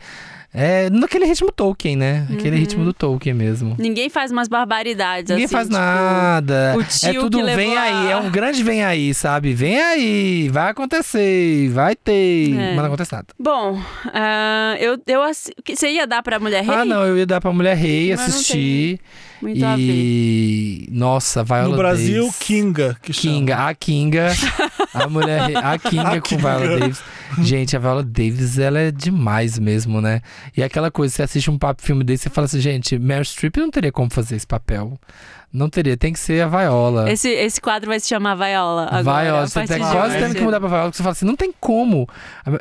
Speaker 4: É naquele ritmo Tolkien, né? Aquele ritmo do Tolkien mesmo.
Speaker 2: Ninguém faz umas barbaridades
Speaker 4: Ninguém
Speaker 2: Uhum. assim,
Speaker 4: faz
Speaker 2: tipo,
Speaker 4: nada.
Speaker 2: o
Speaker 4: é
Speaker 2: tio
Speaker 4: tudo
Speaker 2: que levou
Speaker 4: vem
Speaker 2: a-
Speaker 4: aí, é um grande vem aí, sabe? Vem aí, vai acontecer, vai ter.
Speaker 2: É.
Speaker 4: Mas não acontece nada.
Speaker 2: Bom, ah, eu, eu assi- que- Você ia dar pra mulher É rei?
Speaker 4: Ah, não, eu ia dar pra Mulher Rei
Speaker 2: Mas não
Speaker 4: assistir.
Speaker 2: Muito a ver.
Speaker 4: E. Nossa, vai
Speaker 1: No Brasil, Kinga, que chama.
Speaker 4: É, Kinga, a Kinga, a mulher, re- a Kinga com
Speaker 1: A Kinga.
Speaker 4: Viola Davis. Gente, a Viola Davis, ela é demais mesmo, né? E aquela coisa, você assiste um papo filme desse, você fala assim, gente, Meryl Streep não teria como fazer esse papel. Não teria, tem que ser a Viola.
Speaker 2: Esse, esse quadro vai se chamar Viola agora.
Speaker 4: Viola,
Speaker 2: a
Speaker 4: você tá
Speaker 2: partir de
Speaker 4: quase
Speaker 2: hoje.
Speaker 4: tendo que mudar pra Viola, porque você fala assim, não tem como.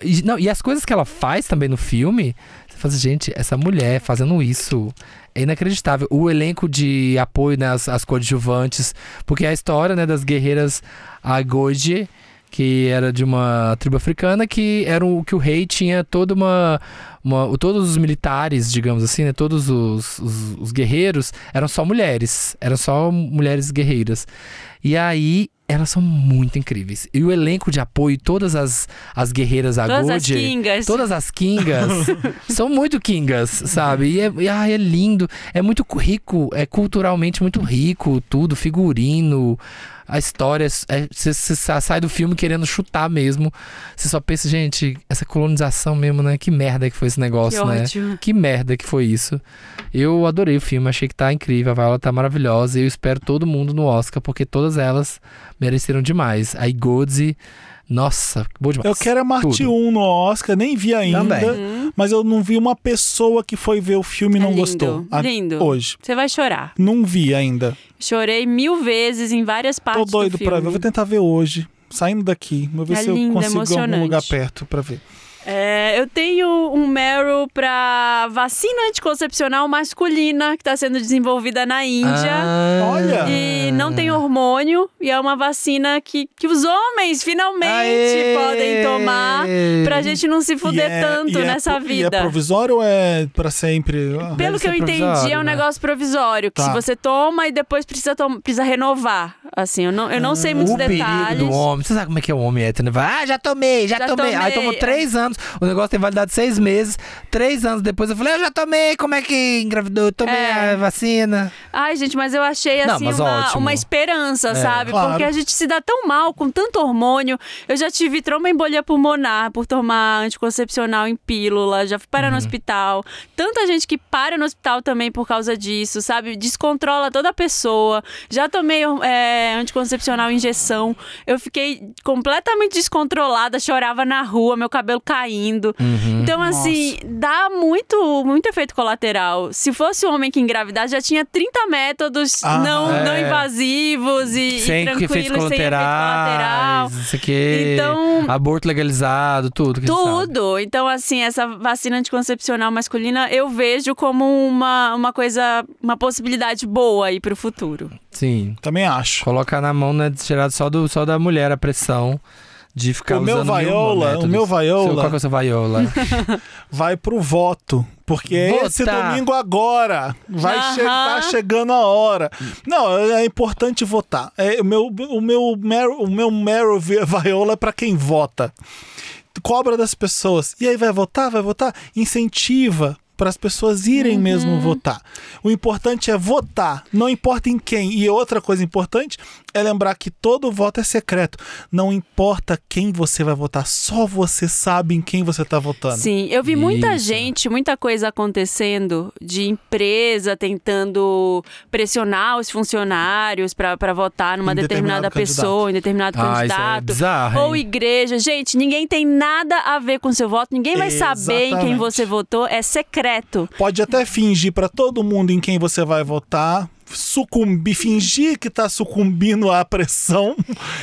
Speaker 4: E, não, e as coisas que ela faz também no filme, você fala assim, gente, essa mulher fazendo isso é inacreditável. O elenco de apoio, né, as, as coadjuvantes, porque a história, né, das guerreiras Agoji, que era de uma tribo africana, que era o que o rei tinha toda uma... uma- o- todos os militares, digamos assim, né, todos os, os- os guerreiros eram só mulheres, eram só mulheres guerreiras. E aí, elas são muito incríveis. E o elenco de apoio, todas as, as guerreiras
Speaker 2: Todas as
Speaker 4: Agoji...
Speaker 2: kingas.
Speaker 4: Todas as Kingas são muito Kingas, sabe? E é, e, ah, é lindo, é muito cu- rico, é culturalmente muito rico, tudo, figurino, a história. é, Você sai do filme querendo chutar mesmo. Você só pensa, gente, essa colonização mesmo, né? Que merda que foi esse
Speaker 2: Que
Speaker 4: negócio, né?
Speaker 2: ódio.
Speaker 4: Que merda que foi isso. Eu adorei o filme, achei que tá incrível, a Viola tá maravilhosa e eu espero todo mundo no Oscar, porque todas elas mereceram demais. A Igodzi, nossa, boa demais.
Speaker 1: Eu quero a Marte
Speaker 4: Tudo.
Speaker 1: 1 no Oscar, nem vi ainda.
Speaker 4: Também.
Speaker 1: Mas eu não vi uma pessoa que foi ver o filme e
Speaker 2: Uhum.
Speaker 1: não
Speaker 2: É lindo,
Speaker 1: gostou. A-
Speaker 2: lindo.
Speaker 1: Hoje.
Speaker 2: Você vai chorar.
Speaker 1: Não vi ainda.
Speaker 2: Chorei mil vezes em várias partes
Speaker 1: Tô doido
Speaker 2: do filme.
Speaker 1: pra ver. Eu Vou tentar ver hoje. Saindo daqui. Vou ver
Speaker 2: É
Speaker 1: se eu
Speaker 2: lindo,
Speaker 1: consigo algum
Speaker 2: emocionante.
Speaker 1: lugar perto pra ver.
Speaker 2: É, eu tenho um Meryl pra vacina anticoncepcional masculina que tá sendo desenvolvida na Índia.
Speaker 4: Ah.
Speaker 1: Olha!
Speaker 2: E não tem hormônio, e é uma vacina que, que os homens finalmente
Speaker 4: Aê!
Speaker 2: podem tomar pra gente não se fuder
Speaker 1: E é-
Speaker 2: tanto
Speaker 1: e é
Speaker 2: nessa
Speaker 1: pro- E é
Speaker 2: vida.
Speaker 1: provisório ou é pra sempre? Ah,
Speaker 2: Pelo
Speaker 4: Deve
Speaker 2: que eu
Speaker 4: ser
Speaker 2: entendi, é um
Speaker 4: provisório, né?
Speaker 2: negócio provisório, que
Speaker 1: Tá.
Speaker 2: se você toma e depois precisa, tom- precisa renovar. Assim, eu não, eu não sei muitos
Speaker 4: o perigo
Speaker 2: detalhes.
Speaker 4: do homem. Você sabe como é que é o homem hétero, né? Vai, ah, já tomei, já,
Speaker 2: Já
Speaker 4: tomei. Aí
Speaker 2: tomei.
Speaker 4: tomou três anos. O negócio tem validade de seis meses. Três anos depois eu falei, eu já tomei, como é que engravidou? Eu tomei
Speaker 2: É.
Speaker 4: a vacina.
Speaker 2: Ai, gente, mas eu achei
Speaker 4: Não,
Speaker 2: assim
Speaker 4: mas
Speaker 2: uma,
Speaker 4: ótimo. É.
Speaker 2: uma esperança, sabe?
Speaker 1: claro.
Speaker 2: Porque a gente se dá tão mal com tanto hormônio. Eu já tive tromboembolia pulmonar por tomar anticoncepcional em pílula, já fui parar
Speaker 4: Uhum.
Speaker 2: no hospital. Tanta gente que para no hospital também por causa disso, sabe? Descontrola toda a pessoa. Já tomei é, anticoncepcional injeção.
Speaker 1: Uhum.
Speaker 2: Eu fiquei completamente descontrolada, chorava na rua, meu cabelo caindo.
Speaker 4: Hum.
Speaker 2: Então, assim, dá muito, muito efeito colateral. Se fosse um homem que engravidar, já tinha 30 métodos
Speaker 1: Ah,
Speaker 2: não,
Speaker 4: é.
Speaker 2: não invasivos e, e
Speaker 4: Sem
Speaker 2: tranquilos,
Speaker 4: efeitos
Speaker 2: sem efeito colateral.
Speaker 4: colaterais, isso aqui.
Speaker 2: Então-
Speaker 4: Aborto legalizado, tudo. Que a gente sabe.
Speaker 2: Tudo. Então, assim, essa vacina anticoncepcional masculina eu vejo como uma, uma coisa, uma possibilidade boa aí pro futuro.
Speaker 4: Sim.
Speaker 1: Também acho.
Speaker 4: Colocar na mão, né? Tirado só, do, só da mulher a pressão de ficar
Speaker 1: O meu
Speaker 4: usando mil
Speaker 1: vaiola,
Speaker 4: métodos.
Speaker 1: o meu vaiola.
Speaker 4: Seu- Qual que é o seu vaiola?
Speaker 1: Vai pro voto. Porque é
Speaker 4: Vota.
Speaker 1: esse domingo agora vai
Speaker 2: Aham.
Speaker 1: che- tá chegando a hora. Não, é é importante votar. É, o meu o meu Mer- o meu Meryl Vi- Viola é para quem vota. Cobra das pessoas. E aí vai votar, vai votar, incentiva para as pessoas irem mesmo votar. O importante é votar, não importa em quem. E outra coisa importante é lembrar que todo voto é secreto. Não importa quem você vai votar, só você sabe em quem você tá votando.
Speaker 2: Sim, eu vi muita
Speaker 4: Isso.
Speaker 2: gente, muita coisa acontecendo de empresa tentando pressionar os funcionários para votar numa
Speaker 1: Em determinado
Speaker 2: determinada pessoa, em determinado
Speaker 4: ah, isso é
Speaker 2: candidato.
Speaker 4: bizarro.
Speaker 2: ou
Speaker 4: hein?
Speaker 2: igreja. Gente, ninguém tem nada a ver com seu voto, ninguém vai saber em quem
Speaker 1: Exatamente.
Speaker 2: você votou, é secreto.
Speaker 1: Pode até fingir pra todo mundo em quem você vai votar, sucumbir, fingir que tá sucumbindo à pressão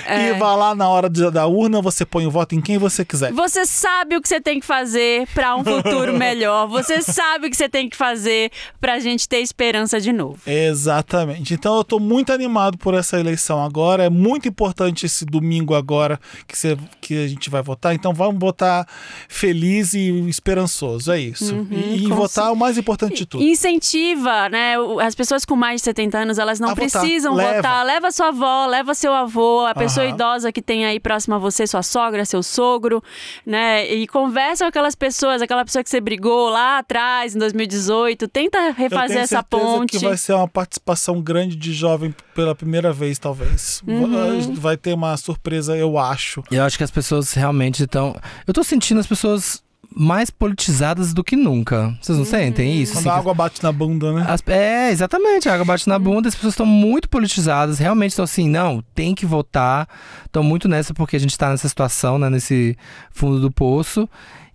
Speaker 1: e vai lá na hora de- da urna, você põe o voto em quem você quiser.
Speaker 2: Você sabe o que você tem que fazer para um futuro melhor. Você sabe o que você tem que fazer para a gente ter esperança de novo.
Speaker 1: Exatamente. Então eu tô muito animado por essa eleição agora. É muito importante esse domingo agora que, você, que a gente vai votar. Então vamos votar feliz e esperançoso. É isso. e e
Speaker 2: com
Speaker 1: votar é o mais importante de tudo.
Speaker 2: Incentiva, né? o- As pessoas com mais de 70 anos, elas não
Speaker 1: A votar.
Speaker 2: precisam
Speaker 1: Leva.
Speaker 2: votar. Leva sua avó, leva seu avô, a pessoa
Speaker 1: Aham.
Speaker 2: idosa que tem aí próxima a você, sua sogra, seu sogro, né? E conversa com aquelas pessoas, aquela pessoa que você brigou lá atrás, em 2018. Tenta
Speaker 1: Eu
Speaker 2: refazer
Speaker 1: tenho
Speaker 2: essa
Speaker 1: certeza
Speaker 2: ponte.
Speaker 1: que vai ser uma participação grande de jovem pela primeira vez, talvez.
Speaker 2: Uhum.
Speaker 1: Vai- Vai ter uma surpresa, eu acho.
Speaker 4: Eu acho que as pessoas realmente estão. Eu tô sentindo as pessoas mais politizadas do que nunca. Vocês
Speaker 2: Uhum.
Speaker 4: não sentem isso?
Speaker 1: Quando
Speaker 4: Assim,
Speaker 1: a
Speaker 4: que-
Speaker 1: água bate na bunda, né?
Speaker 4: As- é, exatamente. A água bate na bunda, as pessoas estão muito politizadas, realmente estão assim, não, tem que votar. Estão muito nessa porque a gente está nessa situação, né, nesse fundo do poço.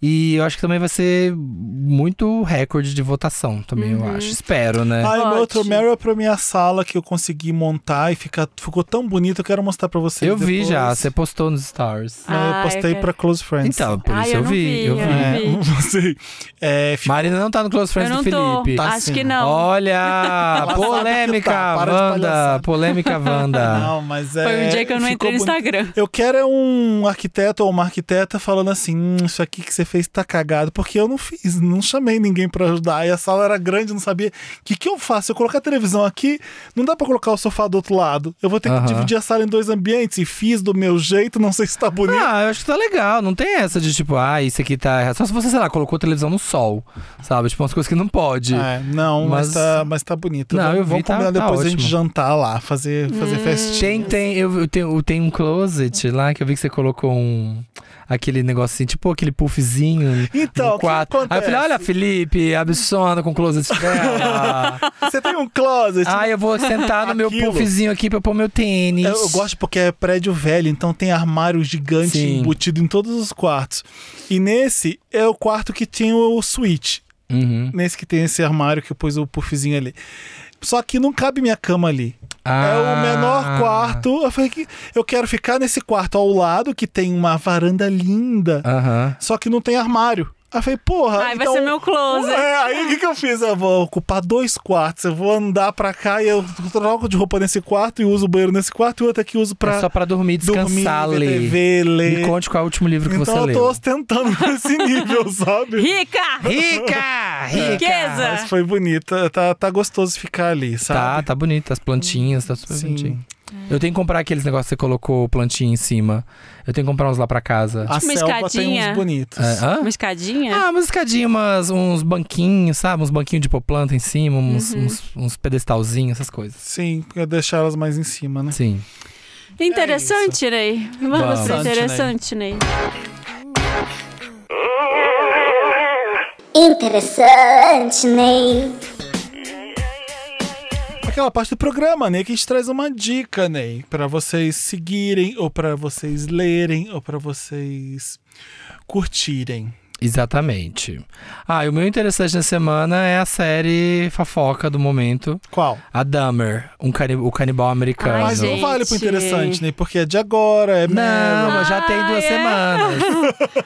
Speaker 4: E eu acho que também vai ser muito recorde de votação, também,
Speaker 1: Uhum.
Speaker 4: eu acho. Espero, né?
Speaker 1: Ah, e meu
Speaker 2: Pode.
Speaker 1: outro Meryl é pra minha sala que eu consegui montar e fica, ficou tão bonito, eu quero mostrar pra vocês.
Speaker 4: eu vi
Speaker 1: depois.
Speaker 4: já, você postou nos stars.
Speaker 1: Não,
Speaker 2: Ah,
Speaker 1: eu
Speaker 2: eu
Speaker 1: postei
Speaker 2: quero.
Speaker 1: pra Close Friends.
Speaker 4: Então, por
Speaker 2: Ah,
Speaker 4: isso
Speaker 2: eu
Speaker 4: eu,
Speaker 2: não
Speaker 4: vi,
Speaker 2: vi,
Speaker 4: eu
Speaker 2: eu
Speaker 4: vi.
Speaker 2: não
Speaker 1: é,
Speaker 2: vi.
Speaker 1: você- é, fi-
Speaker 4: Marina não tá no Close
Speaker 2: Eu
Speaker 4: Friends
Speaker 2: não
Speaker 4: do
Speaker 2: tô.
Speaker 4: Felipe.
Speaker 1: Tá
Speaker 2: Acho
Speaker 1: sim.
Speaker 2: que não.
Speaker 4: Olha,
Speaker 1: Ela sabe que
Speaker 4: polêmica,
Speaker 1: tá, para de
Speaker 4: Wanda.
Speaker 1: palhaçada.
Speaker 4: Polêmica, Wanda.
Speaker 1: Não, mas é.
Speaker 2: Foi um dia que eu não
Speaker 1: ficou
Speaker 2: entrei no
Speaker 1: bonito.
Speaker 2: Instagram.
Speaker 1: Eu quero é um arquiteto ou uma arquiteta falando assim: "Hum, isso aqui que você fez tá cagado, porque eu não fiz, não chamei ninguém pra ajudar. E a sala era grande, não sabia. O que, que eu faço? Eu colocar a televisão aqui, não dá pra colocar o sofá do outro lado. Eu vou ter
Speaker 4: Aham.
Speaker 1: que dividir a sala em dois ambientes. E fiz do meu jeito, não sei se tá bonito.
Speaker 4: Ah, eu acho que tá legal. Não tem essa de tipo, ah, isso aqui tá errado. Só se você, sei lá, colocou a televisão no sol, sabe? Tipo, umas coisas que não pode.
Speaker 1: É, não, mas,
Speaker 4: Mas-
Speaker 1: tá, mas tá bonito.
Speaker 4: Não,
Speaker 1: vamos,
Speaker 4: eu vi,
Speaker 1: vamos
Speaker 4: tá-
Speaker 1: combinar
Speaker 4: tá
Speaker 1: depois a gente
Speaker 4: ótimo.
Speaker 1: jantar lá, fazer, fazer festinha.
Speaker 4: Tem, tem, eu, eu tenho, eu tenho um closet lá que eu vi que você colocou um. Aquele negocinho, tipo aquele puffzinho.
Speaker 1: Então,
Speaker 4: no
Speaker 1: o que
Speaker 4: quarto. Aí eu falei,
Speaker 1: acontece?
Speaker 4: olha, Felipe, abissona com o closet dela.
Speaker 1: Você tem um closet?
Speaker 4: ah, eu vou sentar no meu
Speaker 1: Aquilo.
Speaker 4: puffzinho aqui pra eu pôr meu tênis.
Speaker 1: Eu, eu gosto porque é prédio velho, então tem armário gigante
Speaker 4: Sim.
Speaker 1: embutido em todos os quartos. E nesse é o quarto que tinha o switch.
Speaker 4: Uhum.
Speaker 1: Nesse que tem esse armário que eu pus o puffzinho ali. Só que não cabe minha cama ali. É o menor
Speaker 4: Ah.
Speaker 1: quarto. Eu falei que eu quero ficar nesse quarto ao lado, que tem uma varanda linda.
Speaker 4: Ah. Aham.
Speaker 1: Só que não tem armário. Aí eu falei, porra.
Speaker 2: Ai, vai
Speaker 1: então-
Speaker 2: ser meu closet.
Speaker 1: É, aí o que, que eu fiz? Eu vou ocupar dois quartos. Eu vou andar pra cá e eu troco de roupa nesse quarto e uso o banheiro nesse quarto e outro aqui eu uso pra
Speaker 4: É só pra dormir,
Speaker 1: dormir,
Speaker 4: descansar,
Speaker 1: ver
Speaker 4: ler.
Speaker 1: TV, ler.
Speaker 4: Me conte qual é o último livro que
Speaker 1: então
Speaker 4: você
Speaker 1: eu tô
Speaker 4: leu.
Speaker 1: ostentando nesse nível, sabe?
Speaker 2: Rica!
Speaker 4: Rica! Rica!
Speaker 2: Riqueza!
Speaker 1: Mas foi bonita. Tá, tá gostoso ficar
Speaker 4: Tá,
Speaker 1: ali, sabe?
Speaker 4: tá bonito, as plantinhas, tá super
Speaker 1: Sim.
Speaker 4: bonitinho.
Speaker 2: É.
Speaker 4: Eu tenho que comprar aqueles negócios que você colocou plantinha em cima. Eu tenho que comprar uns lá pra casa.
Speaker 1: A
Speaker 2: Tipo uma
Speaker 1: selva tem
Speaker 2: escadinha.
Speaker 1: uns bonitos.
Speaker 4: É, hã?
Speaker 2: Uma escadinha?
Speaker 4: Ah, umas escadinhas, umas- uns banquinhos, sabe? Uns banquinhos de poplanta em cima, uns,
Speaker 2: Uhum.
Speaker 4: uns, uns pedestalzinhos, essas coisas.
Speaker 1: Sim, porque eu deixar elas mais em cima, né?
Speaker 4: Sim.
Speaker 1: é
Speaker 2: interessante, Ney. Vamos pro
Speaker 1: Vamos.
Speaker 2: interessante, Ney.
Speaker 7: Interessante, Ney.
Speaker 1: Aquela parte do programa, Ney, que a gente traz uma dica, Ney, pra vocês seguirem, ou pra vocês lerem, ou pra vocês curtirem.
Speaker 4: Exatamente. Ah, e o meu interessante na semana é a série fofoca do momento.
Speaker 1: Qual?
Speaker 4: A Dahmer, um cani o canibal americano.
Speaker 1: Mas não
Speaker 2: gente.
Speaker 1: vale pro interessante, né? Porque é de agora, é
Speaker 4: Não,
Speaker 1: Meryl.
Speaker 4: já tem duas
Speaker 2: Ah, é.
Speaker 4: semanas.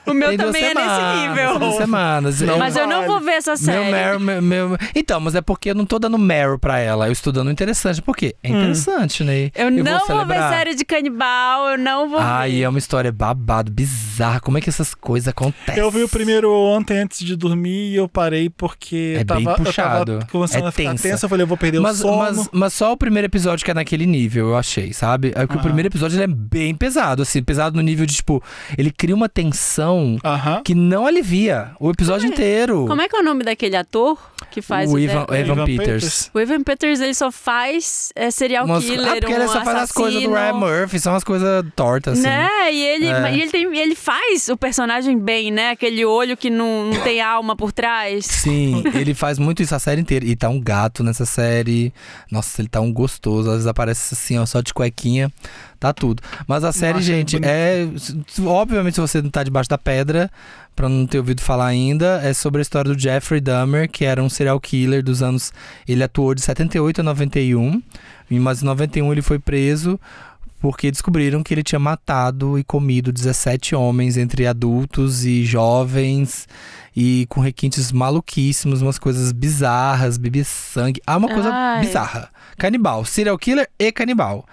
Speaker 2: O meu
Speaker 4: Tem duas
Speaker 2: também é nesse
Speaker 4: semanas,
Speaker 2: nível.
Speaker 4: tem Duas semanas.
Speaker 2: Mas é eu não
Speaker 1: vale.
Speaker 2: vou ver essa
Speaker 4: Então Meu
Speaker 2: série.
Speaker 4: Meryl, meu, meu- Então, mas é porque eu não tô dando Meryl pra ela. Eu estou dando interessante. Por quê? É interessante, né?
Speaker 2: Hum. Eu não vou, ver
Speaker 4: celebrar.
Speaker 2: série de canibal, eu não vou
Speaker 4: Ai,
Speaker 2: ver.
Speaker 4: é uma história babado, bizarra. Como é que essas coisas acontecem?
Speaker 1: Eu vi o primeiro ontem antes de dormir e eu parei porque
Speaker 4: É
Speaker 1: eu tava,
Speaker 4: bem puxado.
Speaker 1: eu tava começando
Speaker 4: É
Speaker 1: a ficar
Speaker 4: tensa.
Speaker 1: tensa. Eu falei, eu vou perder
Speaker 4: Mas,
Speaker 1: o sono.
Speaker 4: mas, mas só o primeiro episódio que é naquele nível, eu achei, sabe? É que o primeiro episódio ele é bem pesado, assim, pesado no nível de, tipo, ele cria uma tensão
Speaker 1: Aham.
Speaker 4: que não alivia o episódio inteiro.
Speaker 2: Como é que é o nome daquele ator que faz
Speaker 4: o
Speaker 2: o
Speaker 4: Evan,
Speaker 2: Dahmer?
Speaker 4: Evan
Speaker 1: Evan
Speaker 4: Peters.
Speaker 1: Peters.
Speaker 2: O Evan Peters, ele só faz é, serial
Speaker 4: Umas-
Speaker 2: killer,
Speaker 4: ah, porque ele
Speaker 2: um
Speaker 4: só faz as coisas do
Speaker 2: assassino,
Speaker 4: Ryan Murphy, são as coisas tortas, assim.
Speaker 2: Né? E ele,
Speaker 4: É.
Speaker 2: e ele, tem, ele faz o personagem bem, né? Aquele olho que não, não tem alma por trás.
Speaker 4: Sim, ele faz muito isso a série inteira. E tá um gato nessa série. Nossa, ele tá um gostoso. Às vezes aparece assim, ó, só de cuequinha. Tá tudo. Mas a série, gente, é. Obviamente, se você não tá debaixo da pedra, pra não ter ouvido falar ainda, é sobre a história do Jeffrey Dahmer, que era um serial killer dos anos. Ele atuou de 78 a 91. em- Mas em 91 ele foi preso. Porque descobriram que ele tinha matado e comido 17 homens, entre adultos e jovens e com requintes maluquíssimos, umas coisas bizarras, bebia sangue. Ah, uma coisa
Speaker 2: Ai.
Speaker 4: bizarra. Canibal, serial killer e canibal.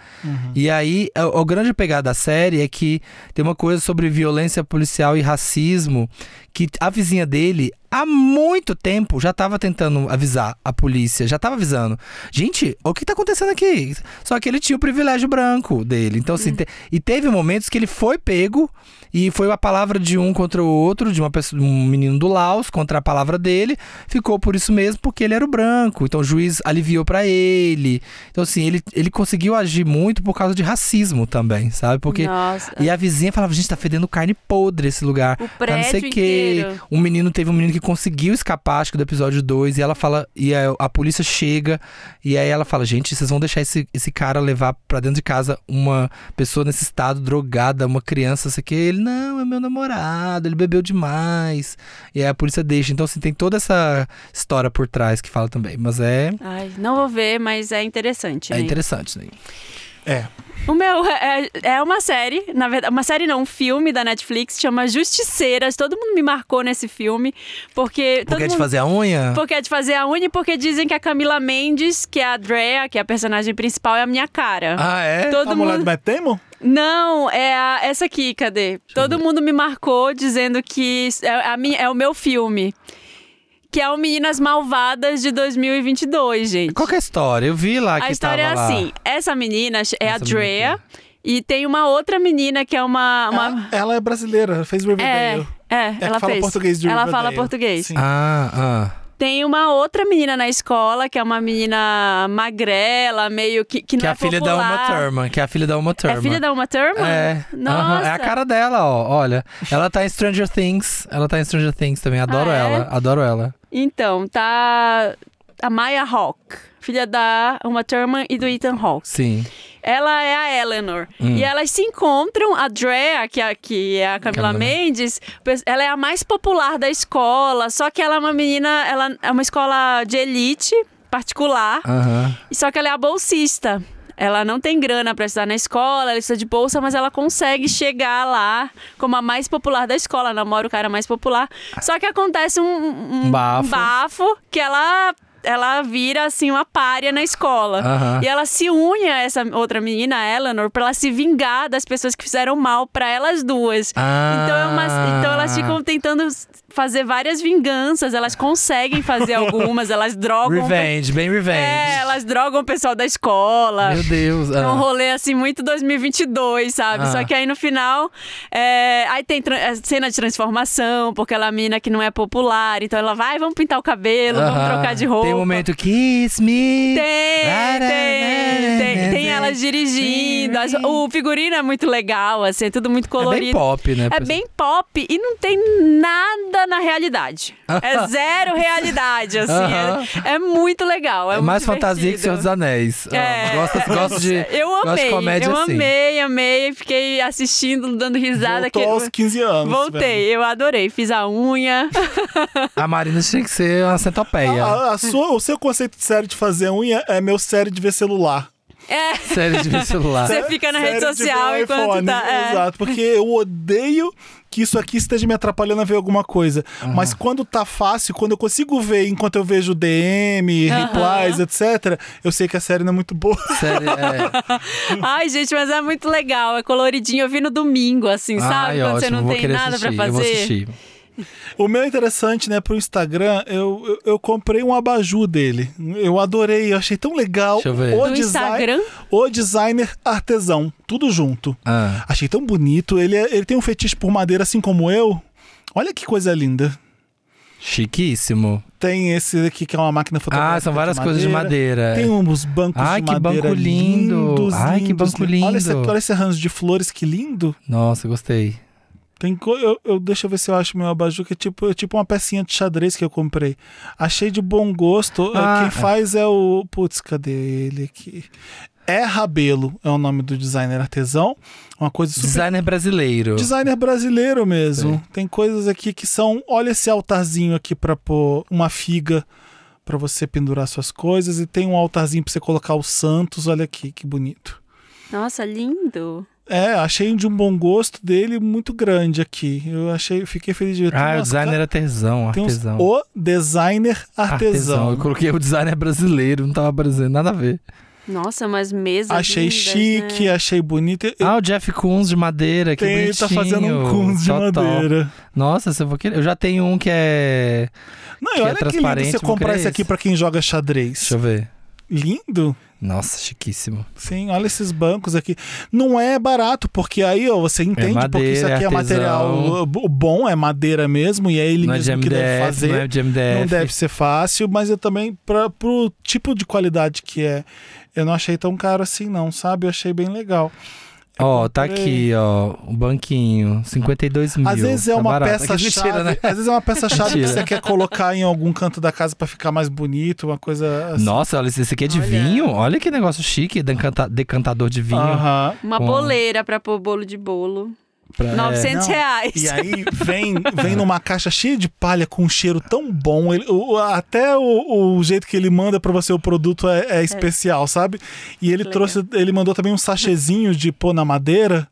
Speaker 4: E aí, o, o grande pegada da série é que tem uma coisa sobre violência policial e racismo que a vizinha dele há muito tempo já tava tentando avisar a polícia, já tava avisando. Gente, o que tá acontecendo aqui? Só que ele tinha o privilégio branco dele. Então, assim, te- e teve momentos que ele foi pego e foi a palavra de um contra o outro, de uma pessoa, um menino do Laos contra a palavra dele. Ficou por isso mesmo, porque ele era o branco. Então o juiz aliviou pra ele. Então, assim, ele, ele conseguiu agir muito por causa de racismo também, sabe? Porque.
Speaker 2: Nossa.
Speaker 4: E a vizinha falava, gente, tá fedendo carne podre esse lugar.
Speaker 2: O
Speaker 4: tá não sei
Speaker 2: prédio
Speaker 4: o quê.
Speaker 2: inteiro.
Speaker 4: Um menino, teve um menino que conseguiu escapar, acho que do episódio 2, e ela fala, e a, a polícia chega, e aí ela fala, gente, vocês vão deixar esse, esse cara levar pra dentro de casa uma pessoa nesse estado, drogada, uma criança, sei o quê. Ele, não, é meu namorado, ele bebeu demais. E aí a polícia deixa. Então, assim, tem toda essa história por trás que fala também. Mas é,
Speaker 2: Ai, não vou ver, mas é interessante.
Speaker 4: é
Speaker 2: né?
Speaker 4: interessante, né?
Speaker 1: É.
Speaker 2: O meu é, é uma série, na verdade, uma série não, um filme da Netflix, chama Justiceiras. Todo mundo me marcou nesse filme, porque. todo
Speaker 4: Porque é de
Speaker 2: mundo-
Speaker 4: fazer a unha?
Speaker 2: Porque é de fazer a Uni, porque dizem que a Camila Mendes, que é a Drea, que é a personagem principal, é a minha cara.
Speaker 4: Ah, é?
Speaker 2: Todo
Speaker 1: a mulher do Matt Damon?
Speaker 2: Não, é a- essa aqui, cadê? Todo mundo me marcou dizendo que isso é, a minha, é o meu filme. Que é o Meninas Malvadas de 2022, gente.
Speaker 4: Qual que é a história? Eu vi lá que
Speaker 2: a história é
Speaker 4: tava lá.
Speaker 2: assim: essa menina é a
Speaker 4: Essa
Speaker 2: Drea,
Speaker 4: menina
Speaker 2: e tem uma outra menina que é uma. uma-
Speaker 1: Ela, ela é brasileira, fez
Speaker 2: é,
Speaker 1: Riverdale.
Speaker 2: é,
Speaker 1: que
Speaker 2: ela
Speaker 1: fala
Speaker 2: fez.
Speaker 1: português de
Speaker 2: ela fala
Speaker 1: Riverdale.
Speaker 2: português.
Speaker 1: Sim.
Speaker 4: Ah, ah.
Speaker 2: Tem uma outra menina na escola, que é uma menina magrela, meio que, que não
Speaker 4: Que é
Speaker 2: é
Speaker 4: a filha da
Speaker 2: popular.
Speaker 4: Uma Thurman. Que é a filha da Uma Thurman.
Speaker 2: É filha da Uma Thurman?
Speaker 4: É.
Speaker 2: Nossa.
Speaker 4: Aham, É a cara dela, ó. Olha. Ela tá em Stranger Things. Ela tá em Stranger Things também. Adoro
Speaker 2: Ah, é?
Speaker 4: ela. Adoro ela.
Speaker 2: Então, tá a Maya Hawke, filha da Uma Thurman e do Ethan Hawke.
Speaker 4: Sim.
Speaker 2: Ela é a Eleanor. E elas se encontram, a Drea, que é, que é a Camila
Speaker 4: Camila.
Speaker 2: Mendes, pe- ela é a mais popular da escola, só que ela é uma menina, ela é uma escola de elite particular.
Speaker 4: Ah. Aham.
Speaker 2: E Só que ela é a bolsista. Ela não tem grana pra estudar na escola, ela precisa de bolsa, mas ela consegue chegar lá como a mais popular da escola, namora o cara mais popular. Só que acontece um, um-
Speaker 4: Um bafo.
Speaker 2: um bafo que ela ela vira assim uma pária na escola.
Speaker 4: Aham.
Speaker 2: E ela se une a essa outra menina, a Eleanor, pra ela se vingar das pessoas que fizeram mal pra elas duas.
Speaker 4: Ah.
Speaker 2: Então, é uma- então elas ficam tentando fazer várias vinganças, elas conseguem fazer algumas, elas drogam
Speaker 4: Revenge. Bem revenge.
Speaker 2: é, elas drogam o pessoal da escola.
Speaker 4: Meu Deus.
Speaker 2: É um
Speaker 4: ah.
Speaker 2: rolê assim, muito 2022, sabe?
Speaker 4: Ah.
Speaker 2: Só que aí no final. é, Aí tem tra- é, cena de transformação, porque ela é uma mina que não é popular, então ela vai, vamos pintar o cabelo, vamos
Speaker 4: Aham.
Speaker 2: trocar de roupa.
Speaker 4: Tem o momento Kiss Me.
Speaker 2: Tem,
Speaker 4: Lá, lá,
Speaker 2: tem,
Speaker 4: lá,
Speaker 2: tem,
Speaker 4: lá,
Speaker 2: tem
Speaker 4: lá.
Speaker 2: elas dirigindo. as- o figurino é muito legal, assim, é tudo muito
Speaker 4: É
Speaker 2: colorido.
Speaker 4: bem pop, né?
Speaker 2: É
Speaker 4: pessoal?
Speaker 2: bem pop e não tem nada na realidade. É zero realidade, assim.
Speaker 4: Aham.
Speaker 2: É, é muito legal. É,
Speaker 4: É mais
Speaker 2: muito
Speaker 4: fantasia que
Speaker 2: divertido.
Speaker 4: Senhor dos Anéis. Ah,
Speaker 2: É.
Speaker 4: Gosto, gosto de.
Speaker 2: Eu
Speaker 4: gosto de
Speaker 2: amei,
Speaker 4: comédia
Speaker 2: eu
Speaker 4: assim.
Speaker 2: amei, amei. Fiquei assistindo, dando risada.
Speaker 1: Voltou
Speaker 2: que-
Speaker 1: aos 15 anos.
Speaker 2: Voltei, eu adorei. Fiz a unha.
Speaker 4: A Marina tinha que ser uma centopeia.
Speaker 1: A, a sua, o seu conceito de série de fazer unha é meu série de ver celular.
Speaker 2: É,
Speaker 4: Série de ver celular.
Speaker 2: Você fica na rede
Speaker 1: Série de ver um
Speaker 2: social enquanto
Speaker 1: iPhone,
Speaker 2: tá- é.
Speaker 1: Exato, porque eu odeio que isso aqui esteja me atrapalhando a ver alguma coisa. Mas quando tá fácil, quando eu consigo ver enquanto eu vejo DM, replies, etc., eu sei que a série não é muito boa.
Speaker 4: Série, é.
Speaker 2: Ai, gente, mas é muito legal. É coloridinho. Eu vi no domingo, assim,
Speaker 4: Ai,
Speaker 2: sabe? Quando
Speaker 4: ótimo.
Speaker 2: você não
Speaker 4: vou
Speaker 2: tem
Speaker 4: querer
Speaker 2: nada
Speaker 4: assistir.
Speaker 2: pra
Speaker 4: Eu vou
Speaker 2: fazer.
Speaker 4: assistir.
Speaker 1: O meu é interessante, né? Pro Instagram, eu, eu, eu comprei um abajur dele. Eu adorei, eu achei tão legal.
Speaker 4: Deixa eu ver.
Speaker 1: O
Speaker 2: Do
Speaker 1: design-
Speaker 2: Instagram?
Speaker 1: O designer artesão, tudo junto.
Speaker 4: Ah.
Speaker 1: Achei tão bonito. Ele, é- ele tem um fetiche por madeira, assim como eu. Olha que coisa linda.
Speaker 4: Chiquíssimo.
Speaker 1: Tem esse aqui que é uma máquina fotográfica.
Speaker 4: Ah, são várias coisas de madeira.
Speaker 1: Tem uns bancos
Speaker 4: Ai,
Speaker 1: de
Speaker 4: que
Speaker 1: madeira
Speaker 4: banco lindo.
Speaker 1: lindos,
Speaker 4: Ai, que
Speaker 1: lindos,
Speaker 4: banco
Speaker 1: lindos. Olha esse,
Speaker 4: lindo.
Speaker 1: olha esse arranjo de flores, que lindo.
Speaker 4: Nossa, gostei.
Speaker 1: Tem co- eu, eu- deixa eu ver se eu acho meu abajur, que é tipo, é tipo uma pecinha de xadrez que eu comprei. Achei de bom gosto.
Speaker 4: Ah.
Speaker 1: Quem faz é o. Putz, cadê ele aqui? É Rabelo, é o nome do designer artesão. Uma coisa super.
Speaker 4: Designer brasileiro.
Speaker 1: Designer brasileiro mesmo. Tem coisas aqui que são. Olha esse altarzinho aqui pra pôr uma figa pra você pendurar suas coisas. E tem um altarzinho pra você colocar os santos. Olha aqui, que bonito.
Speaker 2: Nossa, lindo.
Speaker 1: É, achei de um bom gosto dele muito grande aqui. Eu achei, fiquei feliz de ver. Tem
Speaker 4: Ah, o
Speaker 1: umas
Speaker 4: designer artesão,
Speaker 1: tem uns-
Speaker 4: artesão.
Speaker 1: o designer artesão.
Speaker 4: Eu coloquei o designer brasileiro, não tava brasileiro, nada a ver.
Speaker 2: Nossa, mas mesas
Speaker 1: Achei
Speaker 2: lindas,
Speaker 1: chique,
Speaker 2: né?
Speaker 1: achei bonito. Eu
Speaker 4: Ah, o Jeff Koons de madeira, que
Speaker 1: tenho,
Speaker 4: bonitinho.
Speaker 1: tá fazendo um cunz de
Speaker 4: Totó.
Speaker 1: madeira.
Speaker 4: Nossa, se eu vou querer. Eu já tenho um que é.
Speaker 1: Não, e
Speaker 4: Que é
Speaker 1: olha que lindo
Speaker 4: transparente,
Speaker 1: você
Speaker 4: eu vou
Speaker 1: comprar
Speaker 4: querer
Speaker 1: esse aqui
Speaker 4: esse.
Speaker 1: pra quem joga xadrez.
Speaker 4: Deixa eu ver.
Speaker 1: Lindo?
Speaker 4: Nossa, chiquíssimo.
Speaker 1: Sim, olha esses bancos aqui. Não é barato, porque aí ó, você entende porque isso
Speaker 4: madeira,
Speaker 1: aqui é
Speaker 4: é
Speaker 1: material
Speaker 4: artesão.
Speaker 1: uh, bom, é madeira mesmo, e é ele
Speaker 4: não é de
Speaker 1: mesmo
Speaker 4: MDF,
Speaker 1: que deve fazer.
Speaker 4: não é de MDF.
Speaker 1: Não deve ser fácil, mas eu também, pra, pro tipo de qualidade que é, eu não achei tão caro assim, não, sabe? Eu achei bem legal.
Speaker 4: Ó, tá
Speaker 1: É comprei.
Speaker 4: aqui, ó, um banquinho, 52 mil.
Speaker 1: Às vezes é
Speaker 4: Tá
Speaker 1: uma
Speaker 4: barato.
Speaker 1: peça
Speaker 4: Aqui,
Speaker 1: chave.
Speaker 4: mentira, né?
Speaker 1: Às vezes é uma peça chave que
Speaker 4: Mentira.
Speaker 1: você quer colocar em algum canto da casa pra ficar mais bonito, uma coisa assim.
Speaker 4: Nossa, olha, esse aqui é de
Speaker 2: Olha.
Speaker 4: vinho. Olha que negócio chique, decanta- decantador de vinho.
Speaker 1: Aham.
Speaker 2: Uma
Speaker 4: Com-
Speaker 2: boleira pra pôr bolo de bolo.
Speaker 4: Pra- é.
Speaker 2: 900
Speaker 1: não.
Speaker 2: reais.
Speaker 1: E aí vem, vem numa caixa cheia de palha com um cheiro tão bom. Ele- o- o- até o, o jeito que ele manda pra você o produto é, é especial, sabe? E ele
Speaker 2: Legal.
Speaker 1: trouxe, ele mandou também um sachêzinho de pôr na madeira.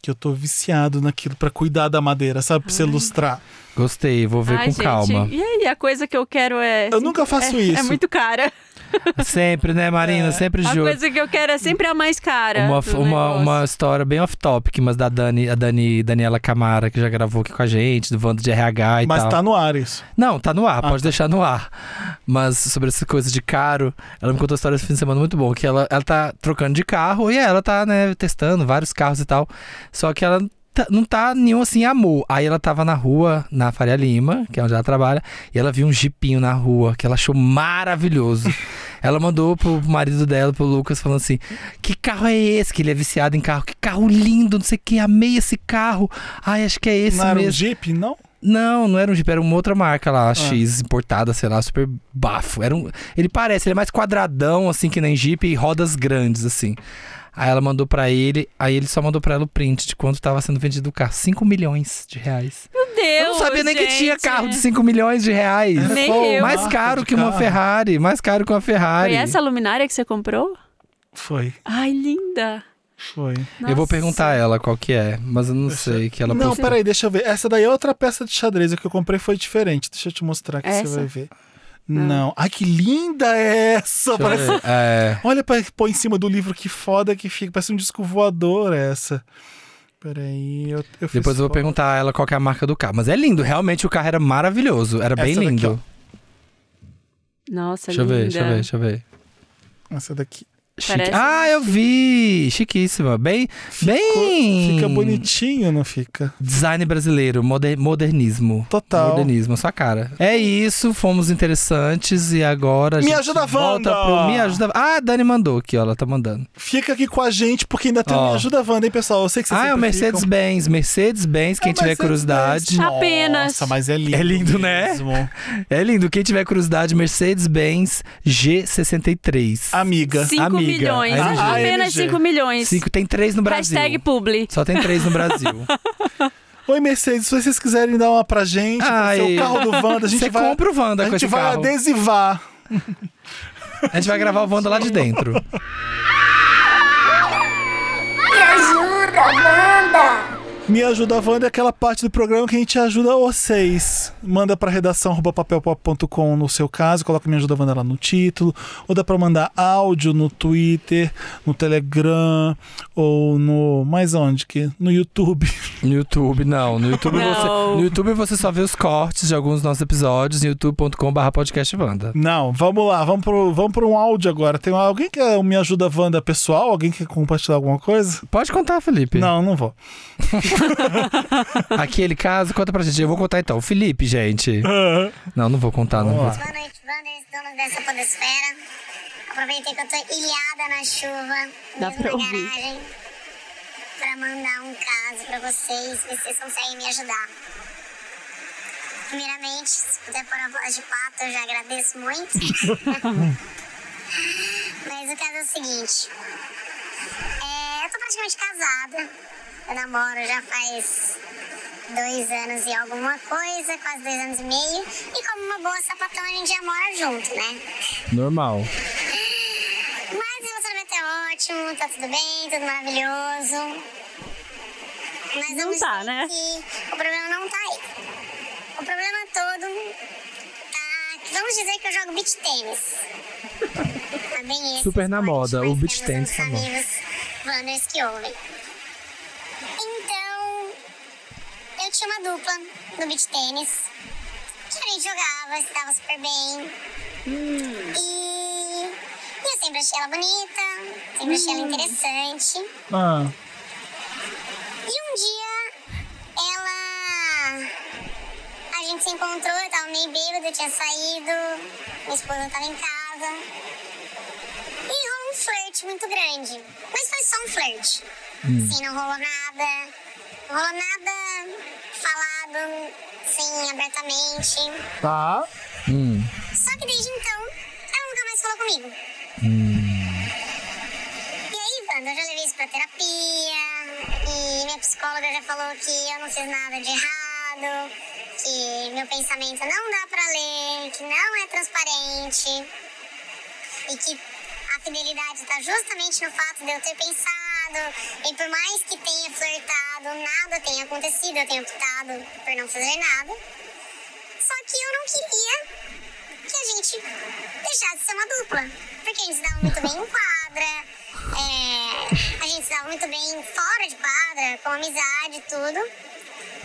Speaker 1: Que eu tô viciado naquilo pra cuidar da madeira, sabe? Pra você lustrar.
Speaker 4: Gostei, vou ver
Speaker 2: Ai,
Speaker 4: com
Speaker 2: gente,
Speaker 4: calma.
Speaker 2: E aí, a coisa que eu quero é.
Speaker 1: Eu nunca faço
Speaker 2: é,
Speaker 1: isso.
Speaker 2: É muito cara.
Speaker 4: Sempre, né,
Speaker 1: É.
Speaker 4: Marina? Sempre
Speaker 2: A
Speaker 4: juro.
Speaker 2: coisa que eu quero é sempre a mais cara.
Speaker 4: Uma,
Speaker 2: do
Speaker 4: uma,
Speaker 2: negócio.
Speaker 4: uma história bem off-topic, mas da Dani, a Dani, Daniela Camara, que já gravou aqui com a gente, do Vando de RH e
Speaker 1: Mas
Speaker 4: tal.
Speaker 1: tá no ar isso.
Speaker 4: Não, tá no ar,
Speaker 1: Ah,
Speaker 4: pode deixar no ar. Mas sobre essa coisa de caro, ela me contou uma história esse fim de semana muito bom, que ela, ela tá trocando de carro e ela tá, né, testando vários carros e tal. Só que ela tá- não tá nenhum assim amor. Aí ela tava na rua, na Faria Lima, que é onde ela trabalha, e ela viu um jipinho na rua que ela achou maravilhoso. Ela mandou pro marido dela, pro Lucas, falando assim: Que carro é esse? Que ele é viciado em carro. Que carro lindo, não sei o que, amei esse carro. Ai, acho que é esse
Speaker 1: não era
Speaker 4: mesmo.
Speaker 1: um Jeep, não?
Speaker 4: Não, não era um Jeep, era uma outra marca lá,
Speaker 1: Ah.
Speaker 4: X importada, sei lá, super bafo. Era um, ele parece, ele é mais quadradão, assim, que nem Jeep e rodas grandes, assim. Aí ela mandou pra ele, aí ele só mandou pra ela o print de quanto tava sendo vendido o carro. 5 milhões de reais.
Speaker 2: Meu Deus,
Speaker 4: Eu não sabia nem que tinha
Speaker 2: gente.
Speaker 4: carro de 5 milhões de reais.
Speaker 2: Nem
Speaker 1: Qual
Speaker 2: eu.
Speaker 4: Mais
Speaker 1: marca
Speaker 4: caro
Speaker 1: de
Speaker 4: que uma
Speaker 1: carro?
Speaker 4: Ferrari, mais caro que uma Ferrari.
Speaker 2: Foi essa luminária que você comprou?
Speaker 1: Foi,
Speaker 2: Ai, linda.
Speaker 1: foi.
Speaker 4: Eu vou
Speaker 2: Nossa.
Speaker 4: perguntar a ela qual que é, mas eu não sei que ela
Speaker 1: não,
Speaker 4: postou.
Speaker 1: peraí, deixa eu ver. Essa daí é outra peça de xadrez. A que eu comprei foi diferente. Deixa eu te mostrar que você
Speaker 2: Essa?
Speaker 1: vai ver. Não. Ai, que linda é essa!
Speaker 4: Deixa eu
Speaker 1: Parece...
Speaker 4: ver. É,
Speaker 1: Olha, pra- põe em cima do livro, que foda que fica. Parece um disco voador essa. Peraí, eu, eu fiz
Speaker 4: depois eu vou
Speaker 1: foto.
Speaker 4: perguntar a ela qual que é a marca do carro. Mas é lindo, realmente o carro era maravilhoso, era bem
Speaker 1: Essa daqui,
Speaker 4: lindo.
Speaker 1: ó. Tá
Speaker 2: Nossa,
Speaker 4: Deixa eu
Speaker 2: linda.
Speaker 4: ver, deixa eu ver, deixa eu ver.
Speaker 1: Essa daqui.
Speaker 4: Chique.
Speaker 2: Parece-
Speaker 4: Ah, eu vi! Chiquíssima. Bem. bem.
Speaker 1: Fica bonitinho, não fica?
Speaker 4: Design brasileiro, moder- modernismo.
Speaker 1: Total.
Speaker 4: Modernismo, sua cara. É isso, fomos interessantes e agora a
Speaker 1: Me
Speaker 4: gente
Speaker 1: ajuda,
Speaker 4: volta
Speaker 1: Wanda!
Speaker 4: pro Me Ajuda Ah, a Dani mandou aqui, ó, ela tá mandando.
Speaker 1: Fica aqui com a gente, porque ainda tem
Speaker 4: Ó.
Speaker 1: Me Ajuda Wanda, hein, pessoal? Eu sei que vocês
Speaker 4: ah, é o
Speaker 1: sempre ficam.
Speaker 4: Mercedes-Benz, Mercedes-Benz, quem
Speaker 1: É o
Speaker 4: tiver
Speaker 1: Mercedes-Benz.
Speaker 4: curiosidade.
Speaker 2: Apenas.
Speaker 1: Nossa, mas é lindo.
Speaker 4: É lindo, né?
Speaker 1: mesmo.
Speaker 4: É lindo, quem tiver curiosidade, Mercedes-Benz G63.
Speaker 1: Amiga.
Speaker 4: Amiga,
Speaker 2: 5 milhões. Ah,
Speaker 4: AMG.
Speaker 2: Apenas
Speaker 1: AMG.
Speaker 2: 5 milhões.
Speaker 4: Cinco, tem três no Brasil.
Speaker 2: Hashtag publi.
Speaker 4: Só tem três no Brasil.
Speaker 1: Oi, Mercedes, se vocês quiserem dar uma pra gente, pra ser
Speaker 4: Ai.
Speaker 1: o carro do Wanda, a gente
Speaker 4: Você
Speaker 1: vai.
Speaker 4: compra o Wanda
Speaker 1: a
Speaker 4: com esse
Speaker 1: gente vai
Speaker 4: carro.
Speaker 1: adesivar.
Speaker 4: A gente vai gravar o Wanda lá de dentro.
Speaker 7: Me ajuda, Wanda!
Speaker 1: Me ajuda Wanda é aquela parte do programa que a gente ajuda vocês. Manda pra redação arroba papelpop.com no seu caso, coloca Me ajuda Wanda lá no título, ou dá pra mandar áudio no Twitter, no Telegram ou no mais onde que no YouTube.
Speaker 4: No YouTube, não. No YouTube,
Speaker 2: Não.
Speaker 4: Você, no YouTube você só vê os cortes de alguns dos nossos episódios, youtube.com.br podcastvanda.
Speaker 1: Não, vamos lá, vamos pro, vamos pro um áudio agora. Tem alguém que é o Me ajuda Wanda pessoal? Alguém quer compartilhar alguma coisa?
Speaker 4: Pode contar, Felipe.
Speaker 1: Não, não vou.
Speaker 4: Aquele caso, conta pra gente. Eu vou contar então. Felipe, gente. Não, não vou contar, não.
Speaker 1: Vamos lá.
Speaker 7: Boa noite, Wanders, donos dessa podosfera. Aproveitei que eu tô ilhada na chuva,
Speaker 2: Dá
Speaker 7: mesmo
Speaker 2: pra
Speaker 7: na
Speaker 2: ouvir.
Speaker 7: garagem, pra mandar um caso pra vocês, ver se vocês conseguem me ajudar. Primeiramente, se puder pôr uma voz de pato, eu já agradeço muito. Mas o caso é o seguinte. É, eu tô praticamente casada. Eu namoro já faz dois anos e alguma coisa, quase dois anos e meio. E como uma boa sapatão, a gente já mora junto, né?
Speaker 4: Normal.
Speaker 7: Mas o relacionamento é ótimo, tá tudo bem, tudo maravilhoso. Mas
Speaker 2: Não
Speaker 7: vamos
Speaker 2: tá,
Speaker 7: dizer
Speaker 2: né?
Speaker 7: que o problema não tá aí. O problema todo tá. Vamos dizer que eu jogo beach tênis. Tá bem esse
Speaker 4: Super na
Speaker 7: esporte,
Speaker 4: moda, o
Speaker 7: mas
Speaker 4: beach tá
Speaker 7: temos uns
Speaker 4: tênis na moda.
Speaker 7: amigos runners que ouvem. Então, eu tinha uma dupla no beach tênis. Que a gente jogava, se dava super bem. E eu sempre achei ela bonita, sempre achei ela interessante.
Speaker 1: Ah,
Speaker 7: E um dia ela. A gente se encontrou, eu tava meio bêbada, eu tinha saído, minha esposa tava em casa. E rolou um flerte muito grande. Mas foi só um flerte. Assim, não rolou nada. Não rolou nada falado, assim, abertamente.
Speaker 1: tá.
Speaker 7: Só que desde então, ela nunca mais falou comigo. E aí, Wanda, eu já levei isso pra terapia. E minha psicóloga já falou que eu não fiz nada de errado. Que meu pensamento não dá pra ler. Que não é transparente. E que a fidelidade tá justamente no fato de eu ter pensado. E por mais que tenha flertado, nada tenha acontecido. Eu tenho optado por não fazer nada. Só que eu não queria que a gente deixasse de ser uma dupla. Porque a gente se dava muito bem em quadra, é, a gente se dava muito bem fora de quadra, com amizade e tudo.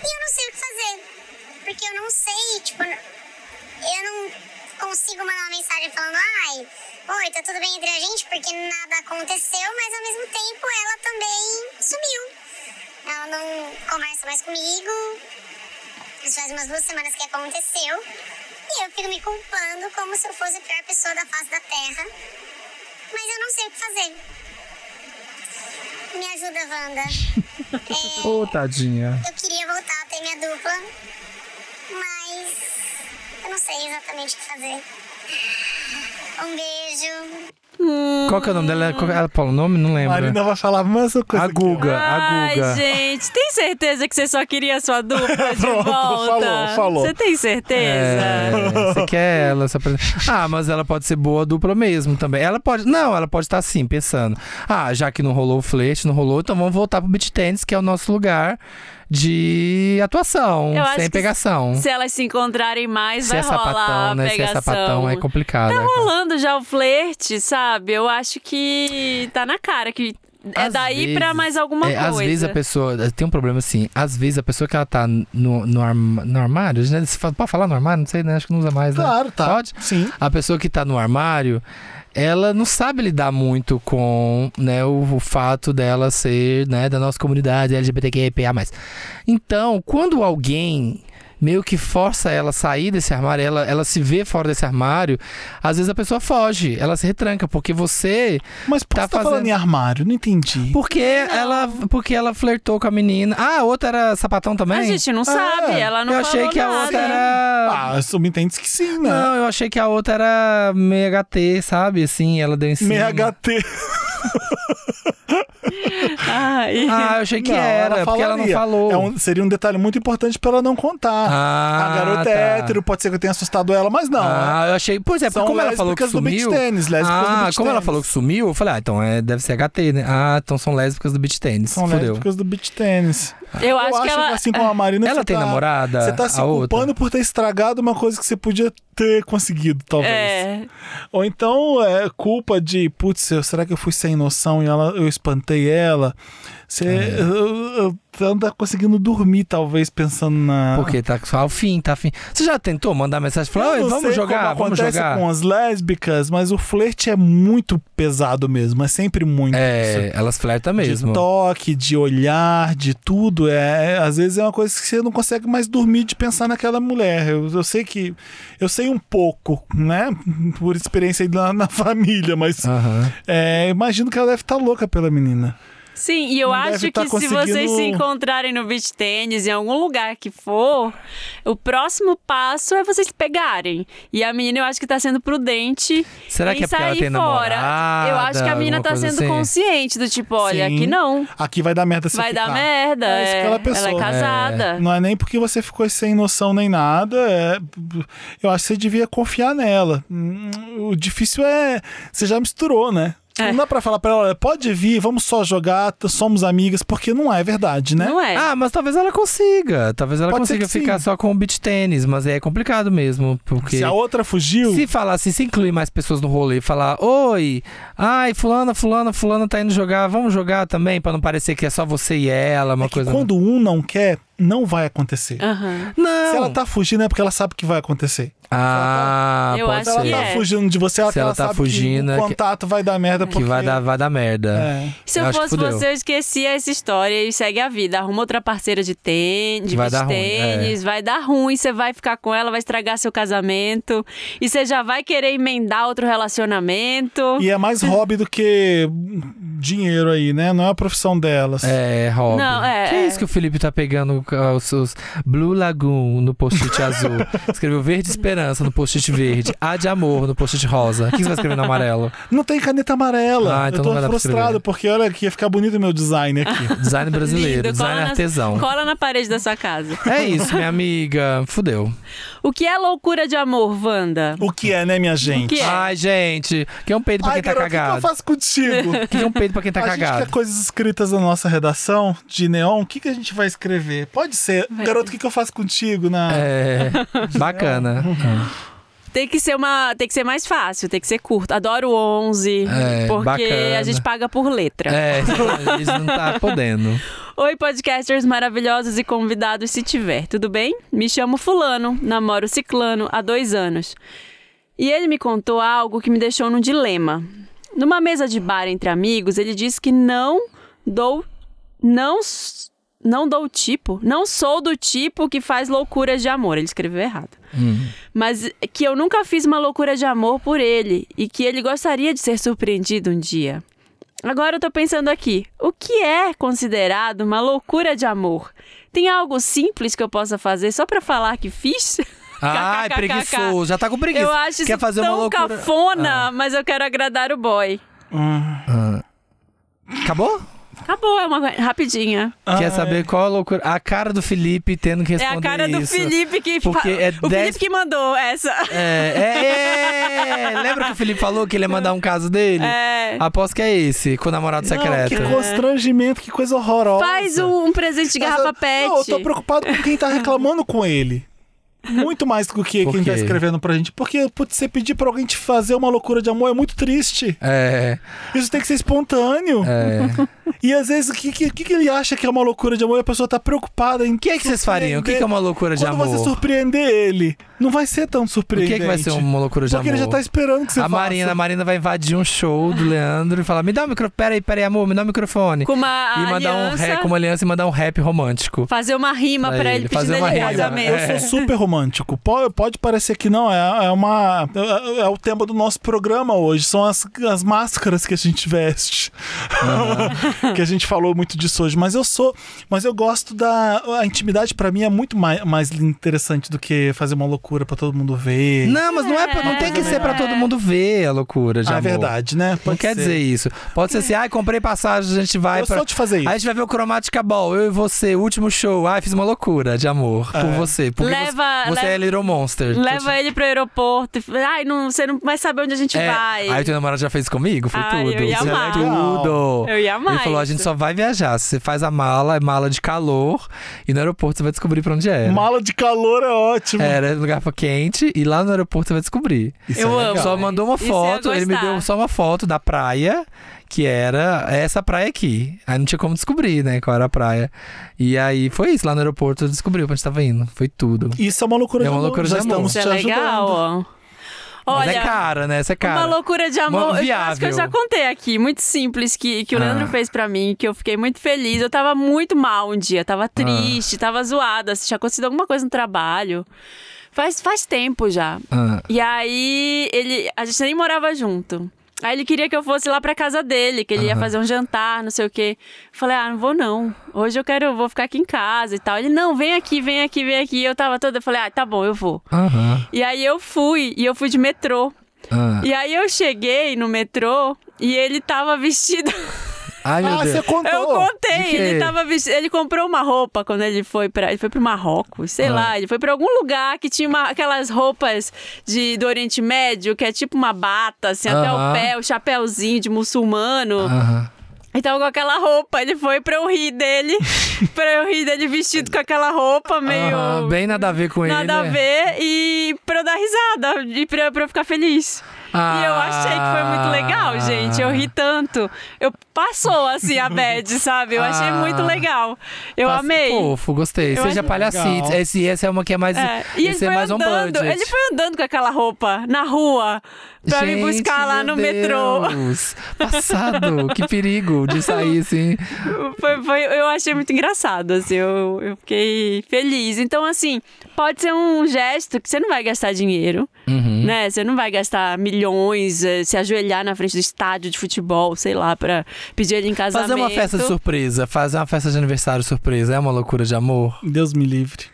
Speaker 7: E eu não sei o que fazer. Porque eu não sei, tipo, n- eu não consigo mandar uma mensagem falando, ai, oi, tá tudo bem entre a gente, porque nada aconteceu, mas ao mesmo tempo ela também sumiu. Ela não conversa mais comigo, isso faz umas duas semanas que aconteceu. E eu fico me culpando como se eu fosse a pior pessoa da face da Terra. Mas eu não sei o que fazer. Me ajuda, Wanda. É,
Speaker 4: Ô, tadinha.
Speaker 7: eu queria voltar a ter minha dupla, mas eu não sei exatamente o que fazer. Um beijo.
Speaker 2: Hum.
Speaker 4: Qual que é o nome dela? Qual, ela falou o nome? Não lembro.
Speaker 1: Marina vai falar a mesma coisa.
Speaker 4: A
Speaker 1: que
Speaker 4: Guga, a
Speaker 2: Ai,
Speaker 4: Guga.
Speaker 2: gente, tem certeza que você só queria a sua dupla de
Speaker 1: Pronto,
Speaker 2: volta?
Speaker 1: falou, falou.
Speaker 2: Você tem certeza?
Speaker 4: É, você quer ela se apresentar. Ah, mas ela pode ser boa dupla mesmo também. Ela pode. Não, ela pode estar assim, pensando. Ah, já que não rolou o flerte, não rolou, então vamos voltar pro beat tênis, que é o nosso lugar de atuação,
Speaker 2: Eu acho
Speaker 4: sem
Speaker 2: que
Speaker 4: pegação.
Speaker 2: Se elas se encontrarem mais,
Speaker 4: É. Se
Speaker 2: vai
Speaker 4: é
Speaker 2: rolar
Speaker 4: sapatão,
Speaker 2: a
Speaker 4: né? Se é
Speaker 2: pegação.
Speaker 4: sapatão, é complicado.
Speaker 2: Tá
Speaker 4: é complicado.
Speaker 2: rolando já o flerte, sabe? Eu acho que tá na cara que É
Speaker 4: Às
Speaker 2: daí
Speaker 4: vezes-
Speaker 2: pra mais alguma
Speaker 4: é,
Speaker 2: coisa.
Speaker 4: Às vezes a pessoa. Tem um problema assim. Às vezes a pessoa que ela tá no, no, arma- no armário, né? Se fala- pode falar no armário? Não sei, né? Acho que não usa mais, né?
Speaker 1: Claro, tá.
Speaker 4: Pode?
Speaker 1: Sim.
Speaker 4: A pessoa que tá no armário, ela não sabe lidar muito com né, o, o fato dela ser né, da nossa comunidade LGBTQIA. Então, quando alguém meio que força ela a sair desse armário, ela, ela se vê fora desse armário, às vezes a pessoa foge, ela se retranca, porque você
Speaker 1: Mas por que
Speaker 4: Tá
Speaker 1: você tá falando
Speaker 4: fazendo-
Speaker 1: em armário? Não entendi.
Speaker 4: porque ela, porque ela flertou com a menina. Ah, a outra era sapatão também? Ah,
Speaker 2: A Ah, gente não sabe, ela não
Speaker 4: Eu achei
Speaker 2: falou
Speaker 4: que
Speaker 2: nada.
Speaker 4: a outra era.
Speaker 1: Ah, subentende que sim, né?
Speaker 4: Não, eu achei que a outra era meia HT, sabe? Assim, ela deu em cima.
Speaker 1: Meia HT.
Speaker 2: Ai.
Speaker 4: Ah, eu achei que
Speaker 1: Não,
Speaker 4: era, porque ela não
Speaker 1: falaria.
Speaker 4: falou.
Speaker 1: É um- seria um detalhe muito importante pra ela não contar.
Speaker 4: Ah,
Speaker 1: a garota
Speaker 4: tá.
Speaker 1: é hétero, pode ser que eu tenha assustado ela, mas não.
Speaker 4: Ah, eu achei. Pois é,
Speaker 1: São
Speaker 4: porque como ela falou que
Speaker 1: lésbicas do beach
Speaker 4: sumiu.
Speaker 1: tennis, lésbicas do
Speaker 4: ah,
Speaker 1: beach
Speaker 4: como ela
Speaker 1: tennis.
Speaker 4: falou que sumiu, eu falei, ah, então é, deve ser HT, né? Ah, então são lésbicas do beach tennis.
Speaker 1: é, São
Speaker 4: Fudeu.
Speaker 1: lésbicas do beach tênis.
Speaker 2: Eu acho que ela- é.
Speaker 1: assim como a Marina.
Speaker 4: Ela
Speaker 1: você
Speaker 4: tem
Speaker 1: tá-
Speaker 4: namorada?
Speaker 1: Você tá se
Speaker 4: A outra?
Speaker 1: culpando por ter estragado uma coisa que você podia ter conseguido, talvez.
Speaker 2: É.
Speaker 1: Ou então é culpa de, putz, eu- será que eu fui sem noção e ela, eu espantei ela? Você
Speaker 4: É.
Speaker 1: eu- eu- ela não tá conseguindo dormir, talvez, pensando na.
Speaker 4: Porque tá só ao fim, tá ao fim. Você já tentou mandar mensagem?
Speaker 1: ah. Eu
Speaker 4: Falar, "Oi,
Speaker 1: não
Speaker 4: vamos
Speaker 1: sei
Speaker 4: jogar,
Speaker 1: como
Speaker 4: vamos
Speaker 1: acontece
Speaker 4: jogar.
Speaker 1: com as lésbicas, mas o flerte é muito pesado mesmo, é sempre muito. isso.
Speaker 4: É, elas flertam mesmo.
Speaker 1: De toque, de olhar, de tudo. É, é- às vezes é uma coisa que você não consegue mais dormir de pensar naquela mulher. Eu, eu sei que. Eu sei um pouco, né? Por experiência aí lá na família,
Speaker 4: Ah.
Speaker 1: mas.
Speaker 4: Aham.
Speaker 1: é, imagino que ela deve estar louca pela menina.
Speaker 2: Sim, e eu
Speaker 1: Não deve
Speaker 2: acho que
Speaker 1: tá
Speaker 2: se vocês
Speaker 1: conseguindo-
Speaker 2: se encontrarem no beach tênis, em algum lugar que for, o próximo passo é vocês pegarem. E a menina, eu acho que tá sendo prudente
Speaker 4: Será
Speaker 2: em
Speaker 4: que é porque
Speaker 2: sair
Speaker 4: ela tem
Speaker 2: fora.
Speaker 4: namorada?
Speaker 2: eu acho que a menina
Speaker 4: alguma
Speaker 2: tá
Speaker 4: coisa
Speaker 2: sendo
Speaker 4: assim?
Speaker 2: consciente do tipo, olha,
Speaker 1: Sim.
Speaker 2: aqui não.
Speaker 1: Aqui vai dar merda se
Speaker 2: Vai
Speaker 1: ficar.
Speaker 2: dar merda.
Speaker 1: É isso que
Speaker 2: é.
Speaker 1: ela pensou.
Speaker 2: é casada.
Speaker 4: né?
Speaker 1: Não é nem porque você ficou sem noção nem nada. é- Eu acho que você devia confiar nela. Hum, O difícil é. Você já misturou, né?
Speaker 2: É.
Speaker 1: Não dá pra falar pra ela, olha, pode vir, vamos só jogar, t- somos amigas, porque não é verdade, né?
Speaker 2: Não é.
Speaker 4: Ah, mas talvez ela consiga. Talvez ela
Speaker 1: Pode ser
Speaker 4: consiga
Speaker 1: que sim.
Speaker 4: ficar só com o beach tênis, mas aí é complicado mesmo,
Speaker 2: é.
Speaker 4: porque...
Speaker 1: Se a outra fugiu,
Speaker 4: Se falar assim, se incluir mais pessoas no rolê, falar, oi, ai, fulana, fulana, fulana tá indo jogar, vamos jogar também, pra não parecer que é só você e ela, uma
Speaker 1: é que
Speaker 4: coisa.
Speaker 1: quando um não quer, não vai acontecer.
Speaker 2: Aham.
Speaker 4: Não!
Speaker 1: Se ela tá fugindo, é porque ela sabe que vai acontecer.
Speaker 4: Ah,
Speaker 2: Eu
Speaker 4: pode
Speaker 1: Se
Speaker 2: acho
Speaker 1: ela
Speaker 2: que
Speaker 4: ser.
Speaker 1: tá
Speaker 2: é.
Speaker 1: fugindo de você, ela,
Speaker 4: Se ela tá
Speaker 1: sabe
Speaker 4: fugindo, é
Speaker 1: que
Speaker 4: que-
Speaker 1: o contato vai dar merda
Speaker 4: Que
Speaker 1: porque...
Speaker 4: vai dar, vai dar merda.
Speaker 1: É.
Speaker 2: Se eu,
Speaker 4: acho que
Speaker 2: fosse
Speaker 4: fudeu.
Speaker 2: você, eu esquecia essa história e segue a vida. Arruma outra parceira de tênis, de
Speaker 4: Vai
Speaker 2: vai
Speaker 4: dar ruim, é.
Speaker 2: tênis, vai dar ruim. Você vai ficar com ela, vai estragar seu casamento. E você já vai querer emendar outro relacionamento.
Speaker 1: E é mais hobby do que dinheiro aí, né? Não é a profissão delas.
Speaker 4: É, Rob.
Speaker 2: Não, é,
Speaker 4: Que
Speaker 2: é.
Speaker 4: isso que o Felipe tá pegando ah, os seus Blue Lagoon no post-it azul. Escreveu verde esperança no post-it verde. A de amor no post-it rosa. O que você vai escrever no amarelo?
Speaker 1: Não tem caneta amarela.
Speaker 4: Ah, então
Speaker 1: eu tô
Speaker 4: não vai dar pra escrever.
Speaker 1: frustrado, porque olha que ia ficar bonito o meu design aqui.
Speaker 4: Design é brasileiro,
Speaker 2: Lindo,
Speaker 4: design
Speaker 2: cola na-
Speaker 4: artesão.
Speaker 2: Cola na parede da sua casa.
Speaker 4: É isso, minha amiga. Fudeu.
Speaker 2: O que é loucura de amor, Wanda?
Speaker 1: o que é, né, minha gente?
Speaker 2: O que é?
Speaker 4: Ai, gente. Que é um peito pra
Speaker 1: Ai,
Speaker 4: quem tá
Speaker 1: garoto, o que, que eu
Speaker 4: cagado.
Speaker 1: faço contigo?
Speaker 4: Que é um peito pra quem tá
Speaker 1: a gente
Speaker 4: cagado.
Speaker 1: quer coisas escritas na nossa redação de neon. O que, que a gente vai escrever? Pode ser. Garoto, o que, que eu faço contigo? Na...
Speaker 4: É. Bacana.
Speaker 2: Tem que ser uma, tem que ser mais fácil, tem que ser curto. Adoro 11,
Speaker 4: É,
Speaker 2: porque
Speaker 4: bacana.
Speaker 2: a gente paga por letra.
Speaker 4: É, a gente não tá podendo.
Speaker 2: Oi, podcasters maravilhosos e convidados, se tiver, tudo bem? Me chamo Fulano, namoro Ciclano há dois anos. E ele me contou algo que me deixou num dilema. Numa mesa de bar entre amigos, ele disse que não dou. Não. s- Não dou tipo. Não sou do tipo que faz loucuras de amor. Ele escreveu errado. Mas que eu nunca fiz uma loucura de amor por ele e que ele gostaria de ser surpreendido um dia. Agora eu tô pensando aqui, o que é considerado uma loucura de amor? Tem algo simples que eu possa fazer só pra falar que fiz?
Speaker 4: Ai,
Speaker 2: KKKK.
Speaker 4: preguiçoso. Já tá com preguiça.
Speaker 2: Eu acho
Speaker 4: Quer
Speaker 2: isso
Speaker 4: fazer
Speaker 2: tão
Speaker 4: uma loucura? Ah.
Speaker 2: cafona, mas eu quero agradar o boy.
Speaker 4: Acabou?
Speaker 2: Acabou, é uma rapidinha.
Speaker 1: Ah,
Speaker 4: Quer
Speaker 1: é.
Speaker 4: saber qual a loucura? A cara do Felipe tendo que
Speaker 2: É
Speaker 4: responder
Speaker 2: a cara do
Speaker 4: isso.
Speaker 2: Felipe que fa-
Speaker 4: Porque é
Speaker 2: O
Speaker 4: dez-
Speaker 2: Felipe que mandou essa.
Speaker 4: É, é, é. Lembra que o Felipe falou que ele ia mandar um caso dele?
Speaker 2: É.
Speaker 4: Aposto que é esse, com o namorado
Speaker 1: Não,
Speaker 4: secreto.
Speaker 1: que constrangimento, que coisa horrorosa.
Speaker 2: Faz um, um presente de garrafa
Speaker 1: Não, eu tô
Speaker 2: pet.
Speaker 1: preocupado com quem tá reclamando com ele. Muito mais do que
Speaker 4: Por
Speaker 1: quem tá
Speaker 4: quê?
Speaker 1: escrevendo pra gente. Porque, putz, você pedir pra alguém te fazer uma loucura de amor é muito triste.
Speaker 4: É,
Speaker 1: Isso tem que ser espontâneo.
Speaker 4: é.
Speaker 1: E às vezes, o que, que, que ele acha que é uma loucura de amor e a pessoa tá preocupada em. O
Speaker 4: que é que vocês fariam? O que que é uma loucura de
Speaker 1: Quando você
Speaker 4: amor?
Speaker 1: surpreender ele, não vai ser tão
Speaker 4: O
Speaker 1: surpreendente.
Speaker 4: que, é que vai ser uma loucura de
Speaker 1: Porque
Speaker 4: amor?
Speaker 1: ele já tá esperando que você
Speaker 4: a
Speaker 1: faça.
Speaker 4: Marina, a Marina vai invadir um show do Leandro e falar: Me dá o microfone. Peraí, peraí, amor, me dá o microfone.
Speaker 2: Com uma
Speaker 4: e mandar um
Speaker 2: aliança,
Speaker 4: rap, com uma aliança e mandar um rap romântico.
Speaker 2: fazer uma rima
Speaker 4: Pra
Speaker 2: pra,
Speaker 4: ele,
Speaker 2: ele
Speaker 4: fazer
Speaker 2: pedindo
Speaker 4: uma
Speaker 2: ele em
Speaker 4: rima,
Speaker 2: casamento.
Speaker 4: é.
Speaker 1: Eu sou super romântico. Po- Pode parecer que não, é, é uma. É, é o tema do nosso programa hoje. São as, as máscaras que a gente veste. que a gente falou muito disso hoje. Mas eu sou. Mas eu gosto da. A intimidade pra mim é muito mais, mais interessante do que fazer uma loucura pra todo mundo ver.
Speaker 4: Não, mas não, é, pra- não tem que ser pra
Speaker 2: né?
Speaker 4: todo mundo ver a loucura de
Speaker 1: Ah, é
Speaker 4: amor.
Speaker 1: verdade, né?
Speaker 4: Não
Speaker 1: Pode
Speaker 4: quer
Speaker 1: ser.
Speaker 4: dizer isso. Pode ser assim, ai, comprei passagem, a gente vai
Speaker 1: Eu
Speaker 4: pra.
Speaker 1: sou de fazer isso.
Speaker 4: Aí a gente vai ver o Chromatica Ball, eu e você, último show. Ai, fiz uma loucura de amor
Speaker 1: É.
Speaker 4: por você. Porque
Speaker 2: Leva-
Speaker 4: você, você
Speaker 2: leva-
Speaker 4: é Little Monster.
Speaker 2: Leva ele pro aeroporto. e fala, Ai, não, você não vai saber onde a gente
Speaker 4: É,
Speaker 2: vai.
Speaker 4: Aí o teu namorado já fez comigo? Foi
Speaker 2: Ai,
Speaker 4: tudo.
Speaker 2: eu ia
Speaker 4: Foi
Speaker 2: amar.
Speaker 4: tudo.
Speaker 2: Eu ia amar
Speaker 4: Ele falou: a
Speaker 2: isso.
Speaker 4: gente só vai viajar. Se Você faz a mala, é mala de calor, e no aeroporto você vai descobrir pra onde era.
Speaker 1: Mala de calor é ótimo.
Speaker 4: Era um lugar pra quente, e lá no aeroporto você vai descobrir.
Speaker 2: Eu amo.
Speaker 4: Só mandou uma
Speaker 2: Então, Isso eu ia
Speaker 4: foto, ele me
Speaker 2: gostar.
Speaker 4: deu só uma foto da praia, que era essa praia aqui. Aí não tinha como descobrir, né, qual era a praia. E aí foi isso, lá no aeroporto descobriu pra onde tava indo. Foi tudo.
Speaker 1: Isso é uma loucura
Speaker 4: É
Speaker 1: de
Speaker 4: uma
Speaker 1: amor.
Speaker 4: loucura de
Speaker 1: Já
Speaker 4: amor.
Speaker 1: estamos
Speaker 2: Isso é
Speaker 1: te
Speaker 2: legal,
Speaker 1: ajudando.
Speaker 2: ó.
Speaker 4: Mas
Speaker 2: Olha,
Speaker 4: é cara, né? Essa é cara.
Speaker 2: Uma loucura de amor.
Speaker 4: Uma
Speaker 2: Eu acho que eu
Speaker 4: viável.
Speaker 2: já contei aqui, muito simples, que, que o
Speaker 4: Ah.
Speaker 2: Leandro fez pra mim, que eu fiquei muito feliz. Eu tava muito mal um dia, tava
Speaker 4: Ah.
Speaker 2: triste, tava zoada, se tinha acontecido alguma coisa no trabalho. Faz, faz tempo já.
Speaker 4: Ah.
Speaker 2: E aí, ele, a gente nem morava junto. Aí ele queria que eu fosse lá pra casa dele, que ele ia fazer um jantar, não sei o quê. Falei, ah, não vou não. Hoje eu quero, eu vou ficar aqui em casa e tal. Ele, não, vem aqui, vem aqui, vem aqui. Eu tava toda, eu falei, ah, tá bom, eu vou.
Speaker 4: Aham.
Speaker 2: E aí eu fui, e eu fui de metrô.
Speaker 4: ah.
Speaker 2: E aí eu cheguei no metrô e ele tava vestido.
Speaker 4: Ai, meu
Speaker 1: Ah,
Speaker 4: Deus.
Speaker 1: você contou.
Speaker 2: Eu
Speaker 4: de
Speaker 2: contei,
Speaker 4: quê?
Speaker 2: ele tava vestido. Ele comprou uma roupa quando ele foi para, ele foi pro Marrocos,
Speaker 4: Ah.
Speaker 2: sei lá, ele foi pra algum lugar que tinha uma- aquelas roupas de do Oriente Médio, que é tipo uma bata assim, até
Speaker 4: Aham.
Speaker 2: o pé, o chapéuzinho de muçulmano.
Speaker 4: Aham.
Speaker 2: Ele tava com aquela roupa, ele foi pra eu rir dele, pra eu rir dele vestido com aquela roupa meio
Speaker 4: Aham, Bem nada a ver com ele.
Speaker 2: Nada a
Speaker 4: né?
Speaker 2: ver e pra eu dar risada e pra, pra eu ficar feliz. E eu achei que foi
Speaker 4: Ah.
Speaker 2: muito legal, gente. Eu ri tanto. Eu passou assim a bad, sabe? Eu achei
Speaker 4: Ah.
Speaker 2: muito legal. Eu
Speaker 4: Passa-
Speaker 2: amei.
Speaker 4: Fofo, gostei.
Speaker 2: Eu
Speaker 4: Seja
Speaker 2: achei-
Speaker 4: palhacito.
Speaker 1: Legal.
Speaker 4: Esse, essa é uma que é mais.
Speaker 2: É. E ele
Speaker 4: esse
Speaker 2: foi
Speaker 4: é mais
Speaker 2: andando,
Speaker 4: on budget.
Speaker 2: ele foi andando com aquela roupa na rua pra me
Speaker 4: Gente,
Speaker 2: buscar lá
Speaker 4: meu
Speaker 2: no metrô.
Speaker 4: Deus. Passado, que perigo de sair assim.
Speaker 2: Foi, foi- eu achei muito engraçado, assim, eu, eu fiquei feliz. Então, assim, pode ser um gesto que você não vai gastar dinheiro,
Speaker 4: Uhum.
Speaker 2: né? Você não vai gastar milhões, eh, se ajoelhar na frente do estádio de futebol, sei lá, pra pedir ele em casamento.
Speaker 4: Fazer uma festa de surpresa, fazer uma festa de aniversário surpresa é uma loucura de amor.
Speaker 1: Deus me livre.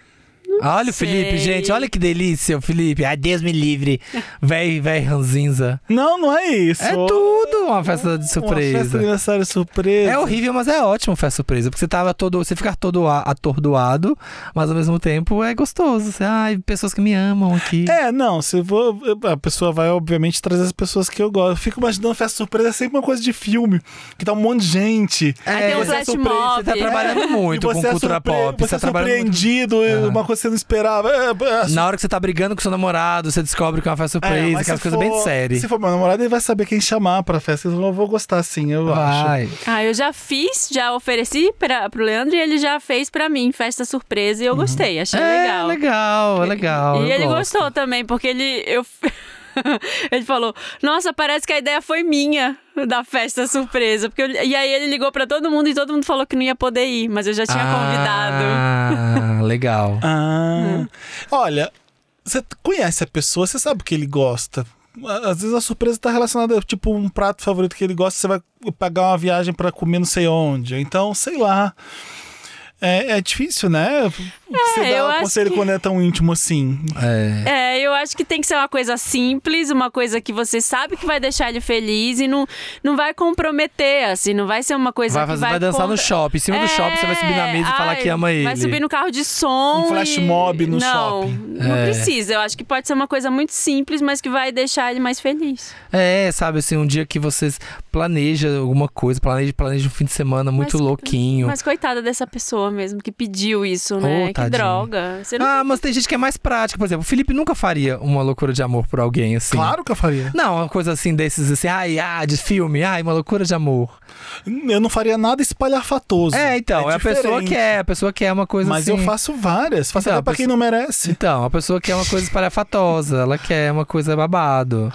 Speaker 4: olha o Felipe,
Speaker 2: sei.
Speaker 4: gente, olha que delícia, o Felipe. Ai, Deus me livre. Véi, véi, ranzinza.
Speaker 1: Não, não é isso.
Speaker 4: É tudo uma festa de
Speaker 1: Uma festa de
Speaker 4: surpresa.
Speaker 1: aniversário surpresa.
Speaker 4: É horrível, mas é ótimo festa surpresa. Porque você tava todo. Você fica todo a- atordoado, mas ao mesmo tempo é gostoso. Você, ai, pessoas que me amam aqui.
Speaker 1: É, não, se eu vou, a pessoa vai, obviamente, trazer as pessoas que eu gosto. Eu fico imaginando festa surpresa é sempre uma coisa de filme, que tá um monte de gente.
Speaker 2: Aí tem um
Speaker 4: você é
Speaker 2: flash
Speaker 4: surpresa,
Speaker 2: mob.
Speaker 4: Você tá trabalhando muito
Speaker 1: e
Speaker 4: com
Speaker 1: você é
Speaker 4: cultura
Speaker 1: surpre-
Speaker 4: pop.
Speaker 1: Você é
Speaker 4: tá trabalhando muito Ah.
Speaker 1: surpreendido, e uma coisa que você não esperava. É, é,
Speaker 4: Na hora que você tá brigando com seu namorado, você descobre que é uma festa
Speaker 1: é,
Speaker 4: surpresa,
Speaker 1: mas
Speaker 4: aquelas
Speaker 1: se
Speaker 4: coisas bem
Speaker 1: for-
Speaker 4: sérias.
Speaker 1: Se for meu namorado, ele vai saber quem chamar pra festa. Eu vou gostar sim, eu acho.
Speaker 4: Vai.
Speaker 2: Ah, eu já fiz, já ofereci pra, pro Leandro e ele já fez pra mim, festa surpresa, e eu gostei, achei
Speaker 4: Uhum. É legal, é legal.
Speaker 2: E
Speaker 4: eu
Speaker 2: ele
Speaker 4: gosto.
Speaker 2: gostou também, porque ele. Eu... ele falou: Nossa, parece que a ideia foi minha da festa surpresa. Porque eu- E aí ele ligou pra todo mundo e todo mundo falou que não ia poder ir, mas eu já tinha convidado.
Speaker 4: Ah, legal.
Speaker 1: Ah. Olha, você conhece a pessoa, você sabe o que ele gosta. Á- Às vezes a surpresa tá relacionada, tipo, um prato favorito que ele gosta, você vai pagar uma viagem pra comer não sei onde. Então, sei lá. É, é difícil, né? Você
Speaker 2: eu
Speaker 1: dá um
Speaker 2: acho
Speaker 1: conselho
Speaker 2: que-
Speaker 1: quando é tão íntimo assim.
Speaker 4: É.
Speaker 2: É, eu acho que tem que ser uma coisa simples, uma coisa que você sabe que vai deixar ele feliz e não, não vai comprometer, assim, não vai ser uma coisa
Speaker 4: Vai,
Speaker 2: que
Speaker 4: fazer,
Speaker 2: vai.
Speaker 4: vai dançar no
Speaker 2: contra-
Speaker 4: shopping. Em cima do shopping, você vai subir na mesa e falar
Speaker 2: É, ai,
Speaker 4: que ama ele.
Speaker 2: Vai subir no carro de som.
Speaker 1: Um flash mob
Speaker 2: e...
Speaker 1: no
Speaker 2: não,
Speaker 1: shopping.
Speaker 2: Não
Speaker 4: É.
Speaker 2: precisa. Eu acho que pode ser uma coisa muito simples, mas que vai deixar ele mais feliz.
Speaker 4: É, sabe, assim, um dia que vocês planeja alguma coisa, planeja, planeja um fim de semana muito
Speaker 2: Mas-
Speaker 4: louquinho.
Speaker 2: Mas coitada dessa pessoa mesmo que pediu isso, né?
Speaker 4: Ô,
Speaker 2: que
Speaker 4: tadinho.
Speaker 2: droga. Você não
Speaker 4: Oh, Ah, mas tem gente que é mais prática. Por exemplo, o Felipe nunca faria uma loucura de amor por alguém, assim.
Speaker 1: Claro que eu faria.
Speaker 4: Não, uma coisa assim desses, assim, ai, ah, de filme, ai, uma loucura de amor.
Speaker 1: Eu não faria nada espalhafatoso.
Speaker 4: É, então, é, a pessoa
Speaker 1: diferente.
Speaker 4: que é, a pessoa que é uma coisa
Speaker 1: Mas
Speaker 4: assim.
Speaker 1: eu faço várias. Faço
Speaker 4: Então,
Speaker 1: até pra
Speaker 4: a
Speaker 1: quem não merece.
Speaker 4: Então, a pessoa que é uma coisa espalhafatosa, ela quer uma coisa babado.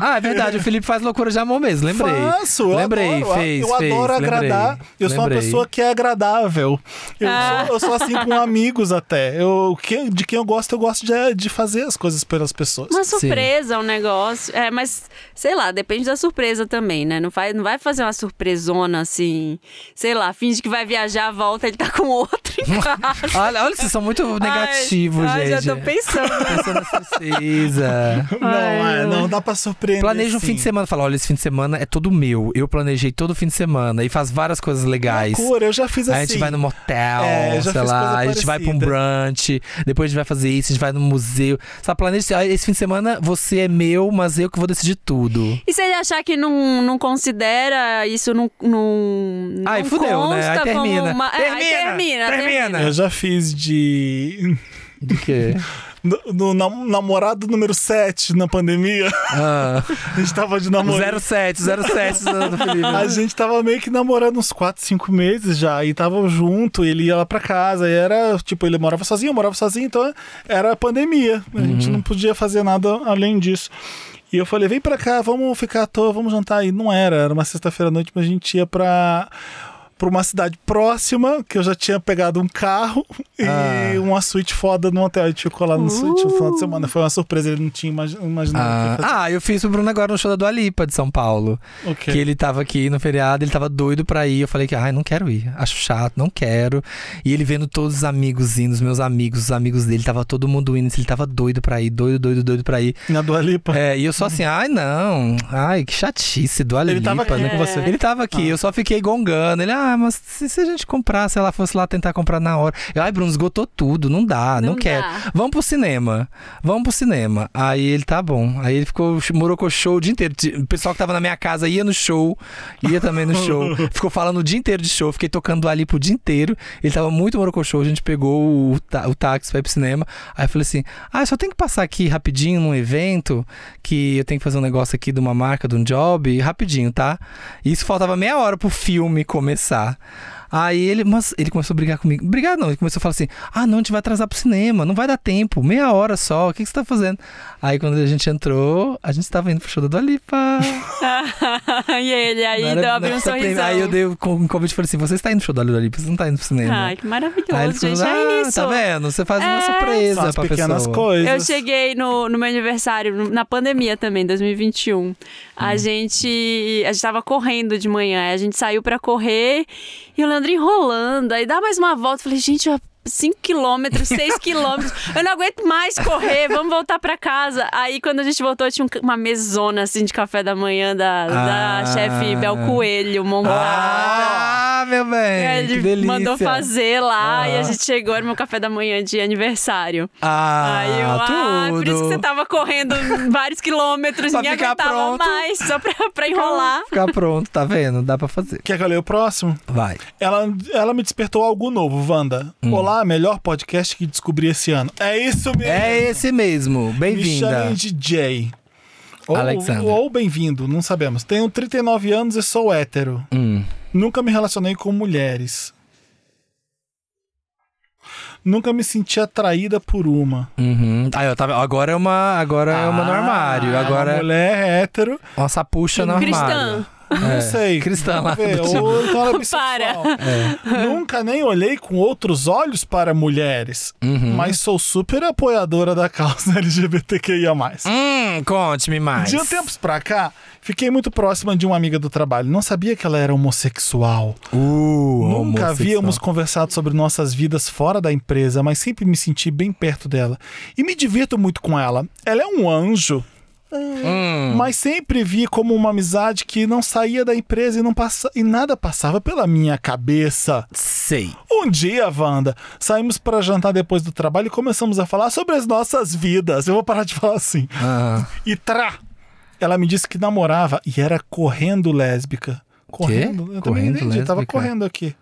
Speaker 4: Ah, é verdade, o Felipe faz loucura de amor mesmo, lembrei.
Speaker 1: Faço, eu
Speaker 4: lembrei,
Speaker 1: adoro,
Speaker 4: fez,
Speaker 1: Eu
Speaker 4: fez,
Speaker 1: adoro
Speaker 4: lembrei,
Speaker 1: agradar. eu sou uma
Speaker 4: lembrei.
Speaker 1: pessoa que é agradável. Eu, sou, eu sou assim com amigos até. Eu, que- de quem eu gosto, eu gosto de, de fazer as coisas pelas pessoas.
Speaker 2: Uma
Speaker 4: Sim.
Speaker 2: surpresa, um negócio. É, mas, sei lá, depende da surpresa também, né? Não, faz, não vai fazer uma surpresona assim, sei lá, finge que vai viajar, volta, ele tá com outro em casa.
Speaker 4: Olha, olha, vocês são muito negativos,
Speaker 2: ai,
Speaker 4: gente. Tá
Speaker 2: já tô pensando.
Speaker 4: Pensando nas tristeza.
Speaker 1: Não, é, não dá pra surpreender. assim.
Speaker 4: Planeja um
Speaker 1: sim.
Speaker 4: fim de semana. Fala, olha, esse fim de semana é todo meu. Eu planejei todo fim de semana e faz várias coisas legais.
Speaker 1: Loucura, eu já fiz assim.
Speaker 4: Aí a gente vai no motel,
Speaker 1: É, eu já
Speaker 4: sei
Speaker 1: fiz
Speaker 4: lá,
Speaker 1: coisa
Speaker 4: a gente vai pra um
Speaker 1: parecida.
Speaker 4: brunch, depois a gente vai fazer isso, a gente vai no museu. Sabe, planeja, ah, esse fim de semana você é meu, mas eu que vou decidir tudo.
Speaker 2: E se ele achar que não, não considera isso, não. não não
Speaker 4: Aí fudeu, né? Aí
Speaker 2: consta como
Speaker 4: termina.
Speaker 2: uma- é, aí
Speaker 4: termina,
Speaker 2: termina, termina.
Speaker 4: né?
Speaker 1: Eu já fiz de.
Speaker 4: Do quê?
Speaker 1: No, no nam- namorado número 7 na pandemia.
Speaker 4: Ah,
Speaker 1: A gente tava de namorado.
Speaker 4: 07, 07 do Felipe.
Speaker 1: A gente tava meio que namorando uns 4, 5 meses já. E tava junto, ele ia lá pra casa. E era, tipo, ele morava sozinho, eu morava sozinho. Então era pandemia. A gente
Speaker 4: Uhum.
Speaker 1: não podia fazer nada além disso. E eu falei, vem pra cá, vamos ficar à toa, vamos jantar. E não era, era uma sexta-feira à noite, mas a gente ia pra, pra uma cidade próxima, que eu já tinha pegado um carro e
Speaker 4: Ah. Uh.
Speaker 1: uma suíte foda no hotel. A gente ficou lá no suíte no final de semana. Foi uma surpresa, ele não tinha imagi- imaginado. que ia
Speaker 4: Ah,
Speaker 1: fazer.
Speaker 4: ah, eu fiz o Bruno agora no show da Dua Lipa de São Paulo.
Speaker 1: Ok.
Speaker 4: Que ele tava aqui no feriado, ele tava doido pra ir. Eu falei que, ai, não quero ir. Acho chato, não quero. E ele vendo todos os amigos indo, os meus amigos, os amigos dele, tava todo mundo indo. Ele tava doido pra ir, doido, doido, doido pra ir.
Speaker 1: Na Dua Lipa.
Speaker 4: É, e eu só assim, ai, não. Ai, que chatice, Dua Lipa.
Speaker 1: Ele tava aqui
Speaker 4: né?
Speaker 1: com você.
Speaker 4: Ele tava aqui, eu só fiquei gongando. Ele, ah, mas se, se a gente comprar, se ela fosse lá tentar comprar na hora. Eu, ai, Bruno, esgotou tudo, não dá, não,
Speaker 2: Não
Speaker 4: quero.
Speaker 2: dá.
Speaker 4: Vamos pro cinema. Vamos pro cinema. Aí ele, tá bom. Aí ele ficou, morou com o show o dia inteiro. O pessoal que tava na minha casa ia no show, ia também no show. Ficou falando o dia inteiro de show, fiquei tocando ali pro dia inteiro. Ele tava muito morocochô, a gente pegou o, tá- o táxi, foi pro cinema. Aí eu falei assim, ah, eu só tem que passar aqui rapidinho num evento, que eu tenho que fazer um negócio aqui de uma marca, de um job, rapidinho, tá? E isso faltava meia hora pro filme começar. Aí ele, mas ele começou a brigar comigo. Brigar não, ele começou a falar assim: ah, não, a gente vai atrasar pro cinema, não vai dar tempo, meia hora só, o que, que você tá fazendo? Aí quando a gente entrou, a gente tava indo pro show da Dua Lipa.
Speaker 2: e ele aí
Speaker 4: Não era-
Speaker 2: deu, abriu
Speaker 4: não era
Speaker 2: um
Speaker 4: pra-
Speaker 2: sorrisão.
Speaker 4: Aí eu dei um con- um convite e falei assim: você está indo pro show da Dua Lipa, você não tá indo pro cinema.
Speaker 2: Ai, que maravilhoso,
Speaker 4: Aí ele
Speaker 2: gente.
Speaker 4: falou,
Speaker 2: é
Speaker 4: ah,
Speaker 2: isso.
Speaker 4: tá vendo? Você faz uma
Speaker 2: É.
Speaker 1: São
Speaker 4: surpresa
Speaker 1: as
Speaker 4: pra
Speaker 1: pequenas
Speaker 4: pessoa.
Speaker 1: coisas.
Speaker 2: Eu cheguei no, no meu aniversário, no- na pandemia também, 2021.
Speaker 4: Uhum.
Speaker 2: A gente. A gente tava correndo de manhã, aí a gente saiu pra correr e o Leandro enrolando. Aí dá mais uma volta. eu Falei, gente, eu. 5 quilômetros, 6 quilômetros. Eu não aguento mais correr, vamos voltar pra casa. Aí, quando a gente voltou, tinha um ca- uma mesona assim de café da manhã da,
Speaker 4: Ah.
Speaker 2: da chefe Bel Coelho montada.
Speaker 4: Ah, meu
Speaker 2: E
Speaker 4: bem,
Speaker 2: aí
Speaker 4: que
Speaker 2: é, ele
Speaker 4: delícia.
Speaker 2: mandou fazer lá e
Speaker 4: Ah.
Speaker 2: a gente chegou, era meu café da manhã de aniversário.
Speaker 4: Ah,
Speaker 2: Aí eu, ah,
Speaker 4: tudo.
Speaker 2: por isso que você tava correndo vários quilômetros,
Speaker 4: Pra
Speaker 2: ninguém
Speaker 4: ficar
Speaker 2: aguentava
Speaker 4: pronto.
Speaker 2: mais, só pra, pra enrolar.
Speaker 4: Ficar pronto, tá vendo? Dá pra fazer.
Speaker 1: Quer que eu leia o próximo?
Speaker 4: Vai.
Speaker 1: Ela, ela me despertou algo novo, Wanda.
Speaker 4: Hum.
Speaker 1: Olá, melhor podcast que descobri esse ano. É isso mesmo.
Speaker 4: É esse mesmo.
Speaker 1: Me
Speaker 4: Bem-vinda.
Speaker 1: chamem de Jay. Ou,
Speaker 4: Alexandra.
Speaker 1: ou bem-vindo, não sabemos. Tenho 39 anos e sou hétero.
Speaker 4: Hum.
Speaker 1: Nunca me relacionei com mulheres. Nunca me senti atraída por uma.
Speaker 4: Uhum. Aí, ó, tá vendo? Agora é uma, agora é uma no armário.
Speaker 1: Ah,
Speaker 4: Agora
Speaker 1: uma
Speaker 4: é
Speaker 1: mulher hétero.
Speaker 4: uma sapucha no armário.
Speaker 2: Cristã.
Speaker 1: Não
Speaker 4: É,
Speaker 1: sei.
Speaker 4: cristã lá É.
Speaker 1: Vamos ver,
Speaker 4: do
Speaker 1: Ou então ela é bissexual.
Speaker 2: Para.
Speaker 1: Nunca nem olhei com outros olhos para mulheres,
Speaker 4: Uhum.
Speaker 1: mas sou super apoiadora da causa LGBTQIA.
Speaker 4: Hum, conte-me mais.
Speaker 1: De um tempos pra cá, fiquei muito próxima de uma amiga do trabalho. Não sabia que ela era homossexual.
Speaker 4: Uh,
Speaker 1: Nunca
Speaker 4: homossexual.
Speaker 1: havíamos conversado sobre nossas vidas fora da empresa, mas sempre me senti bem perto dela. E me divirto muito com ela. Ela é um anjo.
Speaker 4: Hum,
Speaker 1: Mas sempre vi como uma amizade que não saía da empresa e, não passa... e nada passava pela minha cabeça.
Speaker 4: Sei.
Speaker 1: Um dia, Wanda, saímos para jantar depois do trabalho e começamos a falar sobre as nossas vidas. Eu vou parar de falar assim.
Speaker 4: Ah,
Speaker 1: E trá! Ela me disse que namorava e era correndo lésbica. Correndo? Eu também
Speaker 4: Correndo
Speaker 1: entendi, eu tava
Speaker 4: lésbica?
Speaker 1: correndo aqui.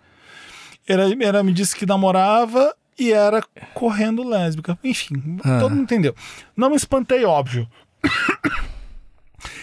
Speaker 1: Ela, ela me disse que namorava e era correndo lésbica. Enfim, todo mundo entendeu. Não me espantei, óbvio.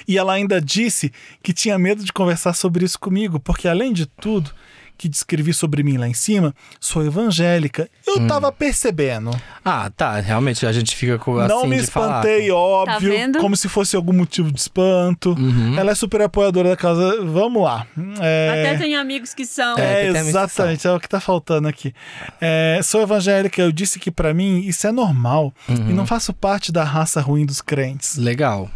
Speaker 1: E ela ainda disse que tinha medo de conversar sobre isso comigo, porque além de tudo que descrevi sobre mim lá em cima, sou evangélica. Eu tava percebendo.
Speaker 4: Ah, tá. Realmente, a gente fica com assim
Speaker 1: Não me
Speaker 4: de falar.
Speaker 1: espantei, óbvio.
Speaker 2: Tá vendo?
Speaker 1: Como se fosse algum motivo de espanto.
Speaker 4: Uhum.
Speaker 1: Ela é super apoiadora da casa. Vamos lá. É...
Speaker 2: Até tem amigos que são.
Speaker 4: É,
Speaker 1: É,
Speaker 4: que tem a
Speaker 1: exatamente, é o que tá faltando aqui. É, sou evangélica, eu disse que pra mim isso é normal e
Speaker 4: Uhum.
Speaker 1: não faço parte da raça ruim dos crentes.
Speaker 4: Legal.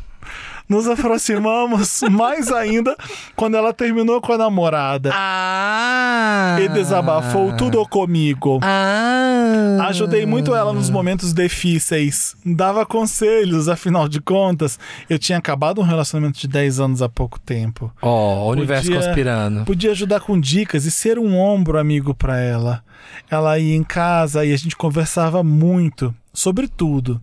Speaker 1: Nos aproximamos mais ainda quando ela terminou com a namorada
Speaker 4: Ah!
Speaker 1: e desabafou tudo comigo.
Speaker 4: Ah!
Speaker 1: Ajudei muito ela nos momentos difíceis, dava conselhos, afinal de contas, eu tinha acabado um relacionamento de 10 anos há pouco tempo.
Speaker 4: Ó, o universo
Speaker 1: Podia-
Speaker 4: conspirando.
Speaker 1: Podia ajudar com dicas e ser um ombro amigo pra ela. Ela ia em casa e a gente conversava muito sobre tudo.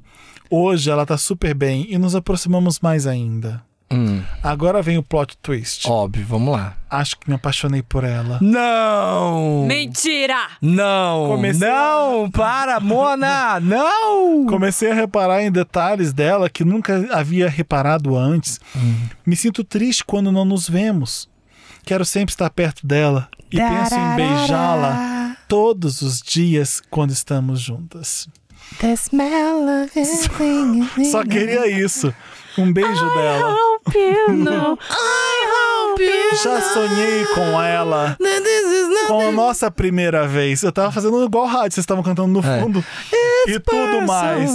Speaker 1: Hoje ela tá super bem e nos aproximamos mais ainda.
Speaker 4: Hum,
Speaker 1: Agora vem o plot twist.
Speaker 4: óbvio, vamos lá.
Speaker 1: Acho que me apaixonei por ela.
Speaker 4: Não!
Speaker 2: Mentira!
Speaker 4: Não!
Speaker 1: Comecei
Speaker 4: Não! Para, Mona! Não!
Speaker 1: Comecei a reparar em detalhes dela que nunca havia reparado antes. Me sinto triste quando não nos vemos. Quero sempre estar perto dela e penso em beijá-la todos os dias quando estamos juntas. Só queria isso. Um beijo dela.
Speaker 2: Não, Pino!
Speaker 1: Já sonhei com ela. Com a nossa primeira vez. Eu tava fazendo igual rádio, vocês estavam cantando no
Speaker 4: É.
Speaker 1: fundo. E tudo mais.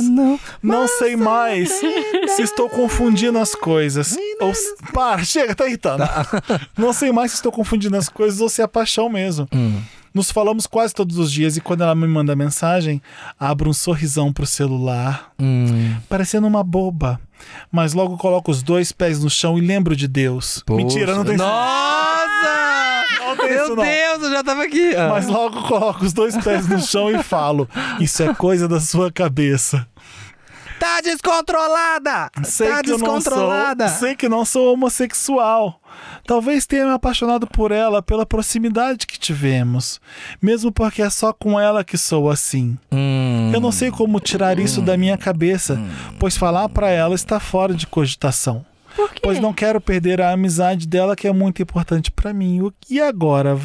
Speaker 1: Não sei mais se estou confundindo as coisas. Ou se... Para, chega, tá irritando. Não sei mais se estou confundindo as coisas ou se é paixão mesmo. Nos falamos quase todos os dias e quando ela me manda mensagem, abro um sorrisão pro celular,
Speaker 4: Hum,
Speaker 1: parecendo uma boba. Mas logo coloco os dois pés no chão e lembro de Deus. Mentira, não tem
Speaker 4: Nossa!
Speaker 1: Não tem
Speaker 4: Meu
Speaker 1: isso, não.
Speaker 4: Deus, eu já tava aqui. Ah.
Speaker 1: Mas logo coloco os dois pés no chão e falo: Isso é coisa da sua cabeça.
Speaker 4: Tá descontrolada!
Speaker 1: Sei
Speaker 4: tá
Speaker 1: que eu não sou,
Speaker 4: descontrolada!
Speaker 1: sei que não sou homossexual. Talvez tenha me apaixonado por ela pela proximidade que tivemos, mesmo porque é só com ela que sou assim.
Speaker 4: Hum,
Speaker 1: Eu não sei como tirar isso da minha cabeça, pois falar pra ela está fora de cogitação. Pois não quero perder a amizade dela que é muito importante pra mim. O- E agora,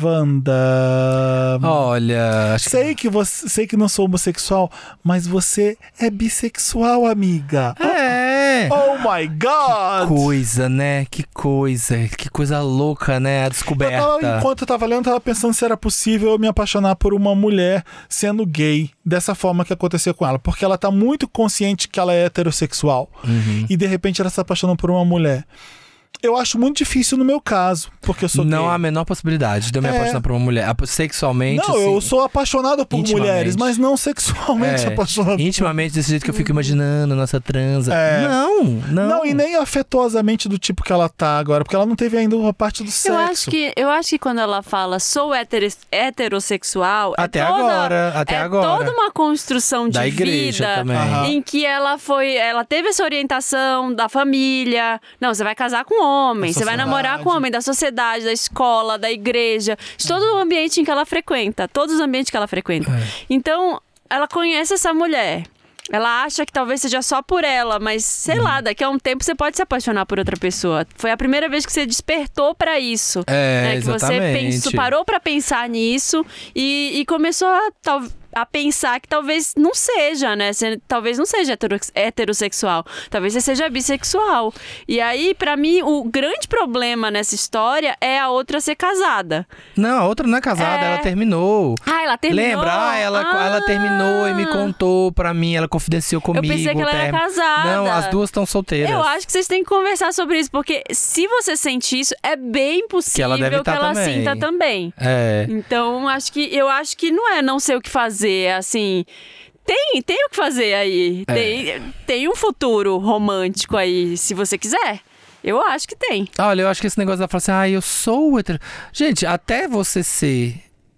Speaker 1: Wanda?
Speaker 4: Olha, acho que
Speaker 1: Sei que você, sei que não sou homossexual, mas você é bissexual, amiga.
Speaker 4: é.
Speaker 1: Oh my god!
Speaker 4: Coisa, né? Que coisa, que coisa louca, né? A
Speaker 1: Eu tava-
Speaker 4: descoberta.
Speaker 1: enquanto eu tava lendo, eu tava pensando se era possível eu me apaixonar por uma mulher sendo gay, dessa forma que aconteceu com ela. Porque ela tá muito consciente que ela é heterossexual.
Speaker 4: Uhum.
Speaker 1: E de repente ela se apaixona por uma mulher. Eu acho muito difícil no meu caso, porque eu sou
Speaker 4: Não há a
Speaker 1: gay.
Speaker 4: menor possibilidade de eu me
Speaker 1: É.
Speaker 4: apaixonar por uma mulher. Apo- Sexualmente,
Speaker 1: Não,
Speaker 4: assim,
Speaker 1: eu sou apaixonado por
Speaker 4: Intimamente.
Speaker 1: mulheres, mas não sexualmente
Speaker 4: é,
Speaker 1: apaixonado.
Speaker 4: Intimamente, desse jeito que eu fico imaginando a nossa transa.
Speaker 1: É.
Speaker 4: Não, não.
Speaker 1: Não, e nem afetuosamente do tipo que ela tá agora, porque ela não teve ainda uma parte do sexo.
Speaker 2: Eu acho, que, eu acho que quando ela fala sou heteres- heterossexual,
Speaker 4: Até
Speaker 2: é toda,
Speaker 4: agora, até
Speaker 2: é
Speaker 4: agora.
Speaker 2: toda uma construção de
Speaker 4: Da igreja
Speaker 2: vida
Speaker 4: também.
Speaker 1: Aham.
Speaker 2: em que ela foi, ela teve essa orientação da família. Não, você vai casar
Speaker 4: É
Speaker 2: com homem,
Speaker 1: Da
Speaker 2: você vai
Speaker 1: sociedade.
Speaker 2: namorar com homem, da sociedade, da escola, da igreja, de todo o ambiente em que ela frequenta, todos os ambientes que ela frequenta. Então, ela conhece essa mulher. Ela acha que talvez seja só por ela, mas sei lá, daqui a um tempo você pode se apaixonar por outra pessoa. Foi a primeira vez que você despertou pra isso.
Speaker 4: É,
Speaker 2: né? Que você
Speaker 4: exatamente.
Speaker 2: pensou, parou pra pensar nisso e, e começou a, tal- a pensar que talvez não seja, né? Você- talvez não seja hetero- heterossexual. Talvez você seja bissexual. E aí, pra mim, o grande problema nessa história é a outra ser casada.
Speaker 4: Não, a outra não é casada,
Speaker 2: É.
Speaker 4: ela terminou.
Speaker 2: Ah, ela terminou.
Speaker 4: Lembra? Ah, ela, ela
Speaker 2: Ah!
Speaker 4: terminou e me contou pra mim, ela confidenciou comigo.
Speaker 2: pensei que
Speaker 4: o
Speaker 2: ela era
Speaker 4: término.
Speaker 2: casada.
Speaker 4: Não, as duas estão solteiras.
Speaker 2: Eu acho que vocês têm que conversar sobre isso, porque se você sente isso, é bem possível
Speaker 4: ela deve tá também.
Speaker 2: sinta também.
Speaker 4: É.
Speaker 2: Então, acho que eu acho que não é não sei o que fazer, é assim. Tem, tem o que fazer aí.
Speaker 4: É.
Speaker 2: Tem, tem um futuro romântico aí, se você quiser. Eu acho que tem.
Speaker 4: Olha, eu acho que esse negócio da falar assim, ah, eu sou hétero. Gente, até você ser.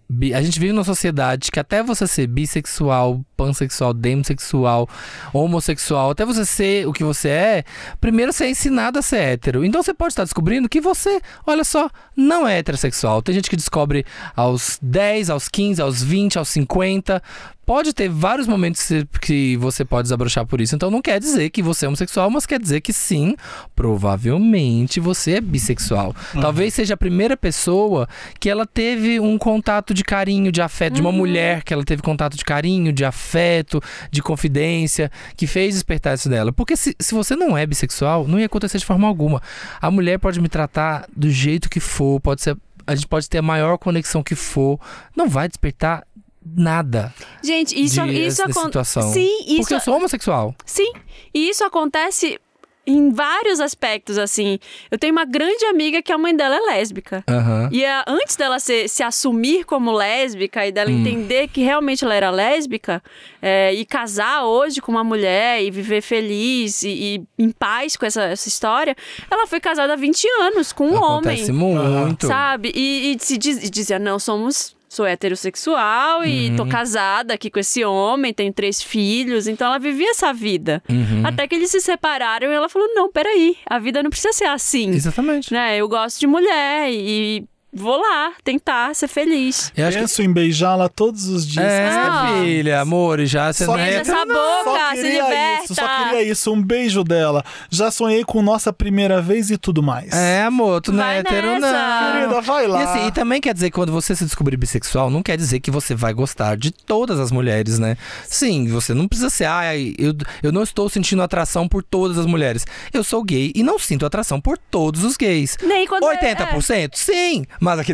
Speaker 4: bi- A gente vive numa sociedade que até você ser bissexual, pansexual, demissexual, homossexual, até você ser o que você é, primeiro você é ensinado a ser hétero. Então você pode estar descobrindo que você, olha só, não é heterossexual. Tem gente que descobre aos 10, aos 15, aos 20, aos 50. pode ter vários momentos que- que você pode desabrochar por isso. Então não quer dizer que você é homossexual, mas quer dizer que sim, provavelmente você é bissexual. Talvez seja a primeira pessoa que ela teve um contato de carinho, de afeto,
Speaker 2: Uhum.
Speaker 4: de uma mulher que ela teve contato de carinho, de afeto, de confidência, que fez despertar isso dela. Porque se, se você não é bissexual, não ia acontecer de forma alguma. A mulher pode me tratar do jeito que for, pode ser. A gente pode ter a maior conexão que for. Não vai despertar nada
Speaker 2: Gente, isso,
Speaker 4: de,
Speaker 2: isso
Speaker 4: dessa
Speaker 2: acontece.
Speaker 4: situação.
Speaker 2: Sim, isso
Speaker 4: Porque eu sou homossexual.
Speaker 2: Sim, e isso acontece em vários aspectos, assim. Eu tenho uma grande amiga que a mãe dela é lésbica.
Speaker 4: Aham.
Speaker 2: E a- antes dela se, se assumir como lésbica e
Speaker 4: Hum.
Speaker 2: dela entender que realmente ela era lésbica é, e casar hoje com uma mulher e viver feliz e, e em paz com essa, essa história, ela foi casada há 20 anos com um homem.
Speaker 4: Acontece muito.
Speaker 2: Sabe? E, e se diz, e dizia, não, somos. Sou heterossexual e
Speaker 4: Uhum.
Speaker 2: tô casada aqui com esse homem, tenho três filhos, então ela vivia essa vida.
Speaker 4: Uhum.
Speaker 2: Até que eles se separaram e ela falou: não, peraí, a vida não precisa ser assim.
Speaker 4: Exatamente.
Speaker 2: Né? Eu gosto de mulher e vou lá tentar ser feliz.
Speaker 4: Eu acho que.
Speaker 1: Penso em beijá-la todos os dias.
Speaker 4: É,
Speaker 2: Ah.
Speaker 4: filha, amor, já você
Speaker 1: Só
Speaker 4: não
Speaker 1: que-
Speaker 4: é
Speaker 2: Beija essa boca,
Speaker 1: só
Speaker 2: se
Speaker 1: queria
Speaker 2: liberta.
Speaker 1: isso, só queria isso, um beijo dela. Já sonhei com nossa primeira vez e tudo mais.
Speaker 4: É, amor, tu não é
Speaker 2: Vai
Speaker 4: hétero,
Speaker 2: nessa.
Speaker 4: não.
Speaker 1: Querida, vai lá.
Speaker 4: E assim, e também quer dizer que quando você se descobrir bissexual, não quer dizer que você vai gostar de todas as mulheres, né? Sim, você não precisa ser, ah, eu, eu não estou sentindo atração por todas as mulheres. Eu sou gay e não sinto atração por todos os gays.
Speaker 2: Nem quando é-
Speaker 4: 80%? Sim! Mas aqui.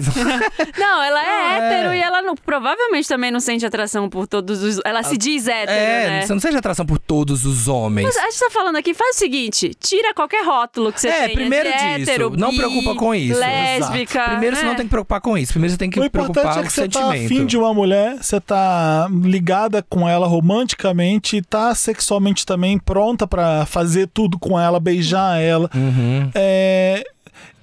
Speaker 2: Não, ela é
Speaker 4: Não, é.
Speaker 2: hétero e ela não, provavelmente também não sente atração por todos os. Ela se diz hétero,
Speaker 4: é,
Speaker 2: né?
Speaker 4: você não sente atração por todos os homens.
Speaker 2: Mas a gente tá falando aqui, faz o seguinte: tira qualquer rótulo que você
Speaker 4: É,
Speaker 2: tenha.
Speaker 4: primeiro
Speaker 2: de
Speaker 4: disso,
Speaker 2: hétero,
Speaker 4: não
Speaker 2: bi,
Speaker 4: preocupa com isso,
Speaker 2: Lésbica.
Speaker 4: Primeiro
Speaker 2: né?
Speaker 4: você não tem que preocupar com isso. Primeiro você tem que
Speaker 1: o importante
Speaker 4: preocupar
Speaker 1: é
Speaker 4: com
Speaker 1: que
Speaker 4: o
Speaker 1: você tá
Speaker 4: sentimento.
Speaker 1: afim de uma mulher, você tá ligada com ela romanticamente e tá sexualmente também pronta pra fazer tudo com ela, beijar ela.
Speaker 4: Uhum.
Speaker 1: É,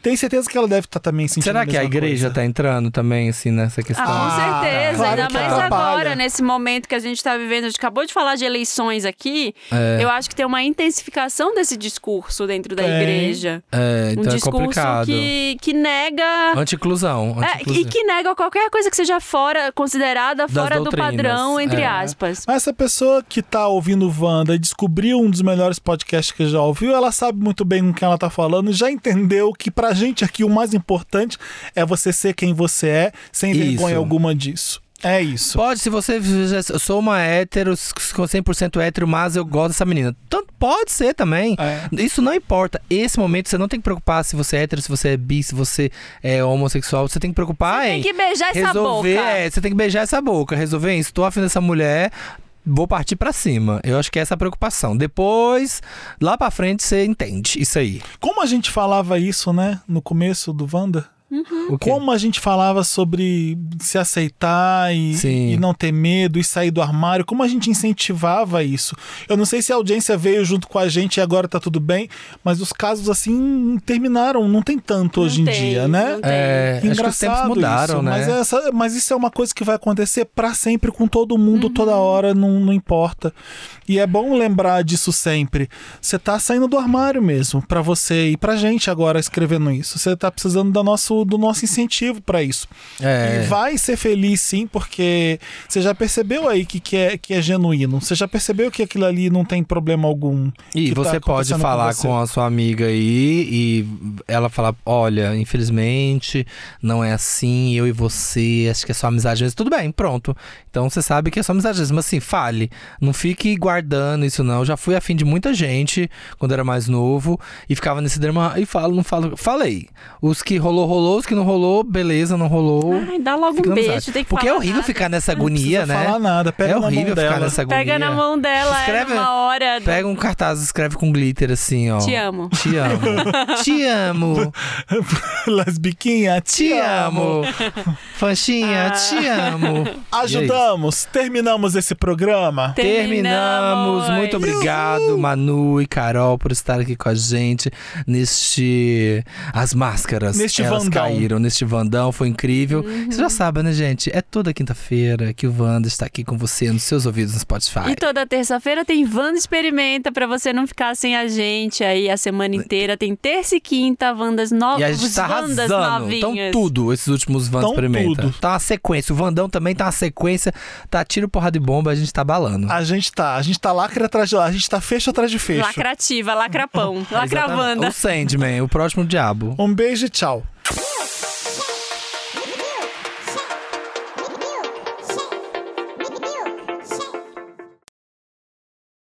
Speaker 1: tem certeza que ela deve estar também sentindo
Speaker 4: Será que a
Speaker 1: mesma
Speaker 4: igreja
Speaker 1: coisa.
Speaker 4: tá entrando também, assim, nessa questão?
Speaker 2: Ah, com certeza.
Speaker 1: claro
Speaker 2: Ainda
Speaker 1: que
Speaker 2: mais
Speaker 1: atrapalha.
Speaker 2: agora, nesse momento que a gente tá vivendo. A gente acabou de falar de eleições aqui.
Speaker 4: É.
Speaker 2: Eu acho que tem uma intensificação desse discurso dentro da
Speaker 1: Tem.
Speaker 2: igreja.
Speaker 4: É,
Speaker 2: um
Speaker 4: então é
Speaker 2: discurso
Speaker 4: complicado.
Speaker 2: que, que nega.
Speaker 4: Anti-inclusão.
Speaker 2: É, e
Speaker 4: anti-inclusão.
Speaker 2: que nega qualquer coisa que seja fora, considerada fora do
Speaker 4: doutrinas,
Speaker 2: padrão, entre
Speaker 4: é.
Speaker 2: aspas.
Speaker 1: Mas essa pessoa que tá ouvindo o Wanda e descobriu um dos melhores podcasts que já ouviu, ela sabe muito bem com quem ela tá falando, já entendeu que pra gente aqui o mais importante é você ser quem você é, sem
Speaker 4: Isso.
Speaker 1: vergonha alguma disso. É isso.
Speaker 4: Pode, se você. Eu sou uma hétero, sou 100% hétero, mas eu gosto dessa menina. Tanto pode ser também.
Speaker 1: É.
Speaker 4: Isso não importa. Esse momento você não tem que preocupar se você é hétero, se você é bi, se você é homossexual. Você tem que preocupar
Speaker 2: Tem
Speaker 4: em.
Speaker 2: que beijar essa
Speaker 4: resolver,
Speaker 2: boca.
Speaker 4: é, você tem que beijar essa boca, resolver isso. Tô afim dessa mulher, vou partir pra cima. Eu acho que essa é a preocupação. Depois, lá pra frente, você entende isso aí.
Speaker 1: Como a gente falava isso, né, no começo do Wanda?
Speaker 4: O quê?
Speaker 1: Como a gente falava sobre se aceitar e,
Speaker 4: Sim.
Speaker 1: e não ter medo e sair do armário, como a gente incentivava isso. Eu não sei se a audiência veio junto com a gente e agora tá tudo bem, mas os casos assim terminaram, não tem tanto hoje
Speaker 2: Não
Speaker 1: em
Speaker 2: tem,
Speaker 1: dia, né?
Speaker 2: não tem.
Speaker 4: É, acho que os tempos mudaram,
Speaker 1: isso,
Speaker 4: né?
Speaker 1: Mas, essa- mas isso é uma coisa que vai acontecer pra sempre com todo mundo, toda hora, não, não importa. E é bom lembrar disso sempre. Você tá saindo do armário mesmo, pra você e pra gente agora escrevendo isso. Você tá precisando do nosso, do nosso incentivo pra isso.
Speaker 4: É.
Speaker 1: E vai ser feliz sim, porque você já percebeu aí que, que, é, que é genuíno. Você já percebeu que aquilo ali não tem problema algum.
Speaker 4: E
Speaker 1: que tá
Speaker 4: você pode
Speaker 1: acontecendo com
Speaker 4: falar
Speaker 1: você.
Speaker 4: com, a sua amiga aí e ela falar: olha, infelizmente não é assim, eu e você, acho que é só amizade mesmo. Tudo bem, pronto. Então você sabe que é só amizade mesmo. Mas assim, fale. Não fique guardando isso, não. Eu já fui afim de muita gente quando era mais novo e ficava nesse drama. E falo, não falo. Falei. Os que rolou, rolou. Os que não rolou, beleza, não rolou.
Speaker 1: Ah,
Speaker 2: Ai, dá logo
Speaker 4: Fica
Speaker 2: um
Speaker 4: na
Speaker 2: beijo,
Speaker 4: amizade.
Speaker 2: tem que
Speaker 4: Porque é
Speaker 2: falar
Speaker 4: horrível
Speaker 2: nada.
Speaker 4: ficar nessa
Speaker 1: Não
Speaker 4: agonia,
Speaker 1: precisa
Speaker 4: né?
Speaker 1: falar nada, pega
Speaker 4: é
Speaker 1: na mão
Speaker 4: horrível ficar
Speaker 1: dela.
Speaker 4: nessa agonia.
Speaker 2: Pega na mão dela,
Speaker 4: Escreve-
Speaker 2: é numa hora. do-
Speaker 4: Pega um cartaz, escreve com glitter assim, ó.
Speaker 2: Te amo.
Speaker 4: Te amo. Te amo.
Speaker 1: Lesbiquinha,
Speaker 4: Te amo. Fanchinha,
Speaker 2: Ah.
Speaker 4: te amo.
Speaker 1: Ajudamos, terminamos esse programa.
Speaker 4: Terminamos. Muito obrigado, Manu e Carol, por estar aqui com a gente neste As Máscaras.
Speaker 1: Neste
Speaker 4: Elas
Speaker 1: Vandal.
Speaker 4: caíram neste Vandão, foi incrível.
Speaker 2: Uhum.
Speaker 4: Você já sabe, né, gente? É toda quinta-feira que o Wanda está aqui com você, nos seus ouvidos no Spotify.
Speaker 2: E toda terça-feira tem Wanda Experimenta pra você não ficar sem a gente aí a semana inteira. Tem terça e quinta, Wandas novas,
Speaker 4: E a gente tá
Speaker 2: Wandas
Speaker 4: arrasando. Então,
Speaker 2: novinhas.
Speaker 4: tudo, esses últimos Vans
Speaker 1: Tão
Speaker 4: experimenta.
Speaker 1: tudo.
Speaker 4: Tá uma sequência. O Vandão também tá uma sequência. Tá tiro, porrada de bomba, a gente tá balando.
Speaker 1: A gente tá, a gente tá lacra atrás de lá, a gente tá fecho atrás de fecho.
Speaker 2: Lacrativa, lacrapão,
Speaker 4: Exatamente.
Speaker 2: lacravanda.
Speaker 4: O Sandman, o próximo diabo.
Speaker 1: Um beijo e tchau.